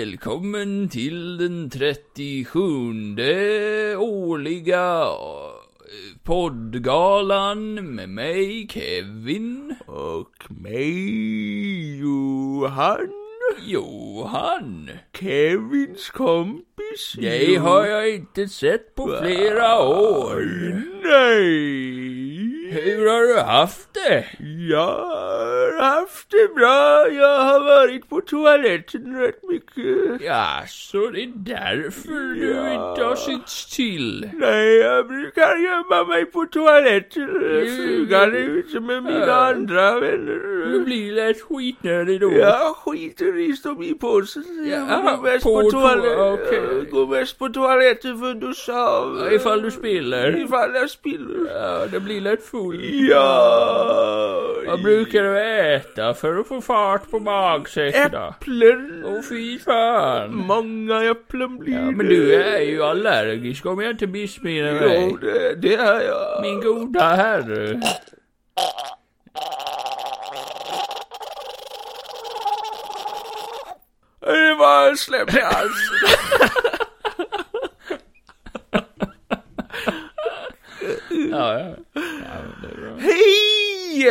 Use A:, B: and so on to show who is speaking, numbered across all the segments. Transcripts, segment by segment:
A: Välkommen till den 37 årliga eh, poddgalan med mig Kevin,
B: Och mig Johan,
A: Johan.
B: Kevins kompis.
A: Dig
B: Johan.
A: har jag inte sett på flera år.
B: Nej.
A: Hur har du haft det?
B: Jag har haft det bra. Jag har varit på toaletten rätt mycket.
A: Ja, så det är därför du
B: Ja.
A: inte har synts till.
B: Nej, jag brukar gömma mig på toaletten. Frugan är ute med mina
A: Ja.
B: andra
A: Du
B: vänner.
A: blir lätt skitnödig då.
B: Jag skiter i som i påsen. Jag
A: Ja, ah,
B: går mest
A: på
B: på,
A: toa-
B: toaletten.
A: okej.
B: Jag går mest på toaletten för att duscha av.
A: Ifall du spiller.
B: Ifall jag spiller.
A: Ja, det blir lätt full.
B: Ja.
A: Vad brukar du äta för att få fart på magsäcken då?
B: Äpplen.
A: Åh fy fan.
B: Många äpplen blir
A: Ja, men
B: det.
A: du är ju allergisk om jag inte missminner mig.
B: Jo, det, det är jag.
A: Min goda herre.
B: Det var en släpp i halsen.
A: Ja, ja.
B: Hej!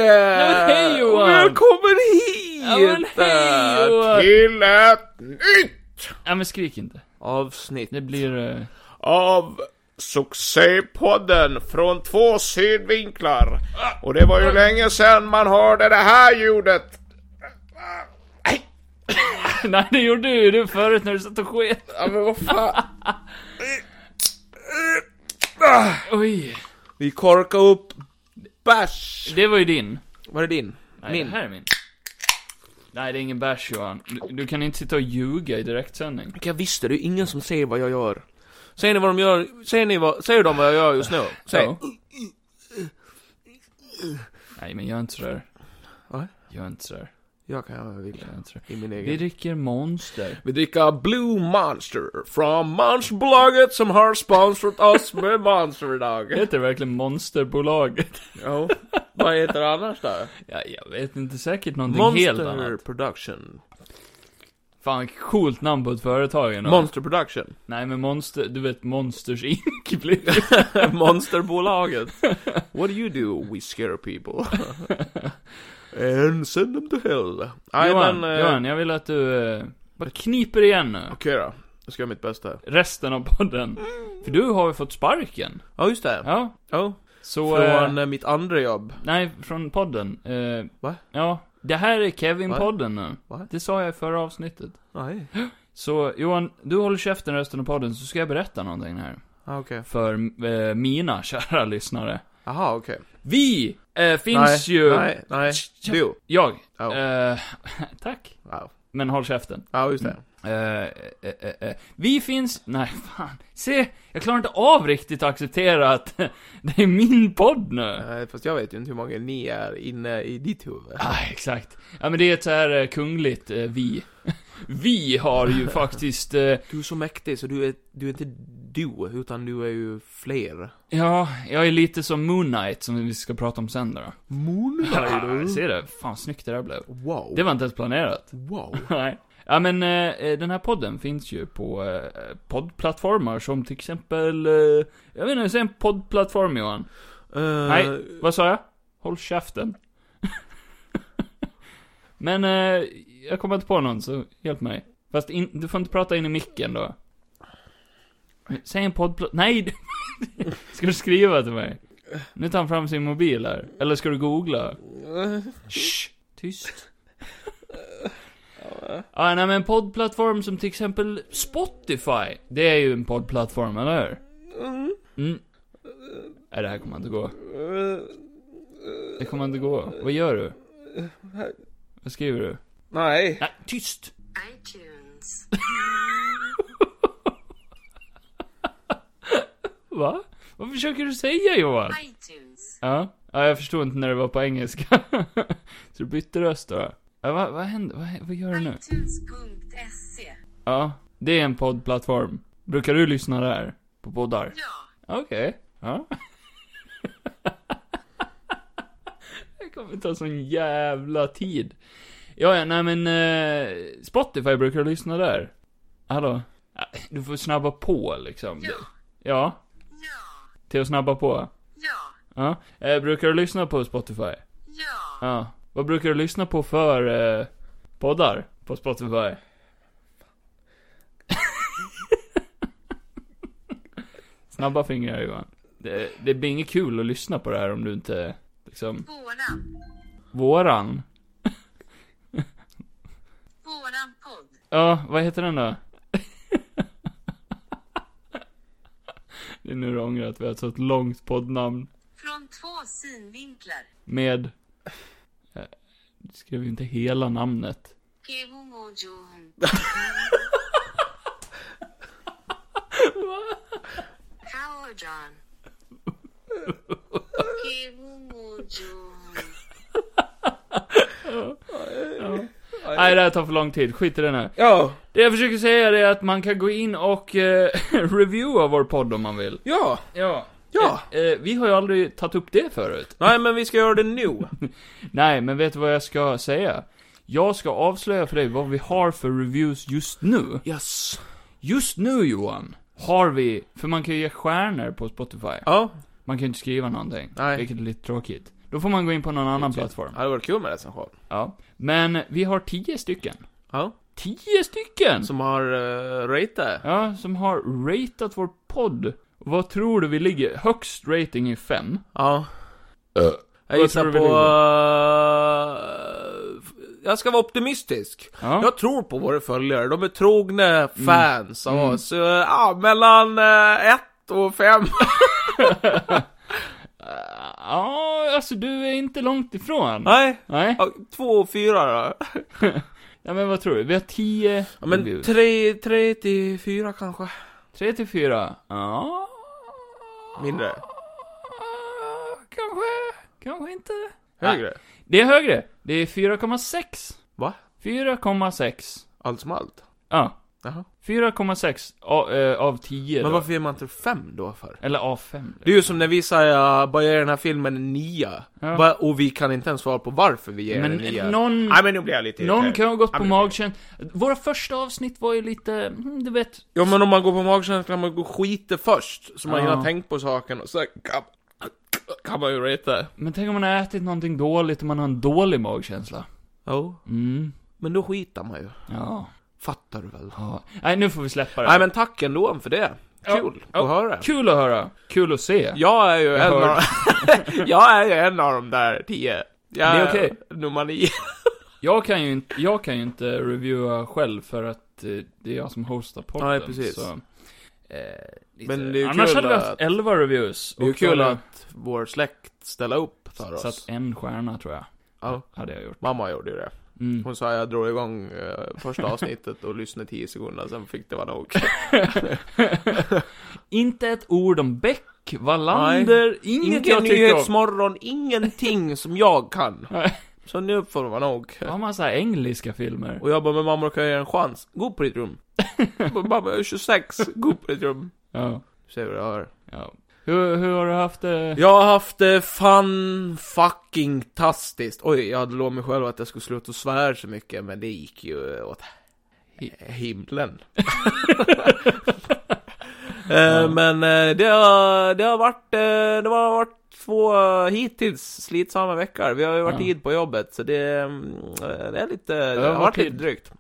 A: hej, Johan.
B: Välkommen hit!
A: Ja, men hej, Johan.
B: Till ett nytt
A: ja, men skrik inte.
B: avsnitt
A: Det blir... eh,
B: av Succépodden från två synvinklar. Och det var ju länge sedan man hörde det här ljudet.
A: Nej, det gjorde ju du förut när du satt och sket.
B: Ja, men vad fan.
A: Oj.
B: Vi korkade upp bärs.
A: Det var ju din.
B: Var det din?
A: Nej,
B: Min.
A: det här är min. Nej, det är ingen bärs Johan. Du, du kan inte sitta och ljuga i direktsändning.
B: Jag visste det, är ju ingen som säger vad jag gör. Säger ni vad de gör? Säger ni vad, säger de vad jag gör just nu? Säg.
A: Ja. Nej, men gör inte sådär.
B: Va?
A: Gör inte sådär.
B: Jag kan göra vad jag vill.
A: Gör inte sådär.
B: I min egen.
A: Vi dricker Monster.
B: Vi dricker Blue Monster från Monsterbolaget som har sponsrat oss med Monster idag.
A: Heter det verkligen Monsterbolaget?
B: Ja. Vad heter det annars då?
A: Ja, jag vet inte. Säkert någonting helt
B: Monster
A: annat.
B: Production.
A: Fan, vilket coolt namn på ett företag ändå.
B: Monster Production.
A: Nej, men Monster, du vet Monsters Inc. blir
B: Monsterbolaget. What do you do? We scare people. And send them to hell. Nej,
A: Johan,
B: men, eh,
A: Johan, jag vill att du... eh, Bara kniper igen nu.
B: Okej då. Jag ska göra mitt bästa.
A: resten av podden. För du har ju fått sparken.
B: Ja, just det.
A: Ja.
B: Ja.
A: Så...
B: Från
A: Eh,
B: eh, mitt andra jobb.
A: nej, från podden. Eh,
B: Va?
A: Ja. Det här är Kevin-podden nu.
B: Va?
A: Det sa jag i förra avsnittet.
B: Nej.
A: Så Johan, du håller käften resten av podden så ska jag berätta någonting här.
B: Ah, okej.
A: För eh, mina kära lyssnare.
B: Jaha, okej.
A: Vi eh, finns
B: nej,
A: ju...
B: Nej, nej. Du.
A: Jag.
B: Ja.
A: Eh, tack.
B: Wow.
A: Men håll käften.
B: Ja, just det.
A: Eh, eh, eh, eh. Vi finns... Nej, fan. Se, jag klarar inte av riktigt att acceptera att det är min podd nu.
B: Nej, Eh, fast jag vet ju inte hur många ni är inne i ditt huvud.
A: Ah, exakt. Ja, men det är ett så här eh, kungligt eh, vi. Vi har ju faktiskt... Eh,
B: Du är så mäktig så du är, du är inte du, utan du är ju fler.
A: ja, jag är lite som Moon Knight som vi ska prata om sen då.
B: Moon
A: Ah, ser du? Fan, snyggt det där blev.
B: Wow.
A: Det var inte ens planerat.
B: Wow.
A: Nej. Ja men eh, eh, den här podden finns ju på eh, poddplattformar som till exempel, eh, jag vet inte, säg en poddplattform Johan.
B: Eh,
A: Nej. Vad sa jag? Håll käften. Men eh, jag kommer inte på någon, så hjälp mig. Fast in, du får inte prata in i micken då. Säg en poddplats. Nej! du- ska du skriva till mig? Nu tar han fram sin mobil här. Eller ska du googla?
B: eh,
A: Shh, tyst. ah, nej men en poddplattform som till exempel Spotify. Det är ju en poddplattform, eller hur?
B: mm,
A: Mm. Nej, det här kommer inte gå.
B: eh,
A: Det kommer inte gå. Vad gör du? Vad skriver du?
B: Nej.
A: Nej, tyst!
C: iTunes.
A: Va? Vad försöker du säga Johan?
C: iTunes.
A: Ja. ja, jag förstod inte när det var på engelska. Så du bytte röst då? Ja, vad, vad händer? Vad, vad gör du nu?
C: iTunes.se.
A: Ja, det är en poddplattform. Brukar du lyssna där? På poddar?
C: Ja.
A: Okej. Ja. Det kommer ta sån jävla tid. Ja, ja, nej men eh, Spotify brukar du lyssna där. Hallå? Ja, Du får snabba på liksom.
C: Ja.
A: Ja,
C: Ja.
A: till att snabba på.
C: Ja.
A: Ja. Eh, brukar du lyssna på Spotify?
C: Ja.
A: Ja. Vad brukar du lyssna på för eh, poddar på Spotify? Snabba fingrar Johan. Det, det blir inget kul att lyssna på det här om du inte, liksom,
C: Våran.
A: våran.
C: Våran podd.
A: Ja, vad heter den då? det är nu du ångrar att vi har ett sånt långt poddnamn
C: Från två synvinklar.
A: med... Eh, Du skrev ju inte hela namnet.
C: Kevon och Johan. How are John? Kevon och Johan.
A: Nej, det här tar för lång tid. Skit i den här.
B: Ja,
A: Det jag försöker säga är att man kan gå in och eh, reviewa vår podd om man vill.
B: ja,
A: Ja.
B: ja.
A: Eh, eh, vi har ju aldrig tagit upp det förut.
B: Nej, men vi ska göra det nu.
A: Nej, men vet du vad jag ska säga? Jag ska avslöja för dig vad vi har för reviews just nu.
B: Yes.
A: Just nu Johan, har vi, för man kan ju ge stjärnor på Spotify.
B: Ja,
A: Man kan ju inte skriva någonting.
B: Nej.
A: Vilket är lite tråkigt. Då får man gå in på någon annan plattform.
B: det hade varit kul med recension.
A: Ja. Men vi har tio stycken.
B: Ja,
A: Tio stycken!
B: som har uh, ratat.
A: Ja, som har ratat vår podd. Vad tror du vi ligger? Högst rating är 5.
B: Ja. Jag
A: Eh, Vad
B: gissar
A: tror du vi
B: på...
A: ligger?
B: eh, f- jag ska vara optimistisk.
A: Ja. Mm.
B: Jag tror på våra följare, de är trogna fans av oss. Eh, Ja, mellan eh, ett och fem.
A: Ah, Ja, alltså du är inte långt ifrån.
B: Nej.
A: Nej.
B: Ja, två och fyra då.
A: Ja, men vad tror du? Vi har 10
B: Ja, men
A: reviews.
B: tre, tre till fyra kanske.
A: 3 till 4. Ja.
B: Mindre.
A: Kanske. Kanske inte.
B: Högre.
A: Det är högre. Det är 4,6.
B: Va?
A: 4,6.
B: Allt som allt?
A: Ja.
B: Jaha.
A: 4,6 av, eh, av 10
B: Men
A: då.
B: varför ger man inte fem då för?
A: Eller av 5.
B: Det är ju som när vi säger uh, bara ger den här filmen en nia.
A: Ja.
B: Va- Och vi kan inte ens svara på varför vi ger
A: Men
B: den en nia.
A: någon-
B: Nej men nu blir jag lite
A: Någon
B: irriterad.
A: kan ha gått
B: Ja,
A: på
B: men-
A: magkänsla. Våra första avsnitt var ju lite, mm, du vet,
B: Ja men om man går på magkänslan, man går skiter först. Så man
A: Ja.
B: hinner tänka på saken och sen kan, kan man ju reta.
A: Men tänk om man har ätit någonting dåligt och man har en dålig magkänsla.
B: Jo.
A: Mm.
B: Men då skiter man ju.
A: Ja.
B: Fattar du väl?
A: ja. Nej, nu får vi släppa det.
B: Nej men tack ändå för det.
A: Ja,
B: Kul
A: ja,
B: att höra.
A: Kul att höra. Kul att se.
B: Jag är ju en
A: hör.
B: av Jag är ju en av de där tio. Jag
A: Det är okej.
B: nummer nio.
A: Jag kan ju inte, jag kan ju inte reviewa själv för att eh, det är jag som hostar podden.
B: Nej, precis.
A: Så. Eh, lite-
B: Men det är ju
A: Annars
B: kul
A: hade vi
B: att-
A: haft 11 reviews.
B: Det är ju
A: Och
B: kul
A: då-
B: att vår släkt ställer upp för oss.
A: Satt en stjärna tror jag.
B: Ja.
A: Hade jag gjort.
B: Mamma gjorde ju det.
A: Mm.
B: Hon sa jag drog igång eh, första avsnittet och lyssnade 10 sekunder, sen fick det vara nog.
A: Inte ett ord om Beck, Wallander, inget
B: Ingen
A: jag tycker om.
B: nyhetsmorgon, ingenting som jag kan.
A: Nej.
B: Så nu får det vara nog.
A: Har man såhär engelska filmer?
B: Och jag bara, men mamma, kan jag ge en chans? Gå upp på ditt rum. Jag bara, mamma, jag är 26, gå upp på ditt rum.
A: Ja.
B: Se hur jag hör.
A: ja. Hur, hur har du haft det?
B: Jag har haft det fan fucking tastiskt. Oj, jag hade lovat mig själv att jag skulle sluta svära så mycket, men det gick ju åt hi- himlen. Eh, Men eh, det har, det har varit, eh, det har varit två eh, hittills slitsamma veckor. Vi har ju varit
A: Ja.
B: tid på jobbet, så det, mm, eh, det är lite, det
A: har
B: har varit
A: varit
B: lite
A: tid. Mm.
B: drygt.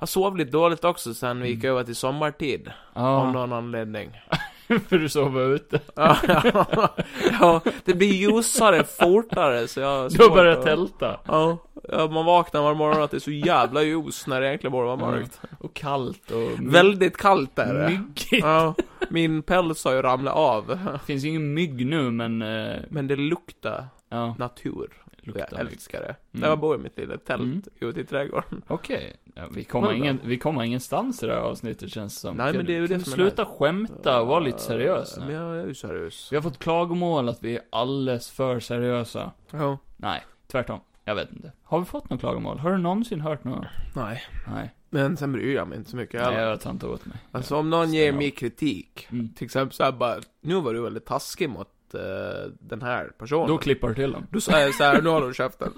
B: Jag sov lite dåligt också sen vi gick över till sommartid, av
A: Ja,
B: någon anledning.
A: för du sov ute.
B: Ja, ja, ja, det blir ljusare fortare så jag...
A: Du har börjat tälta.
B: Ja, ja, man vaknar varje morgon att det är så jävla ljus när det egentligen borde vara mörkt.
A: Och kallt och my-
B: Väldigt kallt är det.
A: myggigt.
B: Ja, min päls har ju ramlat av.
A: Det finns ju ingen mygg nu men, eh,
B: Men det luktar
A: ja,
B: natur. jag
A: luktar mygg.
B: älskar det.
A: Mm.
B: Där jag bor i mitt lilla tält ute i trädgården.
A: Okej. Ja, vi,
B: Vad
A: kommer
B: bra.
A: ingen, vi kommer ingenstans i det här avsnittet känns som.
B: Nej,
A: Kan
B: men det är
A: du-
B: ju
A: kan
B: det
A: du
B: som är
A: Sluta skämta och vara lite seriös
B: Men
A: nu.
B: jag är ju seriös.
A: Vi har fått klagomål att vi är alldeles för seriösa.
B: Ja.
A: Nej, tvärtom. Jag vet inte. Har vi fått något klagomål? Har du någonsin hört något?
B: Nej.
A: Nej.
B: Men sen bryr jag mig inte så mycket
A: Nej,
B: heller.
A: jag tar inte åt mig.
B: Alltså om någon
A: stäng
B: ger
A: av.
B: mig kritik,
A: Mm.
B: till exempel såhär bara, nu var du väldigt taskig mot eh, den här personen. eh,
A: Då
B: Då,
A: klipper du till dem.
B: säger jag såhär, nu håller du käften.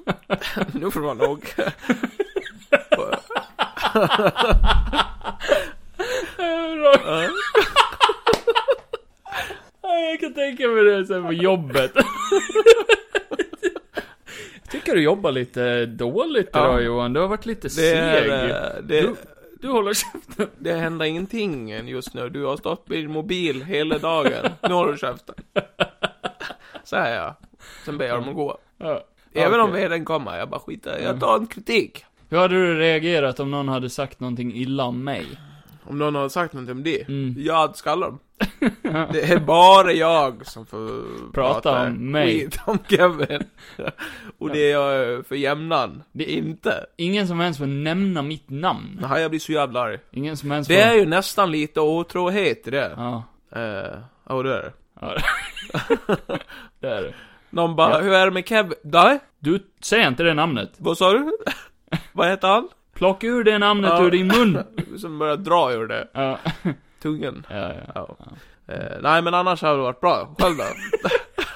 B: nu får det vara nog.
A: Rock. Ja, Jag kan tänka mig det sen på jobbet. Jag tycker du jobbar lite dåligt idag
B: Ja.
A: Johan. Du har varit lite
B: Det,
A: seg.
B: är, eh, det,
A: Du- Du håller käften.
B: det händer ingenting just nu. Du har stått med din mobil hela dagen. Nu har du käften. Säger jag. Sen ber jag dem att gå.
A: Ja.
B: Även
A: Okej. Mm.
B: om veden kommer. Jag bara skiter Jag tar en kritik.
A: Hur hade du reagerat om någon hade sagt någonting illa om mig?
B: Om någon har sagt någonting om det.
A: Mm.
B: Jag hade skallat dem. Det är bara jag som får
A: Prata om mig.
B: skit om Kevin. Och det är jag eh, för jämnan.
A: Det-
B: Inte.
A: Ingen som ens får nämna mitt namn.
B: Nej, jag blir så jävla arg.
A: Ingen som ens får...
B: Det är ju nästan lite otrohet i det.
A: Ja.
B: Ja, eh, oh, det är det.
A: ja. det är det.
B: Någon bara, hur är det med Kevin? Nej,
A: Du, säg inte det namnet.
B: vad sa du? vad heter han?
A: Plocka ur det namnet
B: Ja.
A: ur din mun.
B: Som börjar dra ur det.
A: Ja.
B: Tungan.
A: Ja, ja.
B: Ja. Eh, nej, men annars hade det varit bra. Själv då?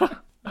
A: Ja.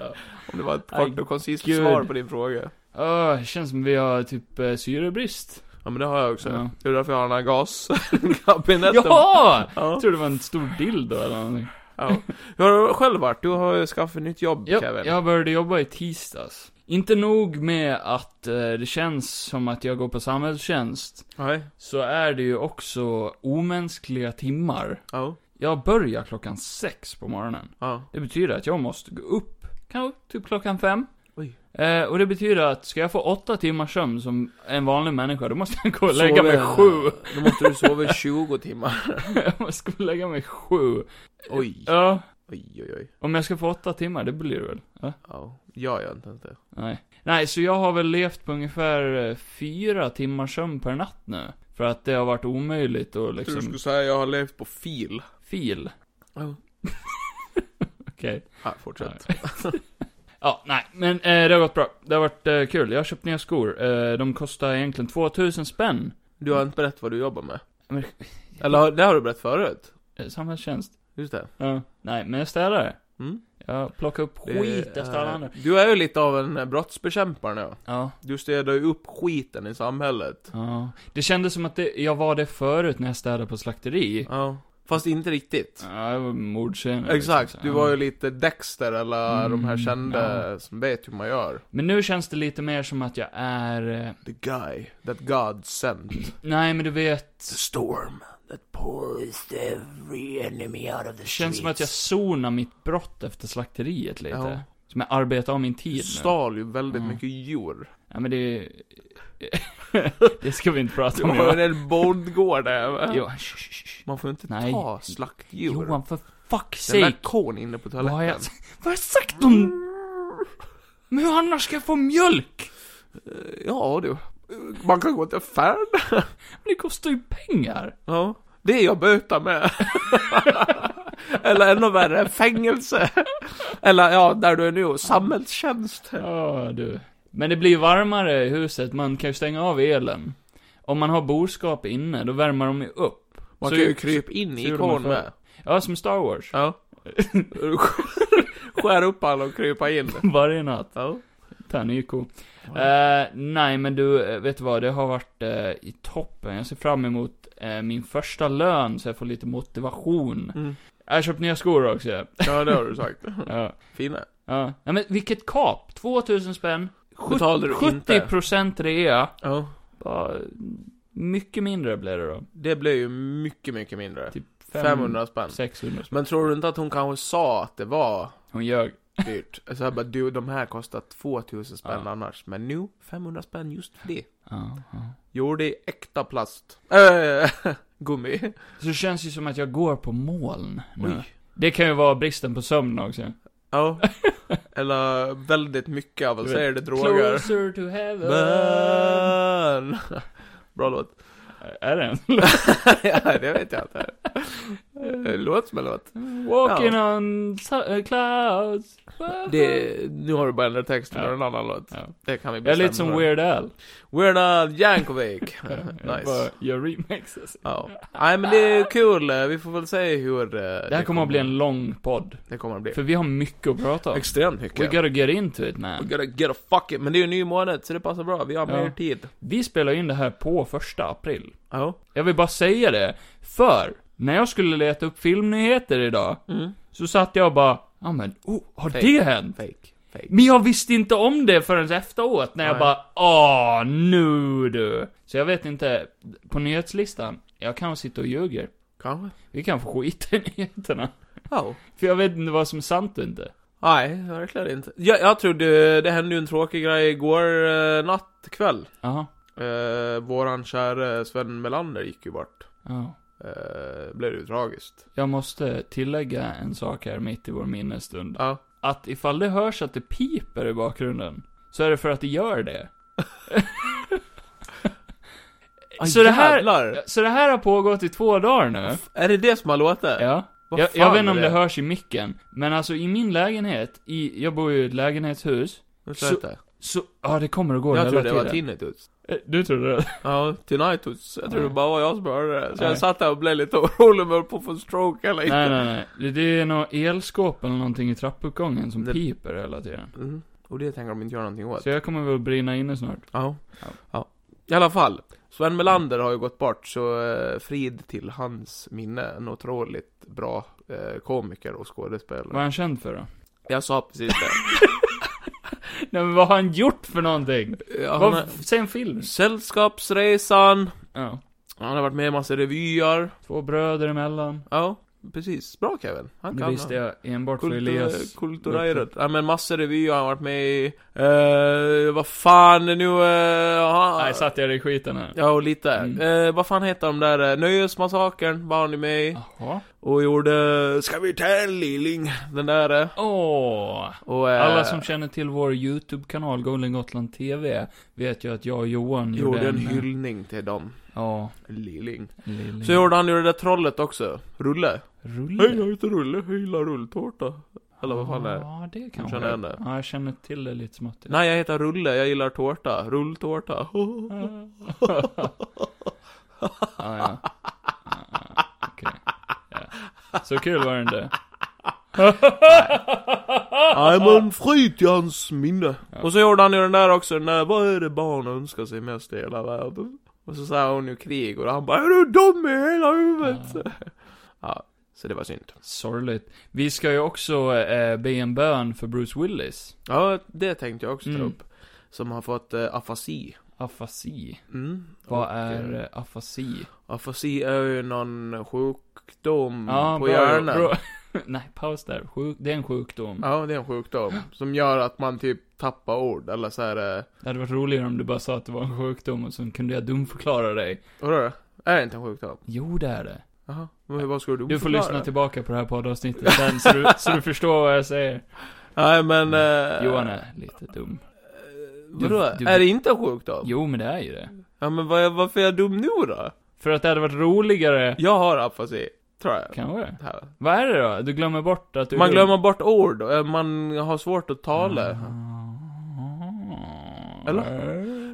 B: Om det var ett
A: Aj,
B: kort och koncist
A: gud.
B: svar på din fråga.
A: Åh, det känns som vi har typ eh, syrebrist.
B: Ja men det har jag också.
A: Ja.
B: Det är därför jag har den här gaskabinetten.
A: Jaha!
B: Ja.
A: Jag trodde det var en stor dildo eller någonting.
B: ja! Hur har du själv varit? Du har ju skaffat nytt jobb Kevin.
A: Jag, jag började jobba i tisdags. Inte nog med att eh, det känns som att jag går på samhällstjänst,
B: Nej.
A: så är det ju också omänskliga timmar.
B: Ja.
A: Jag börjar klockan sex på morgonen.
B: Ja.
A: Det betyder att jag måste gå upp, kanske typ klockan fem.
B: Oj.
A: Eh, och det betyder att ska jag få åtta timmars sömn som en vanlig människa, då måste jag gå och
B: Sover-
A: lägga mig sju.
B: Då måste du sova i 20 timmar.
A: jag måste gå och lägga mig sju.
B: Oj.
A: Ja,
B: Oj oj oj.
A: om jag ska få åtta timmar, det blir det väl? Ja.
B: Ja. Jag gör inte inte.
A: Nej. Nej, så jag har väl levt på ungefär eh, fyra timmars sömn per natt nu. För att det har varit omöjligt att
B: Jag trodde du
A: liksom...
B: skulle säga jag har levt på fil.
A: Fil.
B: Ja.
A: Okej.
B: Ja, fortsätt.
A: Ja, nej, men eh, det har gått bra. Det har varit eh, kul. Jag har köpt nya skor. Eh, de kostar egentligen 2000 spänn.
B: Du har inte berättat vad du jobbar med.
A: Men-
B: Eller har- det har du berättat förut.
A: Eh, samhällstjänst.
B: Just det.
A: Ja. Nej, men jag städar.
B: Mm.
A: Jag plockar upp
B: Det
A: skit efter alla
B: är-
A: andra.
B: Du är ju lite av en eh, brottsbekämpare nu.
A: Ja.
B: Du städar ju upp skiten i samhället.
A: Ja. Det kändes som att det, jag var det förut när jag städade på slakteri.
B: Ja. Fast inte riktigt.
A: Ja, det var mordscener.
B: Exakt,
A: liksom.
B: du
A: Ja.
B: var ju lite Dexter eller
A: Mm,
B: de här kända som vet hur man gör.
A: Men nu känns det lite mer som att jag är... eh,
B: The guy that God sent.
A: Nej, men du vet...
B: The storm that pours every enemy out of the
A: Det känns som att jag sonar mitt brott efter slakteriet lite.
B: Ja.
A: Som jag arbetar av min tid
B: Du
A: nu.
B: stal ju väldigt
A: Ja.
B: mycket djur.
A: Ja, men det... det ska vi inte
B: Du
A: prata om.
B: har
A: Johan.
B: ju en bondgård där.
A: Johan, shh, shh, shh.
B: Man får inte
A: Nej.
B: ta slaktdjur.
A: Johan, för fuck's
B: Den där
A: sake.
B: kon inne på
A: Vad har jag,
B: toaletten.
A: vad har jag sagt om... Men hur annars ska jag få mjölk?
B: Ja du. Man kan gå till affären.
A: Men det kostar ju pengar.
B: Ja. Det är jag böter med. Eller ännu värre, fängelse. Eller ja, där du är nu, samhällstjänst.
A: Ja, du. Men det blir varmare i huset, man kan ju stänga av elen. Om man har boskap inne, då värmer de ju upp.
B: Man
A: Så
B: kan ju
A: ju-
B: krypa in
A: så
B: i
A: gjorde man
B: korn
A: förr.
B: med.
A: Ja, som Star Wars.
B: Ja. Skär upp alla och krypa in.
A: Varje natt.
B: Ja.
A: Terniko.
B: Ja.
A: Eh, nej men du, eh, vet du vad? Det har varit eh, i toppen. Jag ser fram emot eh, min första lön så jag får lite motivation.
B: Mm.
A: Jag har köpt nya skor också.
B: ja, det har du sagt.
A: Ja.
B: Fina.
A: Ja. ja men vilket kap! 2000 spänn.
B: Betalar du inte?
A: 70% rea.
B: Ja.
A: Ja, mycket mindre blev det då.
B: Det blev ju mycket, mycket mindre.
A: Typ fem-
B: 500 spänn.
A: 600 spänn.
B: Men tror du inte att hon kanske sa att det var
A: Hon ljög.
B: dyrt? Alltså jag bara, du, de här kostar 2000 spänn
A: Ja.
B: annars. Men nu, 500 spänn just för det.
A: Ja, ja.
B: Gjorde i äkta plast. Äh, gummi.
A: Så det känns ju som att jag går på moln nu.
B: Oj.
A: Det kan ju vara bristen på sömn också.
B: Ja. Eller väldigt mycket avancerade droger.
A: Closer to heaven.
B: Burn. Bra låt.
A: Är det en?
B: ja, det vet jag inte. Det Låt som en låt.
A: Walking on so- uh, clouds.
B: Det, nu har du bara ändrat texten
A: Ja.
B: och en annan låt.
A: Ja.
B: Det kan vi
A: Jag är
B: bestämma.
A: lite som Weird Al.
B: Weird Al Yankovic.
A: Jag bara
B: nice.
A: gör remixes.
B: Ja. Nej men det är kul, vi får väl se hur... eh, Det,
A: Det här kommer att bli en lång podd.
B: Det kommer att bli.
A: För vi har mycket att prata om.
B: Extremt
A: We
B: mycket.
A: gotta get into it
B: We
A: man.
B: gotta get a fuck it. Men det är ju en ny månad, så det passar bra. Vi har
A: Ja.
B: mer tid.
A: Vi spelar in det här på första april.
B: Ja.
A: Jag vill bara säga det. För, när jag skulle leta upp filmnyheter idag,
B: Mm.
A: så satt jag och bara, ja men, oh, har
B: Fake.
A: det hänt?
B: Fake. Fake.
A: Men jag visste inte om det förrän efteråt, när jag
B: Nej.
A: bara, åh, nu du. Så jag vet inte, på nyhetslistan, jag kan sitta och ljuger.
B: Kanske.
A: Vi kan få skita i nyheterna.
B: Ja.
A: För jag vet inte vad som är sant och inte.
B: Nej, verkligen inte. Jag, jag trodde, det hände ju en tråkig grej igår eh, natt, kväll.
A: Jaha.
B: Eh, våran käre Sven Melander gick ju bort.
A: Ja.
B: Eh, blev det ju tragiskt.
A: Jag måste tillägga en sak här mitt i vår minnesstund.
B: Ja.
A: Att ifall det hörs att det piper i bakgrunden, så är det för att det gör det. Så det här-
B: Jävlar.
A: Så det här har pågått i två dagar nu.
B: Är det det som har låtit?
A: Ja.
B: Vad
A: Jag,
B: fan
A: jag vet inte
B: är
A: om det hörs i micken, men alltså i min lägenhet, i, jag bor ju i ett lägenhetshus,
B: Nu
A: Så-
B: sa jag inte.
A: så, ja det kommer och går
B: Jag
A: hela
B: trodde det var
A: tiden.
B: tinnitus.
A: Eh, Du trodde det?
B: Ja, tinnitus. Jag trodde
A: Nej.
B: det bara var jag som hörde det. Så
A: Nej.
B: jag satt där och blev lite orolig om jag höll på att få en stroke eller inte.
A: nej, nej, nej. Det, det är något elskåp eller någonting i trappuppgången som
B: Det-
A: piper hela tiden.
B: Mm. Och det tänker de inte göra någonting åt.
A: Så jag kommer väl brinna inne snart.
B: Ja.
A: Ja.
B: ja. I alla fall. Sven Melander har ju gått bort, så eh, frid till hans minne. En otroligt bra eh, komiker och skådespelare.
A: Vad är han känd för då?
B: Jag sa precis det.
A: Nej men vad har han gjort för någonting?
B: Ja, han
A: vad,
B: har...
A: Säg en film.
B: Sällskapsresan.
A: Ja.
B: Han har varit med i massa revyer.
A: Två bröder emellan.
B: Ja, precis. Bra Kevin. Han
A: Det
B: kan
A: visste jag enbart för Elias.
B: Kultur- Kulturairet. Ja men massor revyer har han varit med i. Eh, vad fan nu... eh, han-
A: Nej, satte jag dig i skiten här.
B: Ja, och lite.
A: Mm.
B: Eh, vad fan heter de där? eh, Nöjesmassakern var han ju med i.
A: Jaha.
B: Och gjorde... Ska vi ta en lilling? Den där. eh.
A: Åh!
B: Och, eh,
A: Alla som känner till vår YouTube-kanal Golden Gotland TV vet ju att jag och Johan
B: gjorde en
A: eh, Mm.
B: hyllning till dem.
A: Ja,
B: Lilling.
A: lille.
B: Så gjorde han ju det där trollet också.
A: Mm.
B: Rulle.
A: Rulle?
B: Hej, jag heter Rulle. Hej, lilla rulltårta. Eller vad fan det är.
A: Ja, det kanske.
B: känner igen det.
A: Ja, jag känner till det lite smått.
B: Nej, jag heter Rulle. Jag gillar tårta. Rulltårta.
A: ja, ja. ja okej. Ja. Så kul var det inte.
B: I'm on Fritjans minne. Och så gjorde han ju den där också, den där, vad är det barn önskar sig mest i hela världen? Och så sa hon ju krig och han bara, är du dum i hela huvudet? Ja. så det var synd.
A: Sorgligt. Vi ska ju också eh, be en bön för Bruce Willis.
B: Ja, det tänkte jag också ta
A: Mm.
B: upp. Som har fått eh, afasi.
A: Afasi.
B: Mm.
A: Vad
B: Och,
A: är
B: eh,
A: eh, afasi?
B: Afasi är ju någon sjukdom Mm, på
A: bra,
B: hjärnan.
A: bra. Nej, paus där. Sjuk, det är en sjukdom.
B: Ja, det är en sjukdom. Som gör att man typ tappar ord, eller så här. eh,
A: Det hade varit roligare om du bara sa att det var en sjukdom och sen kunde jag dumförklara dig.
B: Vadå? Är det inte en sjukdom?
A: Jo, det är det.
B: Jaha, men vad ska du
A: Du får
B: förklara?
A: lyssna tillbaka på det här poddavsnittet sen så du, så du förstår vad jag säger.
B: Nej men... Eh,
A: Johan är lite dum.
B: Vadå?
A: du-
B: Är det inte en sjukdom?
A: Jo, men det är ju det.
B: Ja men vad, varför är jag dum nu då?
A: För att det hade varit roligare,
B: Jag har afasi, tror jag.
A: kanske.
B: Här.
A: Vad är det då? Du glömmer bort att du...
B: Man glömmer bort ord, eh, man har svårt att tala.
A: Ah.
B: Eller?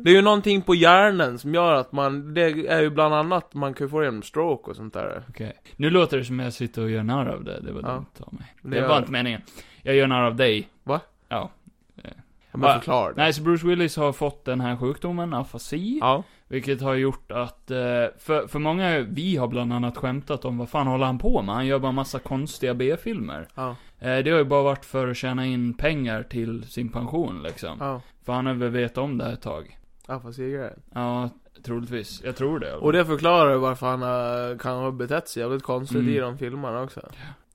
B: Det är ju någonting på hjärnan som gör att man, det är ju bland annat, man kan ju få en stroke och sånt där.
A: Okej. Nu låter det som jag sitter och gör narr av det. Det var
B: Ja.
A: dumt av mig.
B: Det
A: Det,
B: gör
A: var
B: det.
A: inte meningen. Jag gör narr av dig.
B: Ja,
A: Va?
B: Men förklara det.
A: Nej, så Bruce Willis har fått den här sjukdomen, afasi.
B: Ja.
A: Vilket har gjort att, eh, för, för många, vi har bland annat skämtat om vad fan håller han på med? Han gör bara massa konstiga B-filmer.
B: Ja.
A: Eh, Det har ju bara varit för att tjäna in pengar till sin pension liksom.
B: Ja.
A: För han har väl vetat om det här ett tag.
B: Afasi-grejen.
A: Ja, troligtvis. Jag tror det.
B: Och det förklarar ju varför han eh, kan ha betett sig jävligt konstigt
A: Mm.
B: i de filmerna också.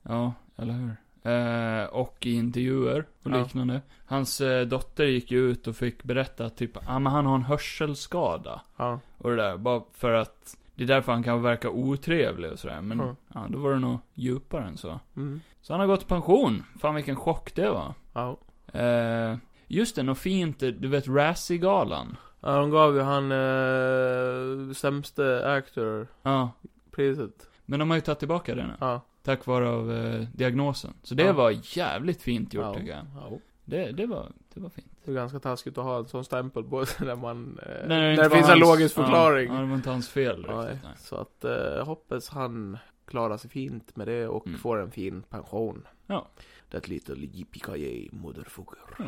A: Ja, eller hur? Eh, och i intervjuer och
B: Ja.
A: liknande. Hans eh, dotter gick ju ut och fick berätta att typ, ah, men han har en hörselskada.
B: Ja.
A: Och det där, bara för att det är därför han kan verka otrevlig och sådär. Men
B: Ja.
A: ja, då var det nog djupare än så.
B: Mm.
A: Så han har gått i pension. Fan vilken chock det var.
B: Ja.
A: Eh, just det, något fint, du vet Razzie-galan.
B: Ja, de gav ju han eh, sämste actor-priset.
A: Ja. Men de har ju tagit tillbaka det nu.
B: Ja.
A: Tack vare av eh, diagnosen. Så det
B: Ja.
A: var jävligt fint gjort
B: ja.
A: tycker jag.
B: Ja.
A: Det, det var, det var fint.
B: Det är ganska taskigt att ha en sån stämpel på sig när man... Eh,
A: Nej,
B: när
A: inte
B: det
A: var
B: finns en
A: hans-
B: logisk förklaring.
A: Ja, ja, det var inte hans fel riktigt.
B: Nej,
A: Nej.
B: så att eh, jag hoppas han klarar sig fint med det och
A: Mm.
B: får en fin pension.
A: Ja.
B: Det är ett litet yippee motherfucker.
A: Ja.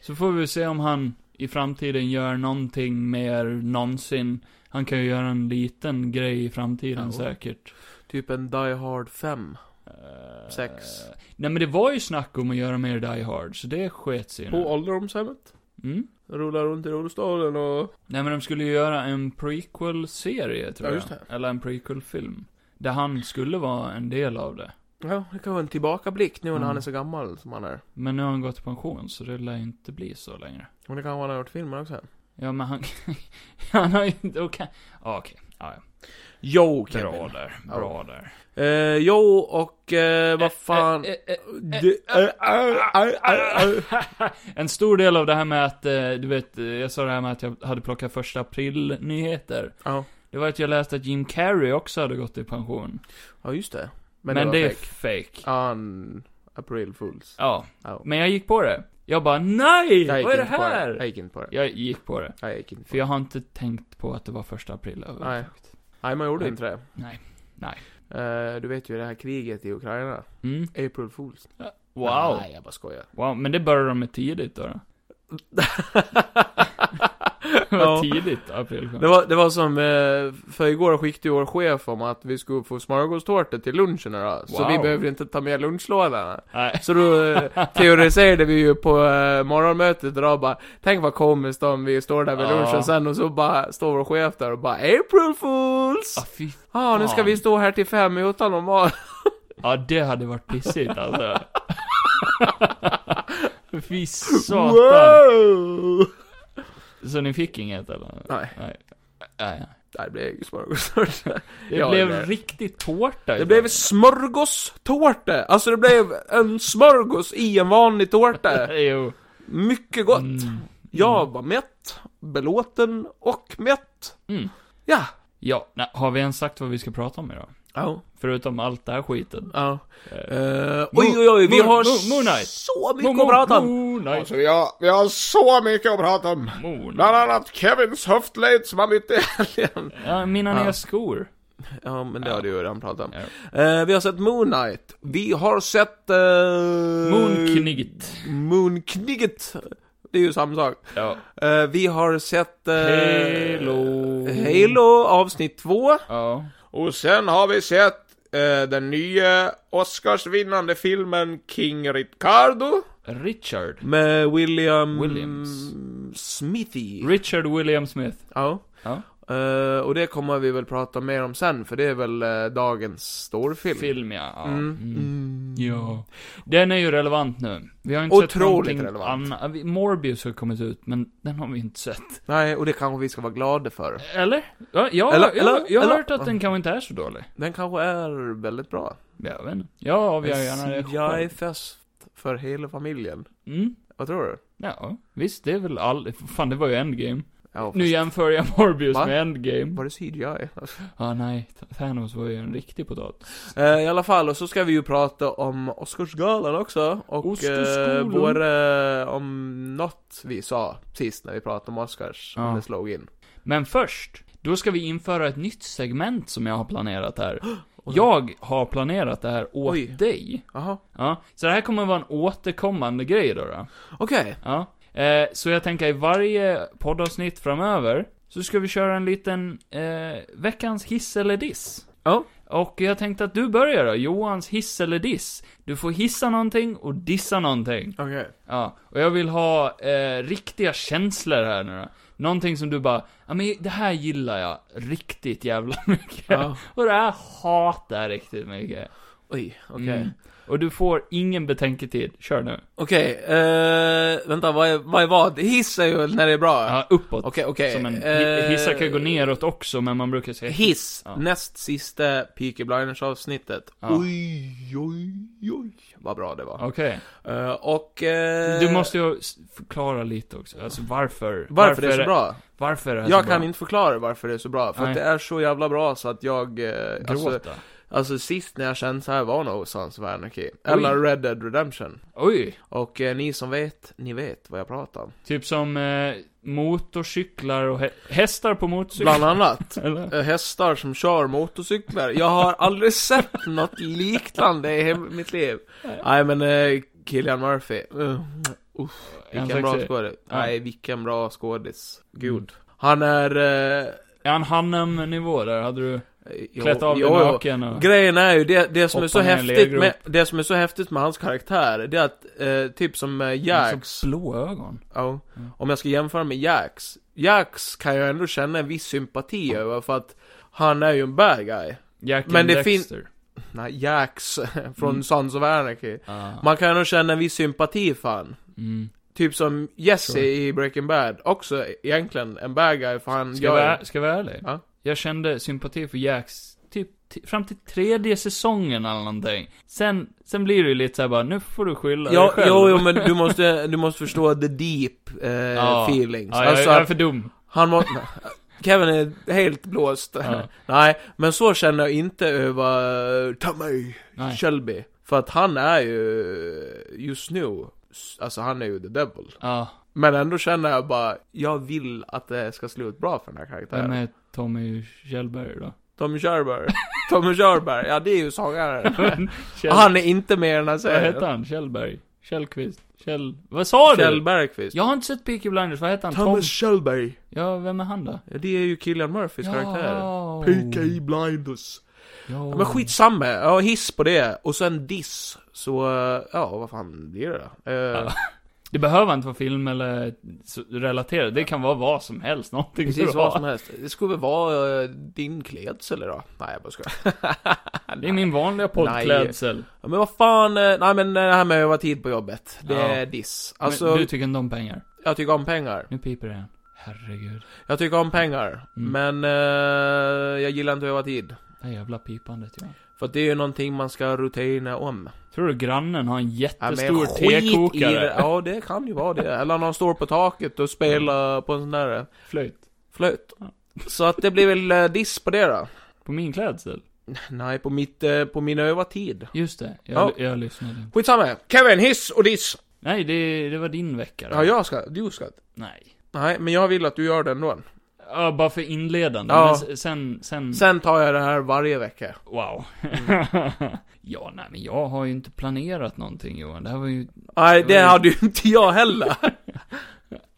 A: Så får vi se om han i framtiden gör någonting mer någonsin. Han kan ju göra en liten grej i framtiden
B: Ja.
A: säkert.
B: Typ en Die Hard 5.
A: Eh,
B: Sex.
A: Nej men det var ju snack om att göra mer Die Hard, så det sket sig ju
B: På
A: nu.
B: ålderdomshemmet.
A: Mm.
B: Rullar runt i rullstolen och...
A: Nej men de skulle ju göra en prequel-serie tror
B: Ja,
A: jag.
B: just det.
A: Eller en prequel-film. Där han skulle vara en del av det.
B: Ja, det kan vara en tillbakablick nu när
A: Mm.
B: han är så gammal som han är.
A: Men nu har han gått i pension, så det lär ju inte bli så längre.
B: Men det kan vara han har gjort filmer också.
A: Ja men han, han har ju inte, okej. Ja okej, ja, ja.
B: Jo,
A: Bra där, bra där.
B: Eh, jo, och eh, vad fan...
A: Eh, eh, eh,
B: Det- eh, eh, eh, eh, eh.
A: eh. En stor del av det här med att, eh, du vet, eh, jag sa det här med att jag hade plockat första april-nyheter.
B: Ja,
A: Det var att jag läste att Jim Carrey också hade gått i pension.
B: ja, just det.
A: Men,
B: var
A: det, är
B: fake.
A: fake.
B: Han... April Fools.
A: Ja.
B: Ja.
A: Men jag gick på det. Jag bara NEJ!
B: Jag gick
A: Vad är det
B: inte på
A: här?
B: Jag gick inte på det.
A: Jag gick på det.
B: Jag gick inte på
A: För
B: det.
A: jag har inte tänkt på att det var första april
B: Nej.
A: överhuvudtaget.
B: Nej, man gjorde inte det.
A: Nej. Nej.
B: Eh, du vet ju det här kriget i Ukraina.
A: Mm.
B: April Fools.
A: Wow.
B: Nej, jag bara skojar.
A: Wow, men det började de med tidigt då. då. Det var
B: Ja.
A: tidigt april
B: Det var, det var som, eh, för igår skickade ju vår chef om att vi skulle få smörgåstårta till lunchen idag. Så
A: Wow.
B: vi behöver inte ta med lunchlådan.
A: Nej.
B: Så då eh, teoretiserade vi ju på eh, morgonmötet idag bara, tänk vad komiskt om vi står där vid
A: Ja.
B: lunchen sen och så bara står vår chef där och bara April Fools!
A: Ah, fy.
B: Ja, nu ska
A: fan.
B: vi stå här till fem utan någon mat.
A: Ja, det hade varit pissigt alltså. fy satan.
B: Wow!
A: Så ni fick inget eller?
B: Nej.
A: Nej. Nej.
B: Det blev ju smörgåstårta.
A: Det
B: Ja,
A: blev
B: det-
A: riktigt tårta.
B: Det
A: istället.
B: blev smörgåstårta! Alltså det blev en smörgås i en vanlig tårta.
A: Jo.
B: Mycket gott.
A: Mm.
B: Jag var mätt, belåten och mätt.
A: Mm.
B: Ja.
A: Ja, nej, har vi ens sagt vad vi ska prata om idag?
B: Ja.
A: Förutom allt det här skiten.
B: ja.
A: Eh,
B: Eh, oj, oj, oj, vi
A: Moon-
B: har
A: Moon- Moon Knight.
B: så mycket
A: Mo-
B: att prata om.
A: mo- nej,
B: Alltså, vi har, vi har så mycket att prata om.
A: mo- nej.
B: Bland annat Kevins höftled som han bytte i helgen.
A: Ja, mina
B: Ja.
A: nya skor.
B: Ja, men det har du ju redan pratat om.
A: Ja.
B: Eh, vi har sett Moon Knight. Vi har sett... eh, Uh,
A: Moonknigt.
B: Moonknigget. Det är ju samma sak.
A: Ja.
B: Eh, vi har sett... eh,
A: Halo.
B: Halo avsnitt två.
A: Ja.
B: Och sen har vi sett eh, den nya Oscarsvinnande filmen King Ricardo.
A: Richard.
B: Med William...
A: Williams.
B: Smithy.
A: Richard William Smith.
B: ja.
A: Ja.
B: Eh, och det kommer vi väl prata mer om sen, för det är väl eh, dagens storfilm.
A: Film, ja. ja.
B: Mm.
A: Mm.
B: Mm.
A: Ja. Den är ju relevant nu. Vi har inte sett
B: Otroligt
A: någonting
B: relevant.
A: annat. Vi- Morbius har kommit ut, men den har vi inte sett.
B: Nej, och det kanske vi ska vara glada för.
A: Eller? Ja, jag,
B: Eller-
A: jag,
B: eller-
A: jag har
B: eller-
A: hört att den kanske inte är så dålig.
B: Den kanske är väldigt bra.
A: Jag vet inte. Jag avgör gärna det själv.
B: CGI-fest för hela familjen.
A: Mm.
B: Vad tror du?
A: Ja, visst, det är väl all... Fan, det var ju Endgame.
B: Ja,
A: Nu
B: fast
A: jämför jag Morbius
B: Va?
A: med Endgame.
B: var det CGI?
A: Ah, nej. Thanos var ju en riktig potatis.
B: Eh, I alla fall, och så ska vi ju prata om Oscarsgalan också. Och eh,
A: Oscarsgalan.
B: vår, eh, om något vi sa sist när vi pratade om Oscars,
A: Ja.
B: om det slog in.
A: Men först, då ska vi införa ett nytt segment som jag har planerat här. Jag har planerat det här åt
B: Oj.
A: dig.
B: Jaha,
A: Ja, så det här kommer vara en återkommande grej då. då.
B: okej.
A: Ja. Eh, så jag tänker i varje poddavsnitt framöver, så ska vi köra en liten eh, veckans hiss eller diss.
B: Ja.
A: Och jag tänkte att du börjar då, Johans hiss eller diss. Du får hissa någonting och dissa någonting.
B: Okej.
A: Ja, och jag vill ha eh, riktiga känslor här nu då. Någonting som du bara, ja men det här gillar jag riktigt jävla mycket.
B: Ja.
A: Och det här hatar jag riktigt mycket.
B: Oj, okej.
A: Mm. Och du får ingen betänketid, kör nu.
B: Okej, eh, vänta, vad är, vad är vad? Hiss är ju när det är bra.
A: Ja, uppåt.
B: Okej, okej.
A: Som en,
B: Eh,
A: hissar kan ju gå neråt också, men man brukar säga
B: Hiss,
A: Ja.
B: näst sista Peaky Blinders avsnittet.
A: Ja.
B: Oj, oj, oj. Vad bra det var.
A: Okej.
B: Eh, och... eh,
A: Du måste ju s- förklara lite också, alltså varför.
B: Varför det är så bra?
A: Varför är det här
B: Jag
A: så
B: kan
A: bra?
B: inte förklara varför det är så bra, för
A: Nej.
B: att det är så jävla bra så att jag... eh, Alltså,
A: Gråta.
B: alltså sist när jag kände så här var nog Sons of Anarchy. Eller Red Dead Redemption.
A: Oj.
B: Och eh, ni som vet, ni vet vad jag pratar om.
A: Typ som eh, motorcyklar och hä- hästar på motorcyklar.
B: Bland annat.
A: Eller?
B: eh, Hästar som kör motorcyklar. Jag har aldrig sett något liknande i he- mitt liv. Nej men eh, Killian Murphy. Eh, Uff,
A: En
B: vilken bra
A: sexig-
B: skådis.
A: Ja. Mm.
B: Nej, vilken bra skådis. Gud. Han är... Eh,
A: Är han Hanem-nivå där? Hade du
B: jo-
A: klätt av dig
B: jo, jo.
A: naken och...
B: Grejen är ju det, det som är så
A: Hoppa ner i en
B: häftigt
A: lergrop.
B: med, det som är så häftigt med hans karaktär, det är att, eh, typ som eh,
A: Han har
B: Jax,
A: så blå ögon.
B: ja,
A: Mm.
B: om jag ska jämföra med Jax, Jax kan jag ändå känna en viss sympati över för att han är ju en bad guy.
A: Jack and
B: Men det fin-
A: Dexter.
B: Nej, Jax från
A: Mm.
B: Sons of Anarchy.
A: Ah.
B: Man kan ändå känna en viss sympati för han.
A: Mm.
B: Typ som Jesse
A: Sure.
B: i Breaking Bad, också egentligen en bad guy för han
A: Ska jag
B: gör
A: vara, ska jag vara ärlig?
B: Ja.
A: Jag kände sympati för Jacks, typ t- fram till tredje säsongen eller någonting. Sen, sen blir det ju lite såhär bara, nu får du skylla
B: Ja,
A: dig själv.
B: jo, jo, men eh, du måste, du måste förstå the deep eh,
A: Ja.
B: feelings.
A: Ja, jag,
B: alltså,
A: jag är
B: att
A: för dum.
B: han må, Kevin är helt blåst.
A: Ja.
B: Nej, men så känner jag inte över eh, ta mig,
A: Nej.
B: Shelby. För att han är ju, just nu, s- alltså han är ju the devil.
A: Ja,
B: Men ändå känner jag bara, jag vill att det ska sluta bra för den här karaktären.
A: vem är Tommy Kjellberg då?
B: Tommy Körberg. Tommy Körberg, ja det är ju sångaren.
A: Kjell,
B: Han är inte med i den här
A: vad hette
B: serien.
A: han? Kjellberg? Kjellqvist? Kjell... Vad sa du?
B: Kjell Bergqvist.
A: Jag har inte sett Peaky Blinders, vad hette han? Tom?
B: Thomas Kjellberg.
A: Ja, vem är han då?
B: Ja, det är ju Killian Murphys karaktär.
A: Ja. Oh.
B: PK Blinders.
A: Ja.
B: Ja, men skitsamma, ja hiss på det. Och sen diss. Så, eh, ja vad fan blir det då? Eh,
A: Ja. Det behöver inte vara film eller s- relaterat, det kan vara vad som helst, någonting bra.
B: Precis vad som helst. Det skulle väl vara eh, din klädsel då? Nej jag bara skojar.
A: Det är min vanliga poddklädsel.
B: Ja, men vad fan, eh, nej men det här med att vara tid på jobbet. Det
A: Ja.
B: är diss. Alltså,
A: Men du tycker inte om pengar.
B: jag tycker om pengar.
A: Nu piper det igen. Herregud.
B: Jag tycker om pengar.
A: Mm.
B: Men eh, jag gillar inte att öva tid.
A: Det här jävla pipandet ja.
B: För att det är ju någonting man ska ha rutiner om.
A: Tror du grannen har en
B: Ja, men
A: jättestor
B: skit i det.
A: tekokare?
B: Ja, det kan ju vara det. Eller någon står på taket och spelar på en sån där eh,
A: Flöjt.
B: flöjt.
A: Ja.
B: Så att det blir väl eh, diss på det då.
A: På min klädsel?
B: Nej, på mitt, eh, på min övatid.
A: Just det, jag,
B: Ja.
A: jag lyssnade inte.
B: Skitsamma. Kevin, hiss och diss.
A: Nej, det, det var din vecka då.
B: Ja, jag ska, du ska.
A: Nej.
B: Nej, men jag vill att du gör den då.
A: Ja, bara för inledande.
B: Ja.
A: Men s- sen, sen...
B: Sen tar jag det här varje vecka.
A: Wow. ja, nej men jag har ju inte planerat någonting Johan. Det här var ju...
B: Nej, det
A: Mm.
B: hade ju inte jag heller.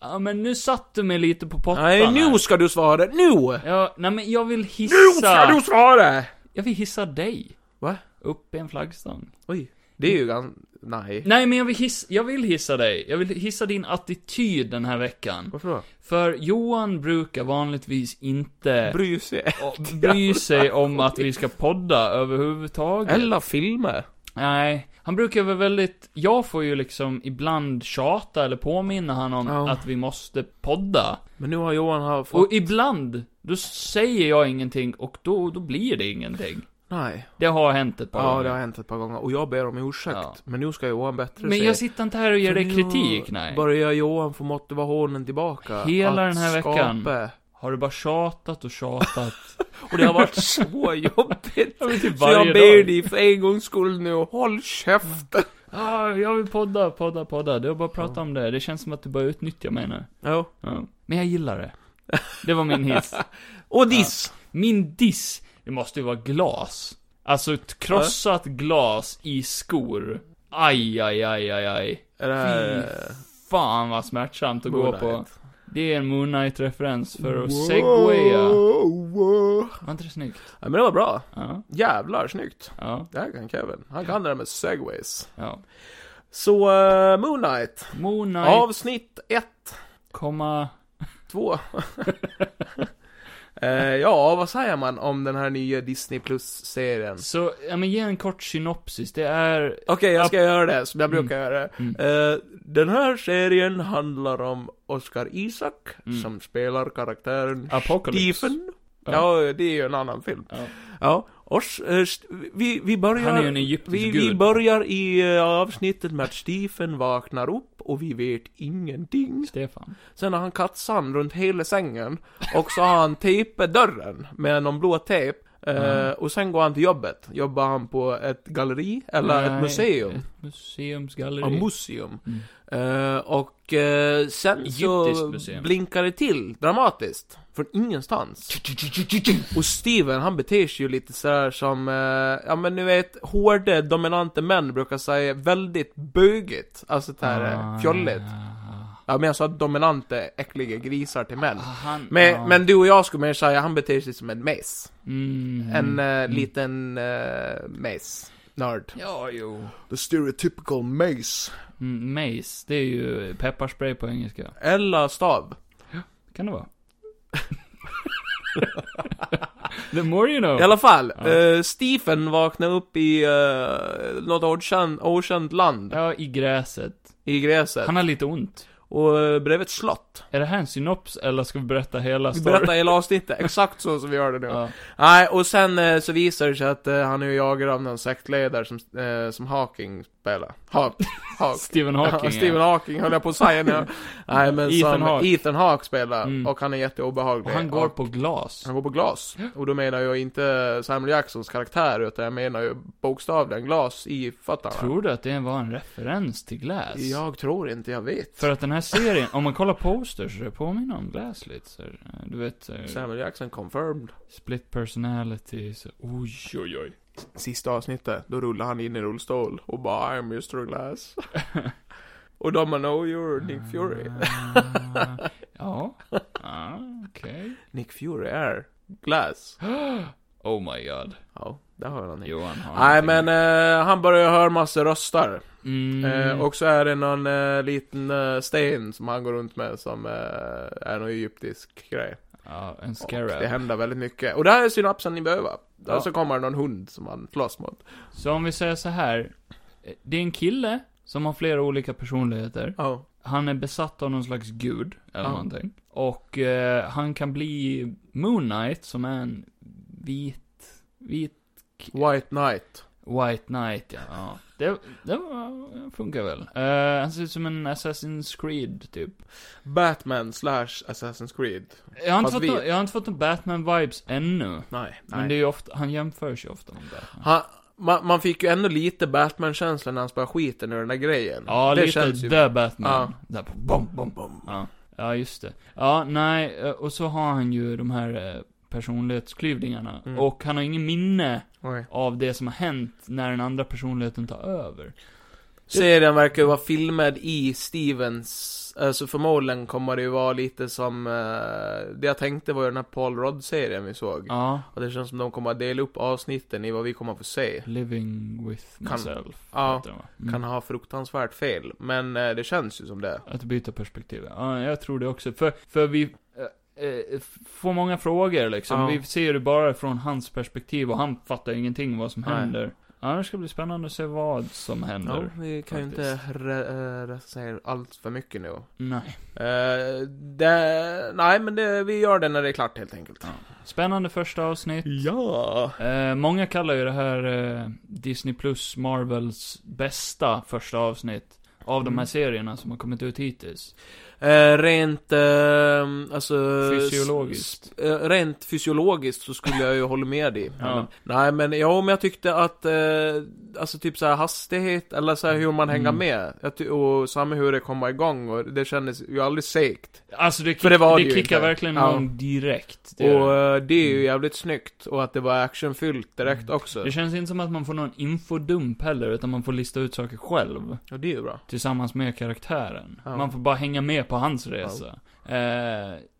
A: Ja, men nu satt du mig lite på pottan
B: Nej,
A: här.
B: nu ska du svara. Nu!
A: Ja, nej men jag vill hissa...
B: Nu ska du svara!
A: Jag vill hissa dig.
B: Va?
A: Upp i en flaggstång.
B: Oj, det är ju ganska... Nej.
A: Nej men jag vill, hiss, jag vill hissa dig. Jag vill hissa din attityd den här veckan.
B: Varför då?
A: För Johan brukar vanligtvis inte
B: Bryr sig.
A: bry sig om att vi ska podda överhuvudtaget.
B: Eller filmer.
A: Nej. Han brukar vara väldigt, jag får ju liksom ibland tjata eller påminna han om
B: Ja.
A: att vi måste podda.
B: Men nu har Johan här fått...
A: Och ibland, då säger jag ingenting och då, då blir det ingenting.
B: Nej.
A: Det har hänt ett par
B: Ja,
A: gånger.
B: det har hänt ett par gånger. Och jag ber om ursäkt.
A: Ja.
B: Men nu ska Johan bättre
A: Men
B: sig.
A: jag sitter inte här och ger
B: Så
A: dig
B: nu
A: kritik, nej.
B: Börjar Johan få motivationen tillbaka.
A: Hela
B: att
A: den här
B: skapa.
A: veckan. Har du bara tjatat och tjatat?
B: Och det har varit så jobbigt.
A: Ja, men typ
B: Så jag
A: varje
B: ber
A: dag.
B: dig för en gångs skull nu, håll käften.
A: Ah, jag vill podda, podda, podda. Du har bara pratat om det. Det känns som att du börjar utnyttja mig nu.
B: Ja.
A: Ja. Men jag gillar det. Det var min hiss.
B: Och diss.
A: Min diss, det måste ju vara glas. Alltså ett krossat glas i skor. Aj, aj, aj, aj, aj.
B: Är det här... eh,
A: Fy fan vad smärtsamt att gå på.
B: Moonlight?
A: Det är en Moon Knight-referens för att
B: Wow,
A: segwaya.
B: wow.
A: Var inte det snyggt?
B: Ja, men det var bra.
A: Ja,
B: Jävlar snyggt.
A: ja,
B: Det här kan Kevin. Han kan det där med segways.
A: ja.
B: Så, eh, Moon Knight.
A: Moon Knight,
B: Avsnitt 1,
A: komma...
B: 2. eh, ja, vad säger man om den här nya Disney Plus-serien?
A: Så, ja men ge en kort synopsis. Det är...
B: Okej, jag ska göra det som jag brukar göra.
A: Mm.
B: Eh, den här serien handlar om Oscar Isaac,
A: Mm.
B: som spelar karaktären
A: Apocalypse.
B: Stephen.
A: Ja.
B: Ja. det är ju en annan film.
A: Ja.
B: Ja, oss, eh, st- vi, vi börjar...
A: Han är ju en egyptisk
B: vi, vi
A: gud.
B: börjar i eh, avsnittet med att Stephen vaknar upp och vi vet ingenting.
A: Stefan.
B: Sen har han kattsand runt hela sängen och så har han tejpat dörren med någon blå tejp. Eh,
A: Mm.
B: Och sen går han till jobbet. Jobbar han på ett galleri eller
A: Nej,
B: ett museum?
A: Ett museumsgalleri.
B: Ja, museum.
A: Mm.
B: Eh, och eh, sen så
A: Egyptiskt museum.
B: blinkar det till dramatiskt. Från ingenstans. Och Steven han beter sig ju lite sådär som, eh, ja men ni vet, hårda dominanta män brukar säga väldigt bögigt. Alltså det här eh, fjolligt.
A: Ah,
B: Ja men jag sa dominanta äckliga grisar till män.
A: han,
B: Men,
A: ja.
B: men du och jag skulle mer säga, han beter sig som en mes.
A: Mm.
B: En eh, liten eh, mes. Nörd.
A: Ja, jo.
B: The stereotypical mace.
A: Mm, mace, det är ju pepparspray på engelska.
B: Eller stav.
A: Kan det vara? The more you know.
B: I alla fall,
A: Ja.
B: eh, Stephen vaknar upp i eh, något okänt, okänt land,
A: Ja, i gräset.
B: i gräset,
A: Han har lite ont.
B: och eh, bredvid ett slott.
A: Är det här en synops eller ska vi berätta hela
B: Vi
A: storyn?
B: berättar hela avsnittet, exakt så som vi gör det nu.
A: Ja.
B: Nej, och sen eh, så visar det sig att eh, han är ju jagad av någon sektledare som, eh, som Hawking spelar. Ha Hawk.
A: Stephen Hawking.
B: Ja, Stephen Hawking höll jag på att säga nu. Nej men
A: Ethan
B: som
A: Hawke.
B: Ethan Hawke spelar,
A: Mm.
B: och han är jätteobehaglig.
A: Och han går
B: Och
A: på glas.
B: han går på glas. Och då menar jag inte Samuel Jacksons karaktär, utan jag menar ju bokstavligen glas i fötterna.
A: Tror du att det var en referens till Glass?
B: Jag tror inte jag vet.
A: För att den här serien, om man kollar posters, så det påminner om Glass lite. Så, eh, du vet, eh,
B: Samuel Jackson confirmed.
A: split personality, så, oj, oj, oj.
B: Sista avsnittet, då rullar han in i rullstol och bara I'm Mr. Glass. och de bara No you're Nick Fury.
A: Ah, ja, ah, okej.
B: Nick Fury är Glass.
A: Oh my god,
B: Ja, där har jag någonting.
A: Johan har
B: Nej
A: någonting.
B: men eh, han börjar ju höra massa röster.
A: Mm,
B: Eh, och så är det någon eh, liten eh, sten som han går runt med som eh, är någon egyptisk grej.
A: ja, en
B: Och det
A: scarab.
B: händer väldigt mycket. Och det här är synapsen ni behöver.
A: Ja.
B: Och så kommer det någon hund som han slåss mot.
A: Så om vi säger så här. eh, Det är en kille som har flera olika personligheter.
B: Ja.
A: Han är besatt av någon slags gud, eller
B: Ja.
A: någonting. Och eh, han kan bli Moon Knight, som är en vit, vit,
B: White Knight.
A: White Knight, ja. ja. Det, det var, funkar väl. Eh, han ser ut som en Assassin's Creed, typ.
B: Batman slash Assassin's Creed.
A: Jag har inte,
B: Fast
A: fått,
B: vi-
A: någon- jag har inte fått någon Batman-vibes ännu.
B: Nej,
A: Men det är ju ofta, han jämförs ju ofta med Batman.
B: Han, man, man fick ju ändå lite Batman-känsla när han spöade skiten ur den där grejen.
A: Ja,
B: det
A: lite
B: känns ju...
A: The Batman.
B: Ja.
A: Där på, bom, bom, bom. Ja. ja, just det. Ja, nej, eh, och så har han ju de här eh, personlighetsklyvningarna.
B: Mm.
A: Och han har ingen minne
B: Oj.
A: av det som har hänt när den andra personligheten tar över.
B: Serien verkar ju vara filmad i Stevens, alltså förmodligen kommer det ju vara lite som, eh, det jag tänkte var ju den här Paul Rudd-serien vi såg.
A: Ja,
B: Och det känns som de kommer att dela upp avsnitten i vad vi kommer att få
A: Mm.
B: se.
A: Living with
B: Kan-
A: myself.
B: ja,
A: heter den, va? Mm.
B: Kan ha fruktansvärt fel, men eh, det känns ju som det.
A: Att byta perspektiv. Ja, jag tror det också. För, för vi eh, eh, f- får många frågor liksom.
B: Ja.
A: Vi ser det bara från hans perspektiv och han fattar ingenting vad som
B: Nej.
A: händer. Ja, det ska bli spännande att se vad som
B: Ja,
A: händer.
B: vi kan ju inte re- eh, recensera allt för mycket nu.
A: Nej.
B: Eh, det, nej men det, vi gör det när det är klart helt enkelt.
A: Spännande första avsnitt.
B: Ja!
A: Eh, många kallar ju det här eh, Disney plus Marvels bästa första avsnitt av de här
B: Mm.
A: serierna som har kommit ut hittills.
B: Eh, rent, eh, alltså...
A: Fysiologiskt.
B: s- eh, rent fysiologiskt så skulle jag ju hålla med dig.
A: Ja.
B: Nej men, ja men jag tyckte att, eh, alltså typ så här hastighet, eller så här hur man hänger
A: Mm.
B: med. Jag ty- och samma hur det kommer igång och det kändes ju aldrig segt.
A: Alltså det, kick,
B: För
A: det,
B: det var det ju
A: kickar
B: inte.
A: verkligen
B: Ja.
A: igång direkt. Det,
B: och
A: gör det.
B: eh, det är ju
A: Mm.
B: jävligt snyggt. Och att det var actionfyllt direkt
A: Mm.
B: också.
A: det känns inte som att man får någon infodump heller, utan man får lista ut saker själv.
B: Och det är ju bra.
A: Tillsammans med karaktären.
B: Ja.
A: Man får bara hänga med på hans resa. Eh,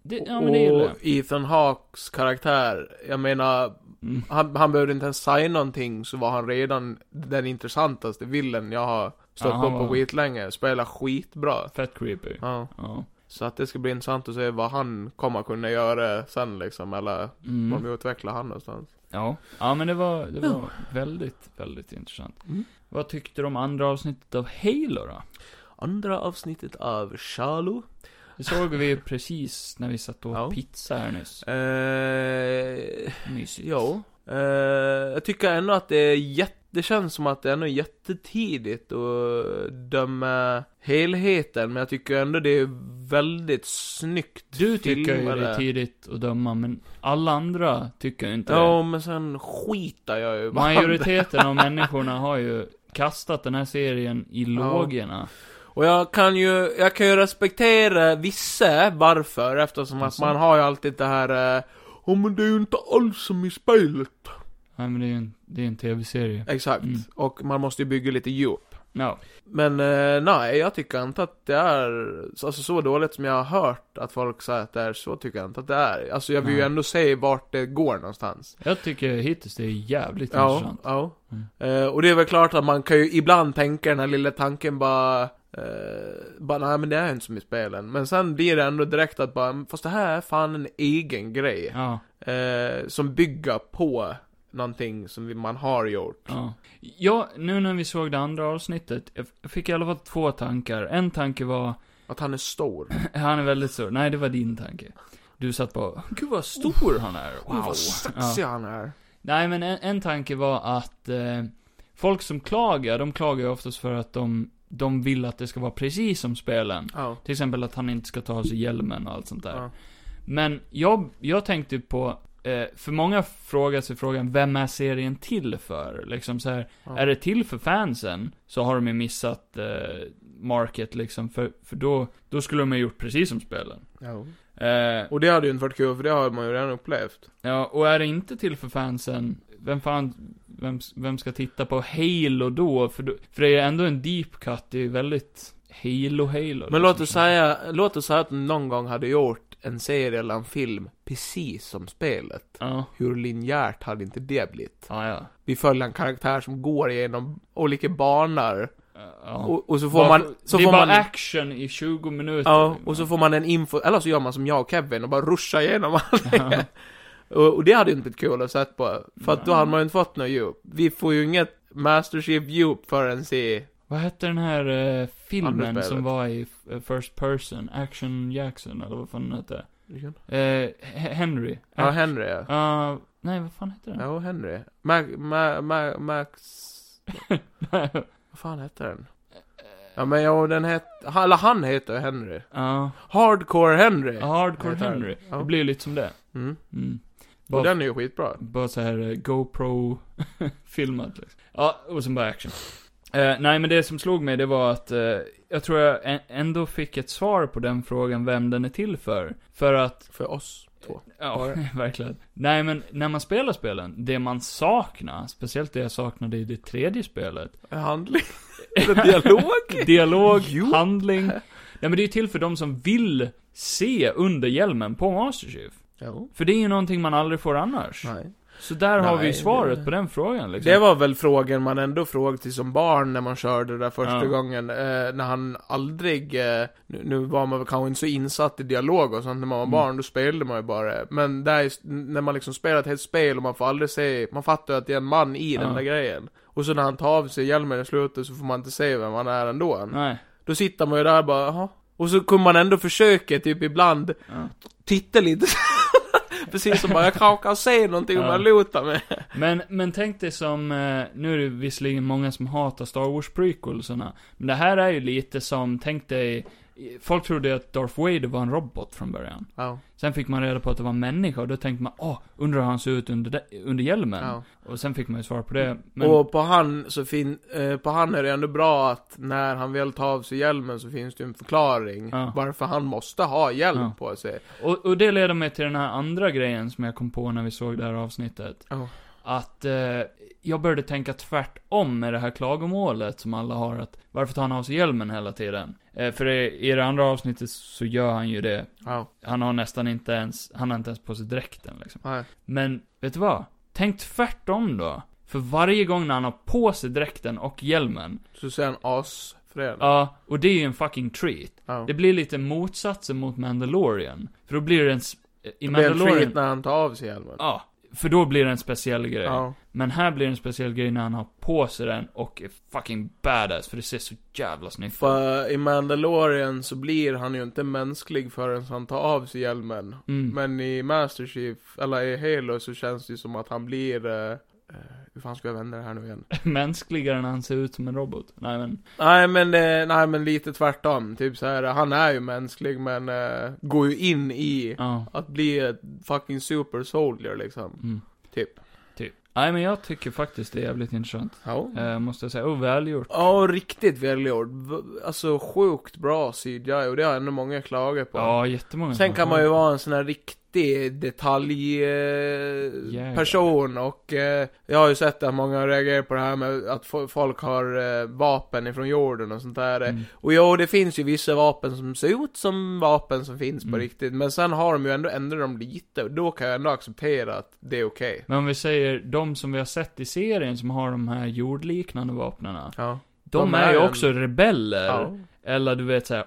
A: det, ja men det gillar
B: och
A: jag.
B: Ethan Hawks karaktär, jag menar,
A: Mm.
B: han, han behövde inte ens säga någonting så var han redan den intressantaste villen jag har stött
A: Ja, han
B: på på
A: var-
B: skitlänge. Spelar skitbra.
A: Fett creepy.
B: Ja.
A: Ja.
B: Så att det ska bli intressant att se vad han kommer kunna göra sen liksom, eller
A: Mm.
B: vad de utvecklar han någonstans.
A: Ja, ja men det var, det var väldigt, väldigt intressant.
B: Mm.
A: Vad tyckte du om andra avsnittet av Halo då?
B: Andra avsnittet av Shallow.
A: Det såg vi precis när vi satt och åt
B: Ja.
A: pizza här nyss.
B: Eh,
A: Mysigt.
B: ja. Eh, jag tycker Eh, ändå att det är jätte Det känns som att det ändå är jättetidigt att döma helheten, men jag tycker ändå det är väldigt snyggt
A: Du tycker ju det
B: filmade.
A: är tidigt att döma, men alla andra tycker ju inte
B: Ja, men sen skitar jag ju
A: det.
B: bara.
A: Majoriteten av människorna har ju kastat den här serien i lågorna.
B: Och jag kan ju, jag kan ju respektera vissa varför, eftersom att
A: Alltså.
B: man har ju alltid det här eh, Ja men det är ju inte alls som i spelet.
A: Nej men det är ju en, det är en tv-serie.
B: Exakt.
A: Mm.
B: Och man måste ju bygga lite djup.
A: Ja.
B: Men eh, nej, jag tycker inte att det är, alltså så dåligt som jag har hört att folk säger att det är, så tycker jag inte att det är. Alltså jag vill ju
A: Nej.
B: ändå se vart det går någonstans.
A: Jag tycker hittills det är jävligt
B: Ja,
A: intressant.
B: ja.
A: Mm.
B: Eh, och det är väl klart att man kan ju ibland tänka den här lilla tanken bara, eh, bara nej men det är inte som i spelen. Men sen blir det ändå direkt att bara, "Mm, fast det här är fan en egen grej.
A: Ja,
B: Eh, som bygger på någonting som vi- man har gjort.
A: ja. Ja, nu när vi såg det andra avsnittet, jag f- jag fick i alla fall två tankar. En tanke var,
B: Att han är stor.
A: han är väldigt stor. Nej, det var din tanke. Du satt bara, gud vad stor han är. Wow.
B: Wow. Vad
A: Ja.
B: sexig han är.
A: Nej, men en, en tanke var att eh, folk som klagar, de klagar ju oftast för att de, de vill att det ska vara precis som spelen.
B: Ja.
A: Till exempel att han inte ska ta av sig hjälmen och allt sånt där.
B: Ja.
A: Men jag, jag tänkte ju på, eh, för många frågar sig frågan, vem är serien till för? Liksom så här,
B: Ja.
A: är det till för fansen, så har de ju missat eh, market liksom, för, för då, då skulle de ha gjort precis som spelen.
B: Ja.
A: Eh,
B: Och det hade ju inte varit kul för det har man ju redan upplevt.
A: Ja, och är det inte till för fansen, vem fan, vem, vem ska titta på Halo då? För, då- för det är ändå en deep cut, det är ju väldigt Halo, Halo.
B: Men låt
A: liksom.
B: oss säga, låt oss säga att någon gång hade gjort en serie eller en film precis som spelet.
A: Ja,
B: Hur linjärt hade inte det blivit?
A: ja, ja.
B: Vi följer en karaktär som går genom olika banor.
A: ja.
B: Och, och så får
A: Bara-
B: man... Så
A: det är
B: får
A: bara
B: man
A: action i 20 minuter.
B: Ja,
A: liksom.
B: och så får man en info, eller så gör man som jag och Kevin och bara ruschar igenom allting. och, och det hade ju inte blivit kul att sett på. För att då
A: Nej.
B: hade man ju inte fått något djup. Vi får ju inget Master Chief djup förrän i...
A: Vad hette den här eh, filmen
B: Andra spelet.
A: som var i eh, First Person? Action Jackson, eller vad fan den hette? Eh, He- Henry.
B: Ja, Henry ja.
A: Ja, nej, vad fan hette den?
B: Ja, Henry. Mac, ma, ma, Max... Vad fan heter den? Ja men ja, den hette... Han, eller han heter Henry.
A: Ja,
B: Hardcore Henry.
A: Hardcore
B: Heter den.
A: Henry.
B: Ja.
A: Det blir ju lite som det.
B: Mm.
A: Mm.
B: Och
A: Bara,
B: den är ju skitbra.
A: bara så här eh, GoPro-filmat liksom. Ja, och sen bara action. Eh, nej, men det som slog mig, det var att eh, jag tror jag ä- ändå fick ett svar på den frågan, vem den är till för. För att
B: För oss två.
A: Ja, verkligen. Nej, men när man spelar spelen, det man saknar, speciellt det jag saknade i det tredje spelet.
B: Handling. Eller dialog.
A: Dialog,
B: Jo.
A: handling. Nej, men det är ju till för de som vill se under hjälmen på Master Chief.
B: Jo.
A: För det är ju någonting man aldrig får annars.
B: Nej.
A: Så där har vi ju
B: Nej,
A: svaret
B: det-
A: på den frågan liksom.
B: Det var väl frågan man ändå frågade till som barn när man körde det där första
A: Ja.
B: gången, eh, när han aldrig, eh, nu, nu var man väl kanske inte så insatt i dialog och sånt när man var
A: Mm.
B: barn, då spelade man ju bara. Men där, är s- när man liksom spelar ett helt spel och man får aldrig se, man fattar ju att det är en man i
A: Ja.
B: den där grejen. Och så när han tar av sig hjälmen i slutet så får man inte se vem han är ändå.
A: Nej.
B: Då sitter man ju där bara, jaha. Och så kommer man ändå försöka typ ibland
A: Ja.
B: titta lite. Precis som bara, jag kanske kan se någonting om
A: Ja.
B: jag lutar mig.
A: Men, men tänk dig som, eh, nu är det visserligen många som hatar Star Wars prequelsarna. Men det här är ju lite som, tänk dig, folk trodde att Darth Vader var en robot från början.
B: Ja,
A: Sen fick man reda på att det var en människa och då tänkte man, åh, undrar hur han ser ut under, de- under hjälmen?
B: ja.
A: Och sen fick man ju svar på det, men...
B: Och på han, så fin, eh, på han är det ändå bra att när han väl tar av sig hjälmen så finns det ju en förklaring
A: Ja.
B: varför han måste ha hjälm
A: Ja.
B: på sig.
A: Och, och det leder mig till den här andra grejen som jag kom på när vi såg det här avsnittet.
B: Ja.
A: Att eh, jag började tänka tvärtom med det här klagomålet som alla har att varför tar han av sig hjälmen hela tiden? Eh, för det, i det andra avsnittet så gör han ju det.
B: Ja,
A: Han har nästan inte ens, han har inte ens på sig dräkten liksom.
B: nej.
A: Men, vet du vad? Tänk tvärtom då. För varje gång när han har på sig dräkten och hjälmen,
B: Så säger han asfrän. Ja.
A: Ja, och det är ju en fucking treat. Det blir lite motsatsen mot Mandalorian. För då blir det en... s- I
B: Det blir en treat
A: Mandalorian...
B: när han tar av sig hjälmen.
A: Ja. För då blir det en speciell grej.
B: Ja.
A: Men här blir det en speciell grej när han har på sig den och är fucking badass, för det ser så jävla snyggt ut.
B: För i Mandalorian så blir han ju inte mänsklig förrän han tar av sig hjälmen.
A: Mm.
B: Men i Master Chief, eller i Halo så känns det ju som att han blir eh, Eh, hur fan ska jag vända det här nu igen?
A: Mänskligare än han ser ut som en robot. Nej men,
B: Nej men, eh, nej men lite tvärtom. Typ så här, han är ju mänsklig men eh, går ju in i
A: ja.
B: att bli ett fucking super soldier liksom.
A: Mm.
B: Typ.
A: Typ. Nej men jag tycker faktiskt det är jävligt intressant.
B: Ja.
A: Eh, måste jag säga. Och välgjort.
B: Ja, riktigt välgjord. V- Alltså sjukt bra CGI och det har ändå många klagat på.
A: Ja, jättemånga.
B: Sen kan
A: Mm.
B: man ju vara en sån här riktig detalj eh,
A: Jägare.
B: person och eh, jag har ju sett att många reagerar på det här med att fo- folk har eh, vapen ifrån jorden och sånt där.
A: Mm.
B: Och jo, det finns ju vissa vapen som ser ut som vapen som finns på
A: Mm.
B: riktigt. Men sen har de ju ändå ändrat dem lite och då kan jag ändå acceptera att det är okej.
A: Men om vi säger de som vi har sett i serien som har de här jordliknande vapnena.
B: Ja.
A: De,
B: De
A: är
B: är
A: ju
B: en-
A: också rebeller.
B: Ja.
A: Eller du vet såhär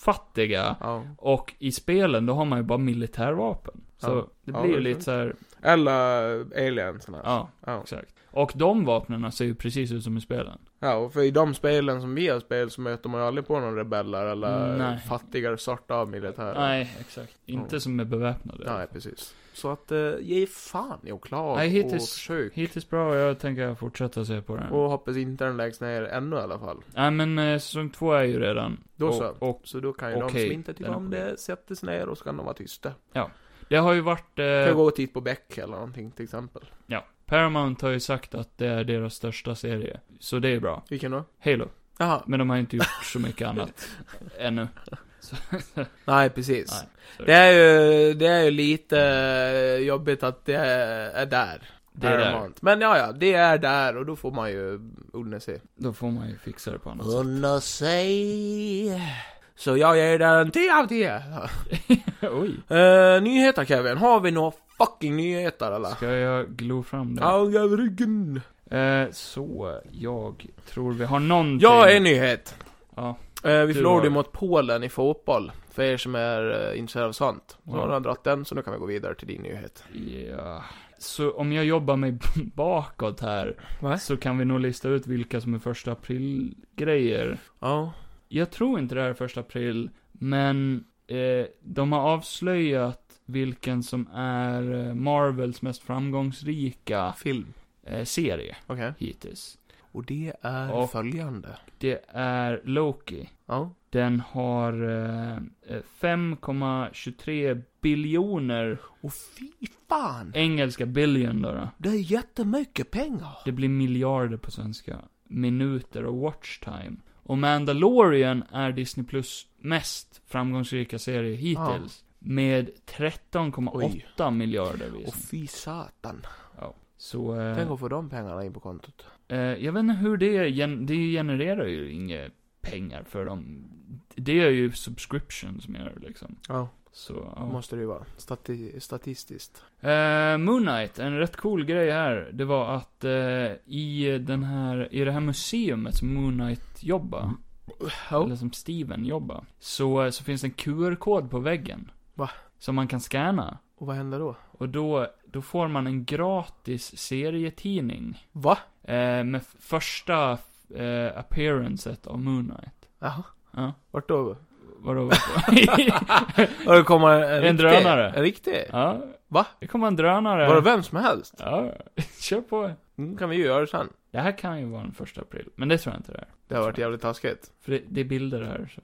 A: asfattiga.
B: ja.
A: Och i spelen då har man ju bara militärvapen. Så
B: Ja.
A: det
B: Ja,
A: blir ju
B: det är
A: lite
B: sant.
A: såhär,
B: Eller aliens. eller?
A: ja,
B: Ja.
A: exakt. Och de vapnena ser ju precis ut som i spelen.
B: Ja, och för i de spelen som vi har spelat så möter man ju aldrig på någon rebeller eller
A: Nej.
B: fattigare sort av militärer.
A: Nej, exakt. Inte
B: Ja.
A: som är beväpnade.
B: Nej, precis. Så att, eh, ge fan i åklag
A: Nej,
B: och
A: hittills-
B: försök.
A: Hittills bra och jag tänker fortsätta se på den.
B: Och hoppas inte den läggs ner ännu i alla fall.
A: Nej men eh, säsong två är ju redan.
B: Då
A: och,
B: så.
A: och
B: Så då kan ju de
A: Okej, Eh.
B: som inte tycker
A: den
B: om
A: har-
B: det sätta sig ner och så kan de vara tysta.
A: det har ju varit...
B: Kan
A: Eh,
B: gå och titta på Beck eller någonting till exempel.
A: Paramount har ju sagt att det är deras största serie. Så det är bra.
B: Vilken då?
A: Halo.
B: Jaha.
A: Men de har inte gjort så mycket annat. Ännu. Så,
B: Nej, precis.
A: Nej, sorry.
B: det är ju, det är ju lite eh, jobbigt att det är där.
A: det är där.
B: Paramount. Men ja, ja, det är där och då får man ju unna sig.
A: Då får man ju fixa det på annat sätt.
B: Unna sig. Så jag ger den 10 av 10.
A: Oj.
B: Eh, nyheter Kevin, har vi några fucking nyheter eller?
A: Ska jag glo fram det?
B: Alga ryggen.
A: Eh, så, jag tror vi har någonting.
B: Jag är en nyhet.
A: Ja.
B: Eh, vi
A: Du
B: förlorade ju
A: har-
B: mot Polen i fotboll. För er som är eh, intresserade av sånt. Så
A: Ja.
B: har jag dragit den, så nu kan vi gå vidare till din nyhet.
A: ja. Så om jag jobbar mig bakåt här.
B: Va?
A: Så kan vi nog lista ut vilka som är första april-grejer.
B: Ja.
A: Jag tror inte det här är första april, men eh, de har avslöjat vilken som är eh, Marvels mest framgångsrika
B: Film.
A: eh, serie
B: Okej.
A: hittills.
B: Och det är
A: Ja.
B: följande.
A: Det är Loki.
B: Ja.
A: Den har eh, 5,23 biljoner
B: Och fy fan.
A: engelska billion då, då.
B: Det är jättemycket pengar.
A: Det blir miljarder på svenska. Minuter och watchtime. Och Mandalorian är Disney Plus mest framgångsrika serie hittills. Med 13,8 miljarder
B: Och
A: visning.
B: fy satan.
A: Ja. Så,
B: Tänk
A: eh,
B: att få de pengarna in på kontot.
A: eh, jag vet inte hur det, gen- det genererar ju inga pengar för dem. Det är ju subscription som gör det liksom.
B: Ja.
A: Så, ja.
B: Måste det ju vara. Stati- statistiskt.
A: Eh, Moon Knight, en rätt cool grej här, det var att eh, i den här, i det här museumet som Moon Knight jobbar,
B: Ja.
A: eller som Steven jobbar, så, så finns det en QR-kod på väggen.
B: Va?
A: Som man kan scanna.
B: Och vad händer då?
A: Och då, då får man en gratis serietidning.
B: Va?
A: Eh, med f- första eh, appearancet av Moon Knight.
B: Jaha.
A: Ja,
B: Vart då?
A: vadå? vadå?
B: Och det kommer en, en,
A: En
B: riktig,
A: drönare.
B: En riktig?
A: ja.
B: Va?
A: Det kommer en drönare.
B: Var det vem som helst?
A: Ja, kör på.
B: Mm, kan vi ju göra sen.
A: Det här kan ju vara den första april, men det tror jag inte det är.
B: Det har varit jävligt taskigt.
A: För det, det är bilder här. Så.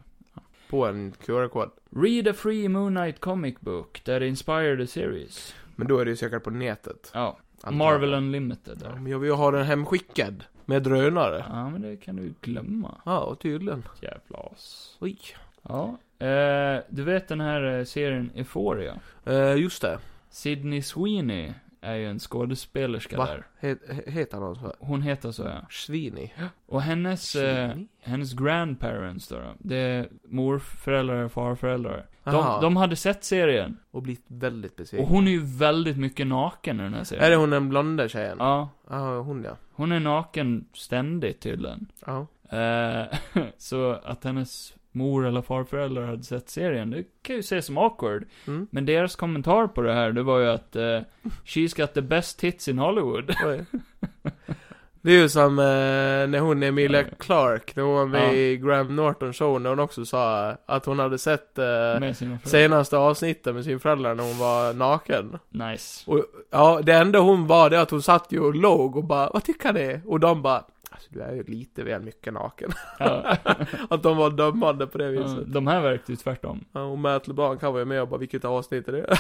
B: På en QR-kod.
A: Read a free Moon Knight comic book that inspired the series.
B: Men då är det ju säkert på nätet.
A: Ja,
B: antar jag.
A: Marvel Unlimited
B: Ja,
A: där.
B: men jag vill ju ha den hemskickad. Med drönare.
A: Ja, men det kan du ju glömma.
B: Ja, och tydligen.
A: Jävla as.
B: Oj.
A: Ja, eh, du vet den här eh, serien Euphoria?
B: Eh, just det.
A: Sydney Sweeney är ju en skådespelerska
B: Va?
A: där.
B: Het, he- heter han så?
A: Hon heter så, ja.
B: Svini.
A: Och hennes, eh,
B: Svini?
A: hennes grandparents då, då, det är morföräldrar och farföräldrar.
B: Aha.
A: De, de hade sett serien.
B: Och blivit väldigt
A: Och
B: besviken.
A: hon är ju väldigt mycket naken i den här serien.
B: Är det hon den blonda tjejen? Ja.
A: Ja.
B: hon ja.
A: Hon är naken ständigt tydligen.
B: Ja.
A: Eh, så att hennes mor eller farföräldrar hade sett serien, det kan ju ses som awkward.
B: Mm.
A: Men deras kommentar på det här, det var ju att eh, She's got the best hits in Hollywood.
B: Oj. Det är ju som eh, när hon Emilia
A: Ja.
B: Clark, när hon var med i Graham Norton show, när hon också sa eh, att hon hade sett eh,
A: Med sina föräldrar.
B: senaste avsnittet med sin föräldrar när hon var naken.
A: Nice.
B: Och ja, det enda hon var det att hon satt ju och låg och bara, vad tycker ni? Och de bara, alltså du är ju lite väl mycket naken.
A: Ja.
B: att de var dömande på det viset.
A: De här verkar ju tvärtom.
B: Ja, och Matt LeBlanc han var ju med och bara, vilket avsnitt är det?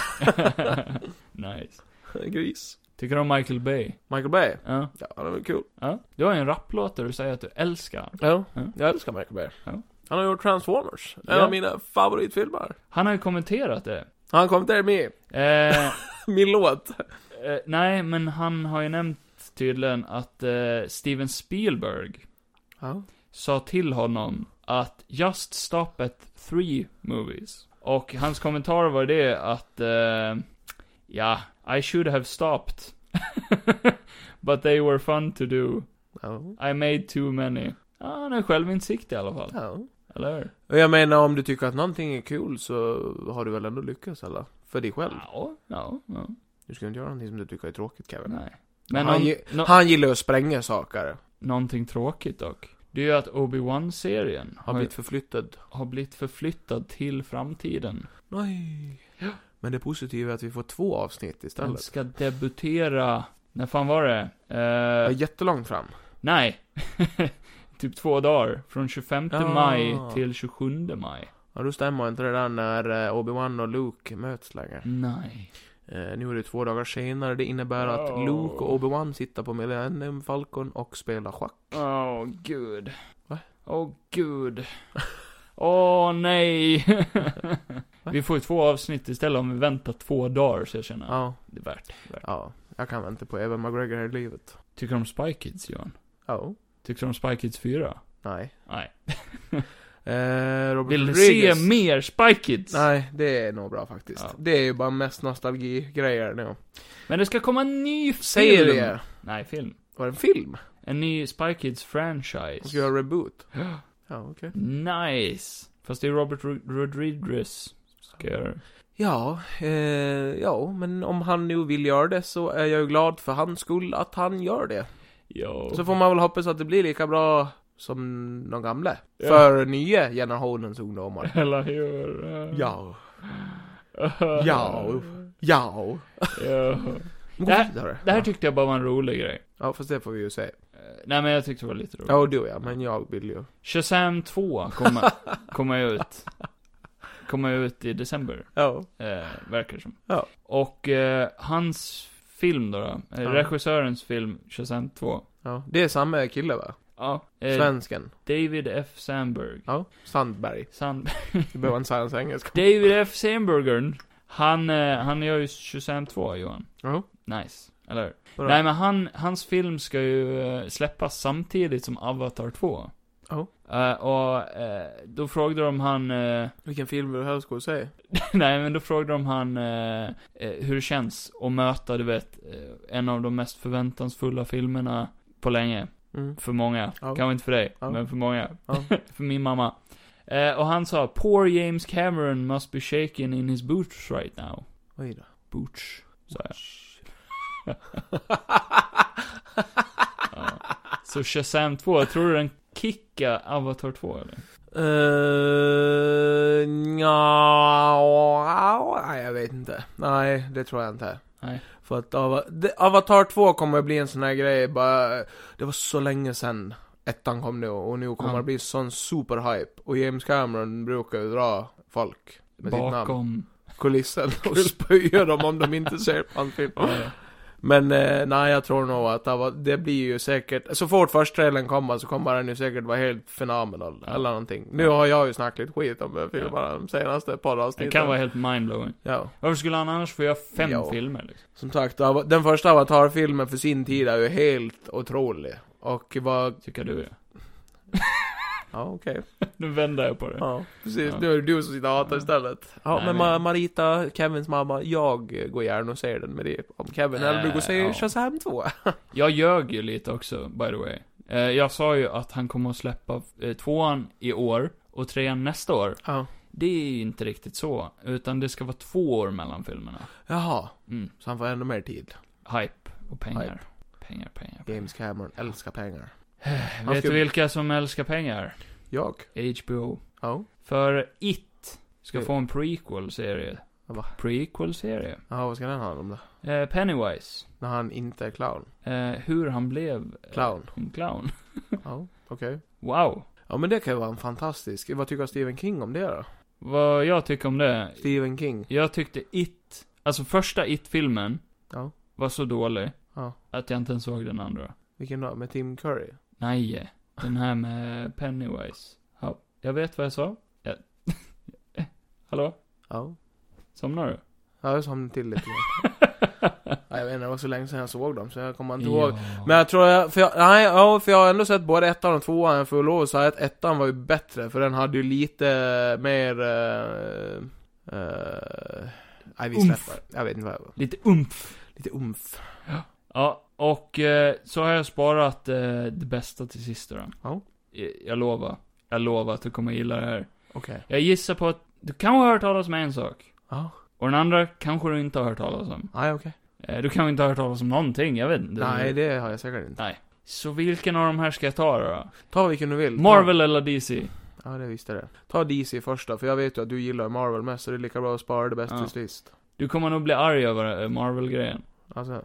A: nice.
B: Gris.
A: Tycker du om Michael Bay?
B: Michael Bay.
A: Ja.
B: Ja, han är väl kul.
A: ja. Du har ju en rapplåt där du säger att du älskar.
B: Ja,
A: Ja.
B: jag älskar Michael Bay.
A: Ja.
B: Han har gjort Transformers. En
A: Ja.
B: av mina favoritfilmer.
A: Han har ju kommenterat det.
B: Han kom till mig.
A: Eh,
B: Min låt.
A: eh, nej, men han har ju nämnt tydligen att eh, Steven Spielberg
B: Ja.
A: sa till honom att just stop at three movies. Och hans kommentar var det att, eh, ja, I should have stopped. But they were fun to do.
B: Ja.
A: I made too many. Ja, han har självinsikt i alla fall.
B: ja.
A: Eller hur?
B: Och jag menar om du tycker att någonting är kul så har du väl ändå lyckats eller? För dig själv.
A: Ja, ja, ja.
B: Du ska inte göra någonting som du tycker är tråkigt Kevin.
A: Nej. Men
B: han,
A: någon,
B: gi-
A: nå-
B: han gillar att spränga saker.
A: någonting tråkigt dock. Det är ju att Obi-Wan-serien
B: Har
A: har,
B: blivit förflyttad.
A: har blivit förflyttad till framtiden.
B: Nej. Men det positiva är att vi får två avsnitt
A: Den
B: istället.
A: ska debutera, när fan var det? Eh,
B: Jag är jättelångt fram.
A: Nej. typ två dagar. Från 25
B: Ah.
A: maj till 27 maj.
B: Ja, då stämmer inte det där när eh, Obi-Wan och Luke möts längre.
A: Nej.
B: Eh, nu är det två dagar senare, det innebär att
A: Ja.
B: Luke och Obi-Wan sitter på Millennium Falcon och spelar schack.
A: Åh, oh, gud.
B: Va?
A: Åh, oh, gud. Åh, nej. vi får ju två avsnitt istället om vi väntar två dagar, så jag känner att
B: Ja,
A: det är värt det. är värt.
B: ja. Jag kan vänta på Evan McGregor i livet.
A: Tycker du om Spy Kids, Johan?
B: Ja.
A: Tycker du om Spy Kids 4?
B: Nej.
A: Nej.
B: Eh, Robert
A: Vill du se
B: Rodriguez.
A: mer Spy Kids?
B: Nej, det är nog bra faktiskt.
A: Ja.
B: Det är ju bara mest nostalgi-grejer nu.
A: Men det ska komma en ny film.
B: Serie.
A: Nej, film.
B: Var det en film?
A: En ny Spy Kids
B: De ska göra
A: franchise.
B: en reboot. Ja, okej.
A: Nice! Fast det är Robert Ro- Rodriguez som ska göra det.
B: Ja, eh, ja, men om han nu vill göra det så är jag ju glad för hans skull att han gör det.
A: Jo.
B: Så får man väl hoppas att det blir lika bra som de gamla.
A: Ja.
B: För nya generationens ungdomar.
A: Eller hur? Eh,
B: Ja, ja, ja.
A: Ja.
B: Gå
A: Det här-
B: vidare.
A: Det här tyckte jag bara var en rolig grej.
B: Ja, fast det får vi ju se.
A: Eh, Nej men jag tyckte det var lite roligt.
B: Ja, du ja, men jag vill ju.
A: Shazam 2 kommer, kommer ut. Kommer ut i december,
B: Ja.
A: eh, verkar det som.
B: Ja.
A: Och eh, hans film då, då eh,
B: Ja.
A: regissörens film Shazam 2.
B: ja. Det är samma kille va?
A: Ja, eh,
B: Svensken.
A: David F. Sandberg.
B: Ja. Sandberg.
A: Sand...
B: Du behöver inte säga hans engelska.
A: David F. Sandbergern, han, eh, han gör ju Shazam 2, Johan.
B: Ja.
A: Nice, eller hur?
B: Bra.
A: Nej men han, hans film ska ju eh, släppas samtidigt som Avatar 2.
B: Ja.
A: Eh, och eh, då frågade de han, eh,
B: Vilken film vill du helst gå och se?
A: nej men då frågade de han eh, eh, hur det känns att möta, du vet, eh, en av de mest förväntansfulla filmerna på länge.
B: Mm.
A: För många.
B: Ja.
A: Kanske inte för dig,
B: Ja.
A: men för många.
B: Ja.
A: för min mamma. Eh, och han sa, 'Poor James Cameron must be shaken in his boots right now'
B: Oj då.
A: Boots, sa jag. Ja. Så Shazam 2, tror du den kickar Avatar 2 eller?
B: Uh, nja, nej jag vet inte. Nej, det tror jag inte.
A: Nej.
B: För att Ava- det- Avatar 2 kommer att bli en sån här grej bara, det var så länge sedan ettan kom nu och nu kommer
A: Ja.
B: det bli sån superhype. Och James Cameron brukar ju dra folk med sitt namn,
A: Bakom.
B: kulissen och spöa dem om de inte ser på hans film.
A: Ja,
B: Men eh, nej, jag tror nog att det, var, det blir ju säkert, så fort första trailern kommer så kommer den ju säkert vara helt fenomenal,
A: Ja.
B: eller någonting. Nu har jag ju snackat lite skit om eh, filmerna de senaste par
A: Det
B: avsnitten.
A: kan vara helt mindblowing.
B: Ja.
A: Varför skulle han annars få göra fem
B: Ja.
A: filmer liksom?
B: Som sagt, av- den första Avatar-filmen för sin tid är ju helt otrolig. Och vad,
A: Tycker du ja.
B: ja okej.
A: Nu vänder jag på det.
B: Ja, precis.
A: Ja.
B: Nu är det du som sitter och hatar istället. Ja,
A: Nej,
B: men
A: men-
B: Ma- Marita, Kevins mamma, jag eh, går gärna och ser den med det. Om Kevin eller du går och
A: Eh, ja.
B: ser Shazam 2.
A: Jag ljög ju lite också, by the way. Eh, jag sa ju att han kommer att släppa eh, tvåan i år och trean nästa år.
B: Ja.
A: Det är ju inte riktigt så, utan det ska vara två år mellan filmerna.
B: Jaha,
A: Mm.
B: så han får ännu mer tid.
A: Hype och pengar.
B: Hype.
A: pengar, pengar. pengar.
B: James Cameron älskar pengar.
A: Vet
B: ska-
A: du vilka som älskar pengar?
B: Jag?
A: HBO.
B: Ja.
A: För It ska
B: Ska-
A: få en prequel-serie.
B: Va?
A: Prequel-serie.
B: Ja, vad ska den handla om då?
A: Eh, Pennywise.
B: När han inte är clown.
A: Eh, hur han blev eh,
B: Clown.
A: en clown.
B: Ja, okej.
A: Wow.
B: Ja, men det kan ju vara en fantastisk. Vad tycker Stephen King om det då?
A: Vad jag tycker om det.
B: Stephen King.
A: Jag tyckte It, alltså första It-filmen,
B: Ja.
A: var så dålig.
B: Ja.
A: Att jag inte ens såg den andra.
B: Vilken då? Med Tim Curry?
A: Nej, den här med Pennywise. Ja, jag vet vad jag sa. Ja. Hallå?
B: Ja.
A: Somnar du?
B: Ja, jag somnade till lite grann. ja, jag vet inte, det var så länge sedan jag såg dem så jag kommer inte ihåg.
A: Ja.
B: Men jag tror jag, för jag, nej, ja, för jag har ändå sett både ettan och tvåan, jag får lov att säga att ettan var ju bättre, för den hade ju lite mer, uh, nej vi
A: Umf.
B: släpper, jag vet inte vad jag var.
A: Lite umf.
B: Lite umf.
A: Ja, och eh, så har jag sparat eh, det bästa till sist då.
B: Ja.
A: Jag, jag lovar. Jag lovar att du kommer gilla det här.
B: Okej.
A: Jag gissar på att du kanske har hört talas om en sak.
B: Ja.
A: Och den andra kanske du inte har hört talas om.
B: Nej okej.
A: Eh, du kanske inte har hört talas om någonting, jag vet inte.
B: Nej det har jag säkert inte.
A: Så vilken av de här ska jag ta då?
B: Ta vilken du vill. Ta-
A: Marvel eller DC?
B: Ja det visste jag det. Ta DC först då, för jag vet ju att du gillar Marvel mest, så det är lika bra att spara det bästa
A: Ja.
B: till sist.
A: Du kommer nog bli arg över eh, Marvel-grejen.
B: Alltså,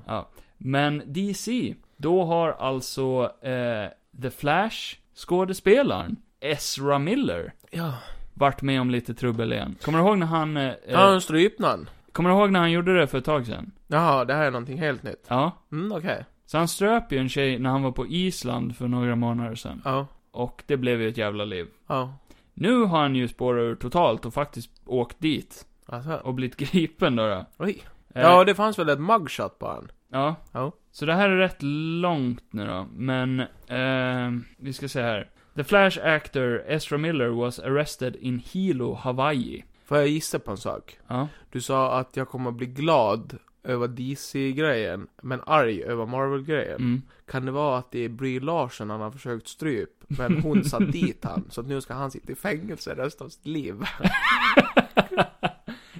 A: Men DC, då har alltså eh, The Flash, skådespelaren, Ezra Miller,
B: ja.
A: varit med om lite trubbel igen. Kommer du ihåg när han... Eh,
B: Ta
A: eh,
B: en strypnan.
A: kommer du ihåg när han gjorde det för ett tag sedan?
B: Jaha, det här är någonting helt nytt.
A: Ja.
B: Mm, okej.
A: Så han ströp ju en tjej när han var på Island för några månader sedan.
B: Ja.
A: Och det blev ju ett jävla liv.
B: Ja.
A: Nu har han ju spårat ur totalt och faktiskt åkt dit.
B: Alltså.
A: Och blivit gripen då. då. Eh,
B: Oj. Ja, det fanns väl ett mugshot på han?
A: Ja.
B: Ja.
A: Så det här är rätt långt nu då, men ehm, vi ska se här. The Flash actor Ezra Miller was arrested in Hilo, Hawaii.
B: Får jag gissa på en sak?
A: Ja.
B: Du sa att jag kommer bli glad över DC-grejen, men arg över Marvel-grejen.
A: Mm.
B: Kan det vara att det är Brie Larson han har försökt stryp, men hon satt dit han, så att nu ska han sitta i fängelse resten av sitt liv?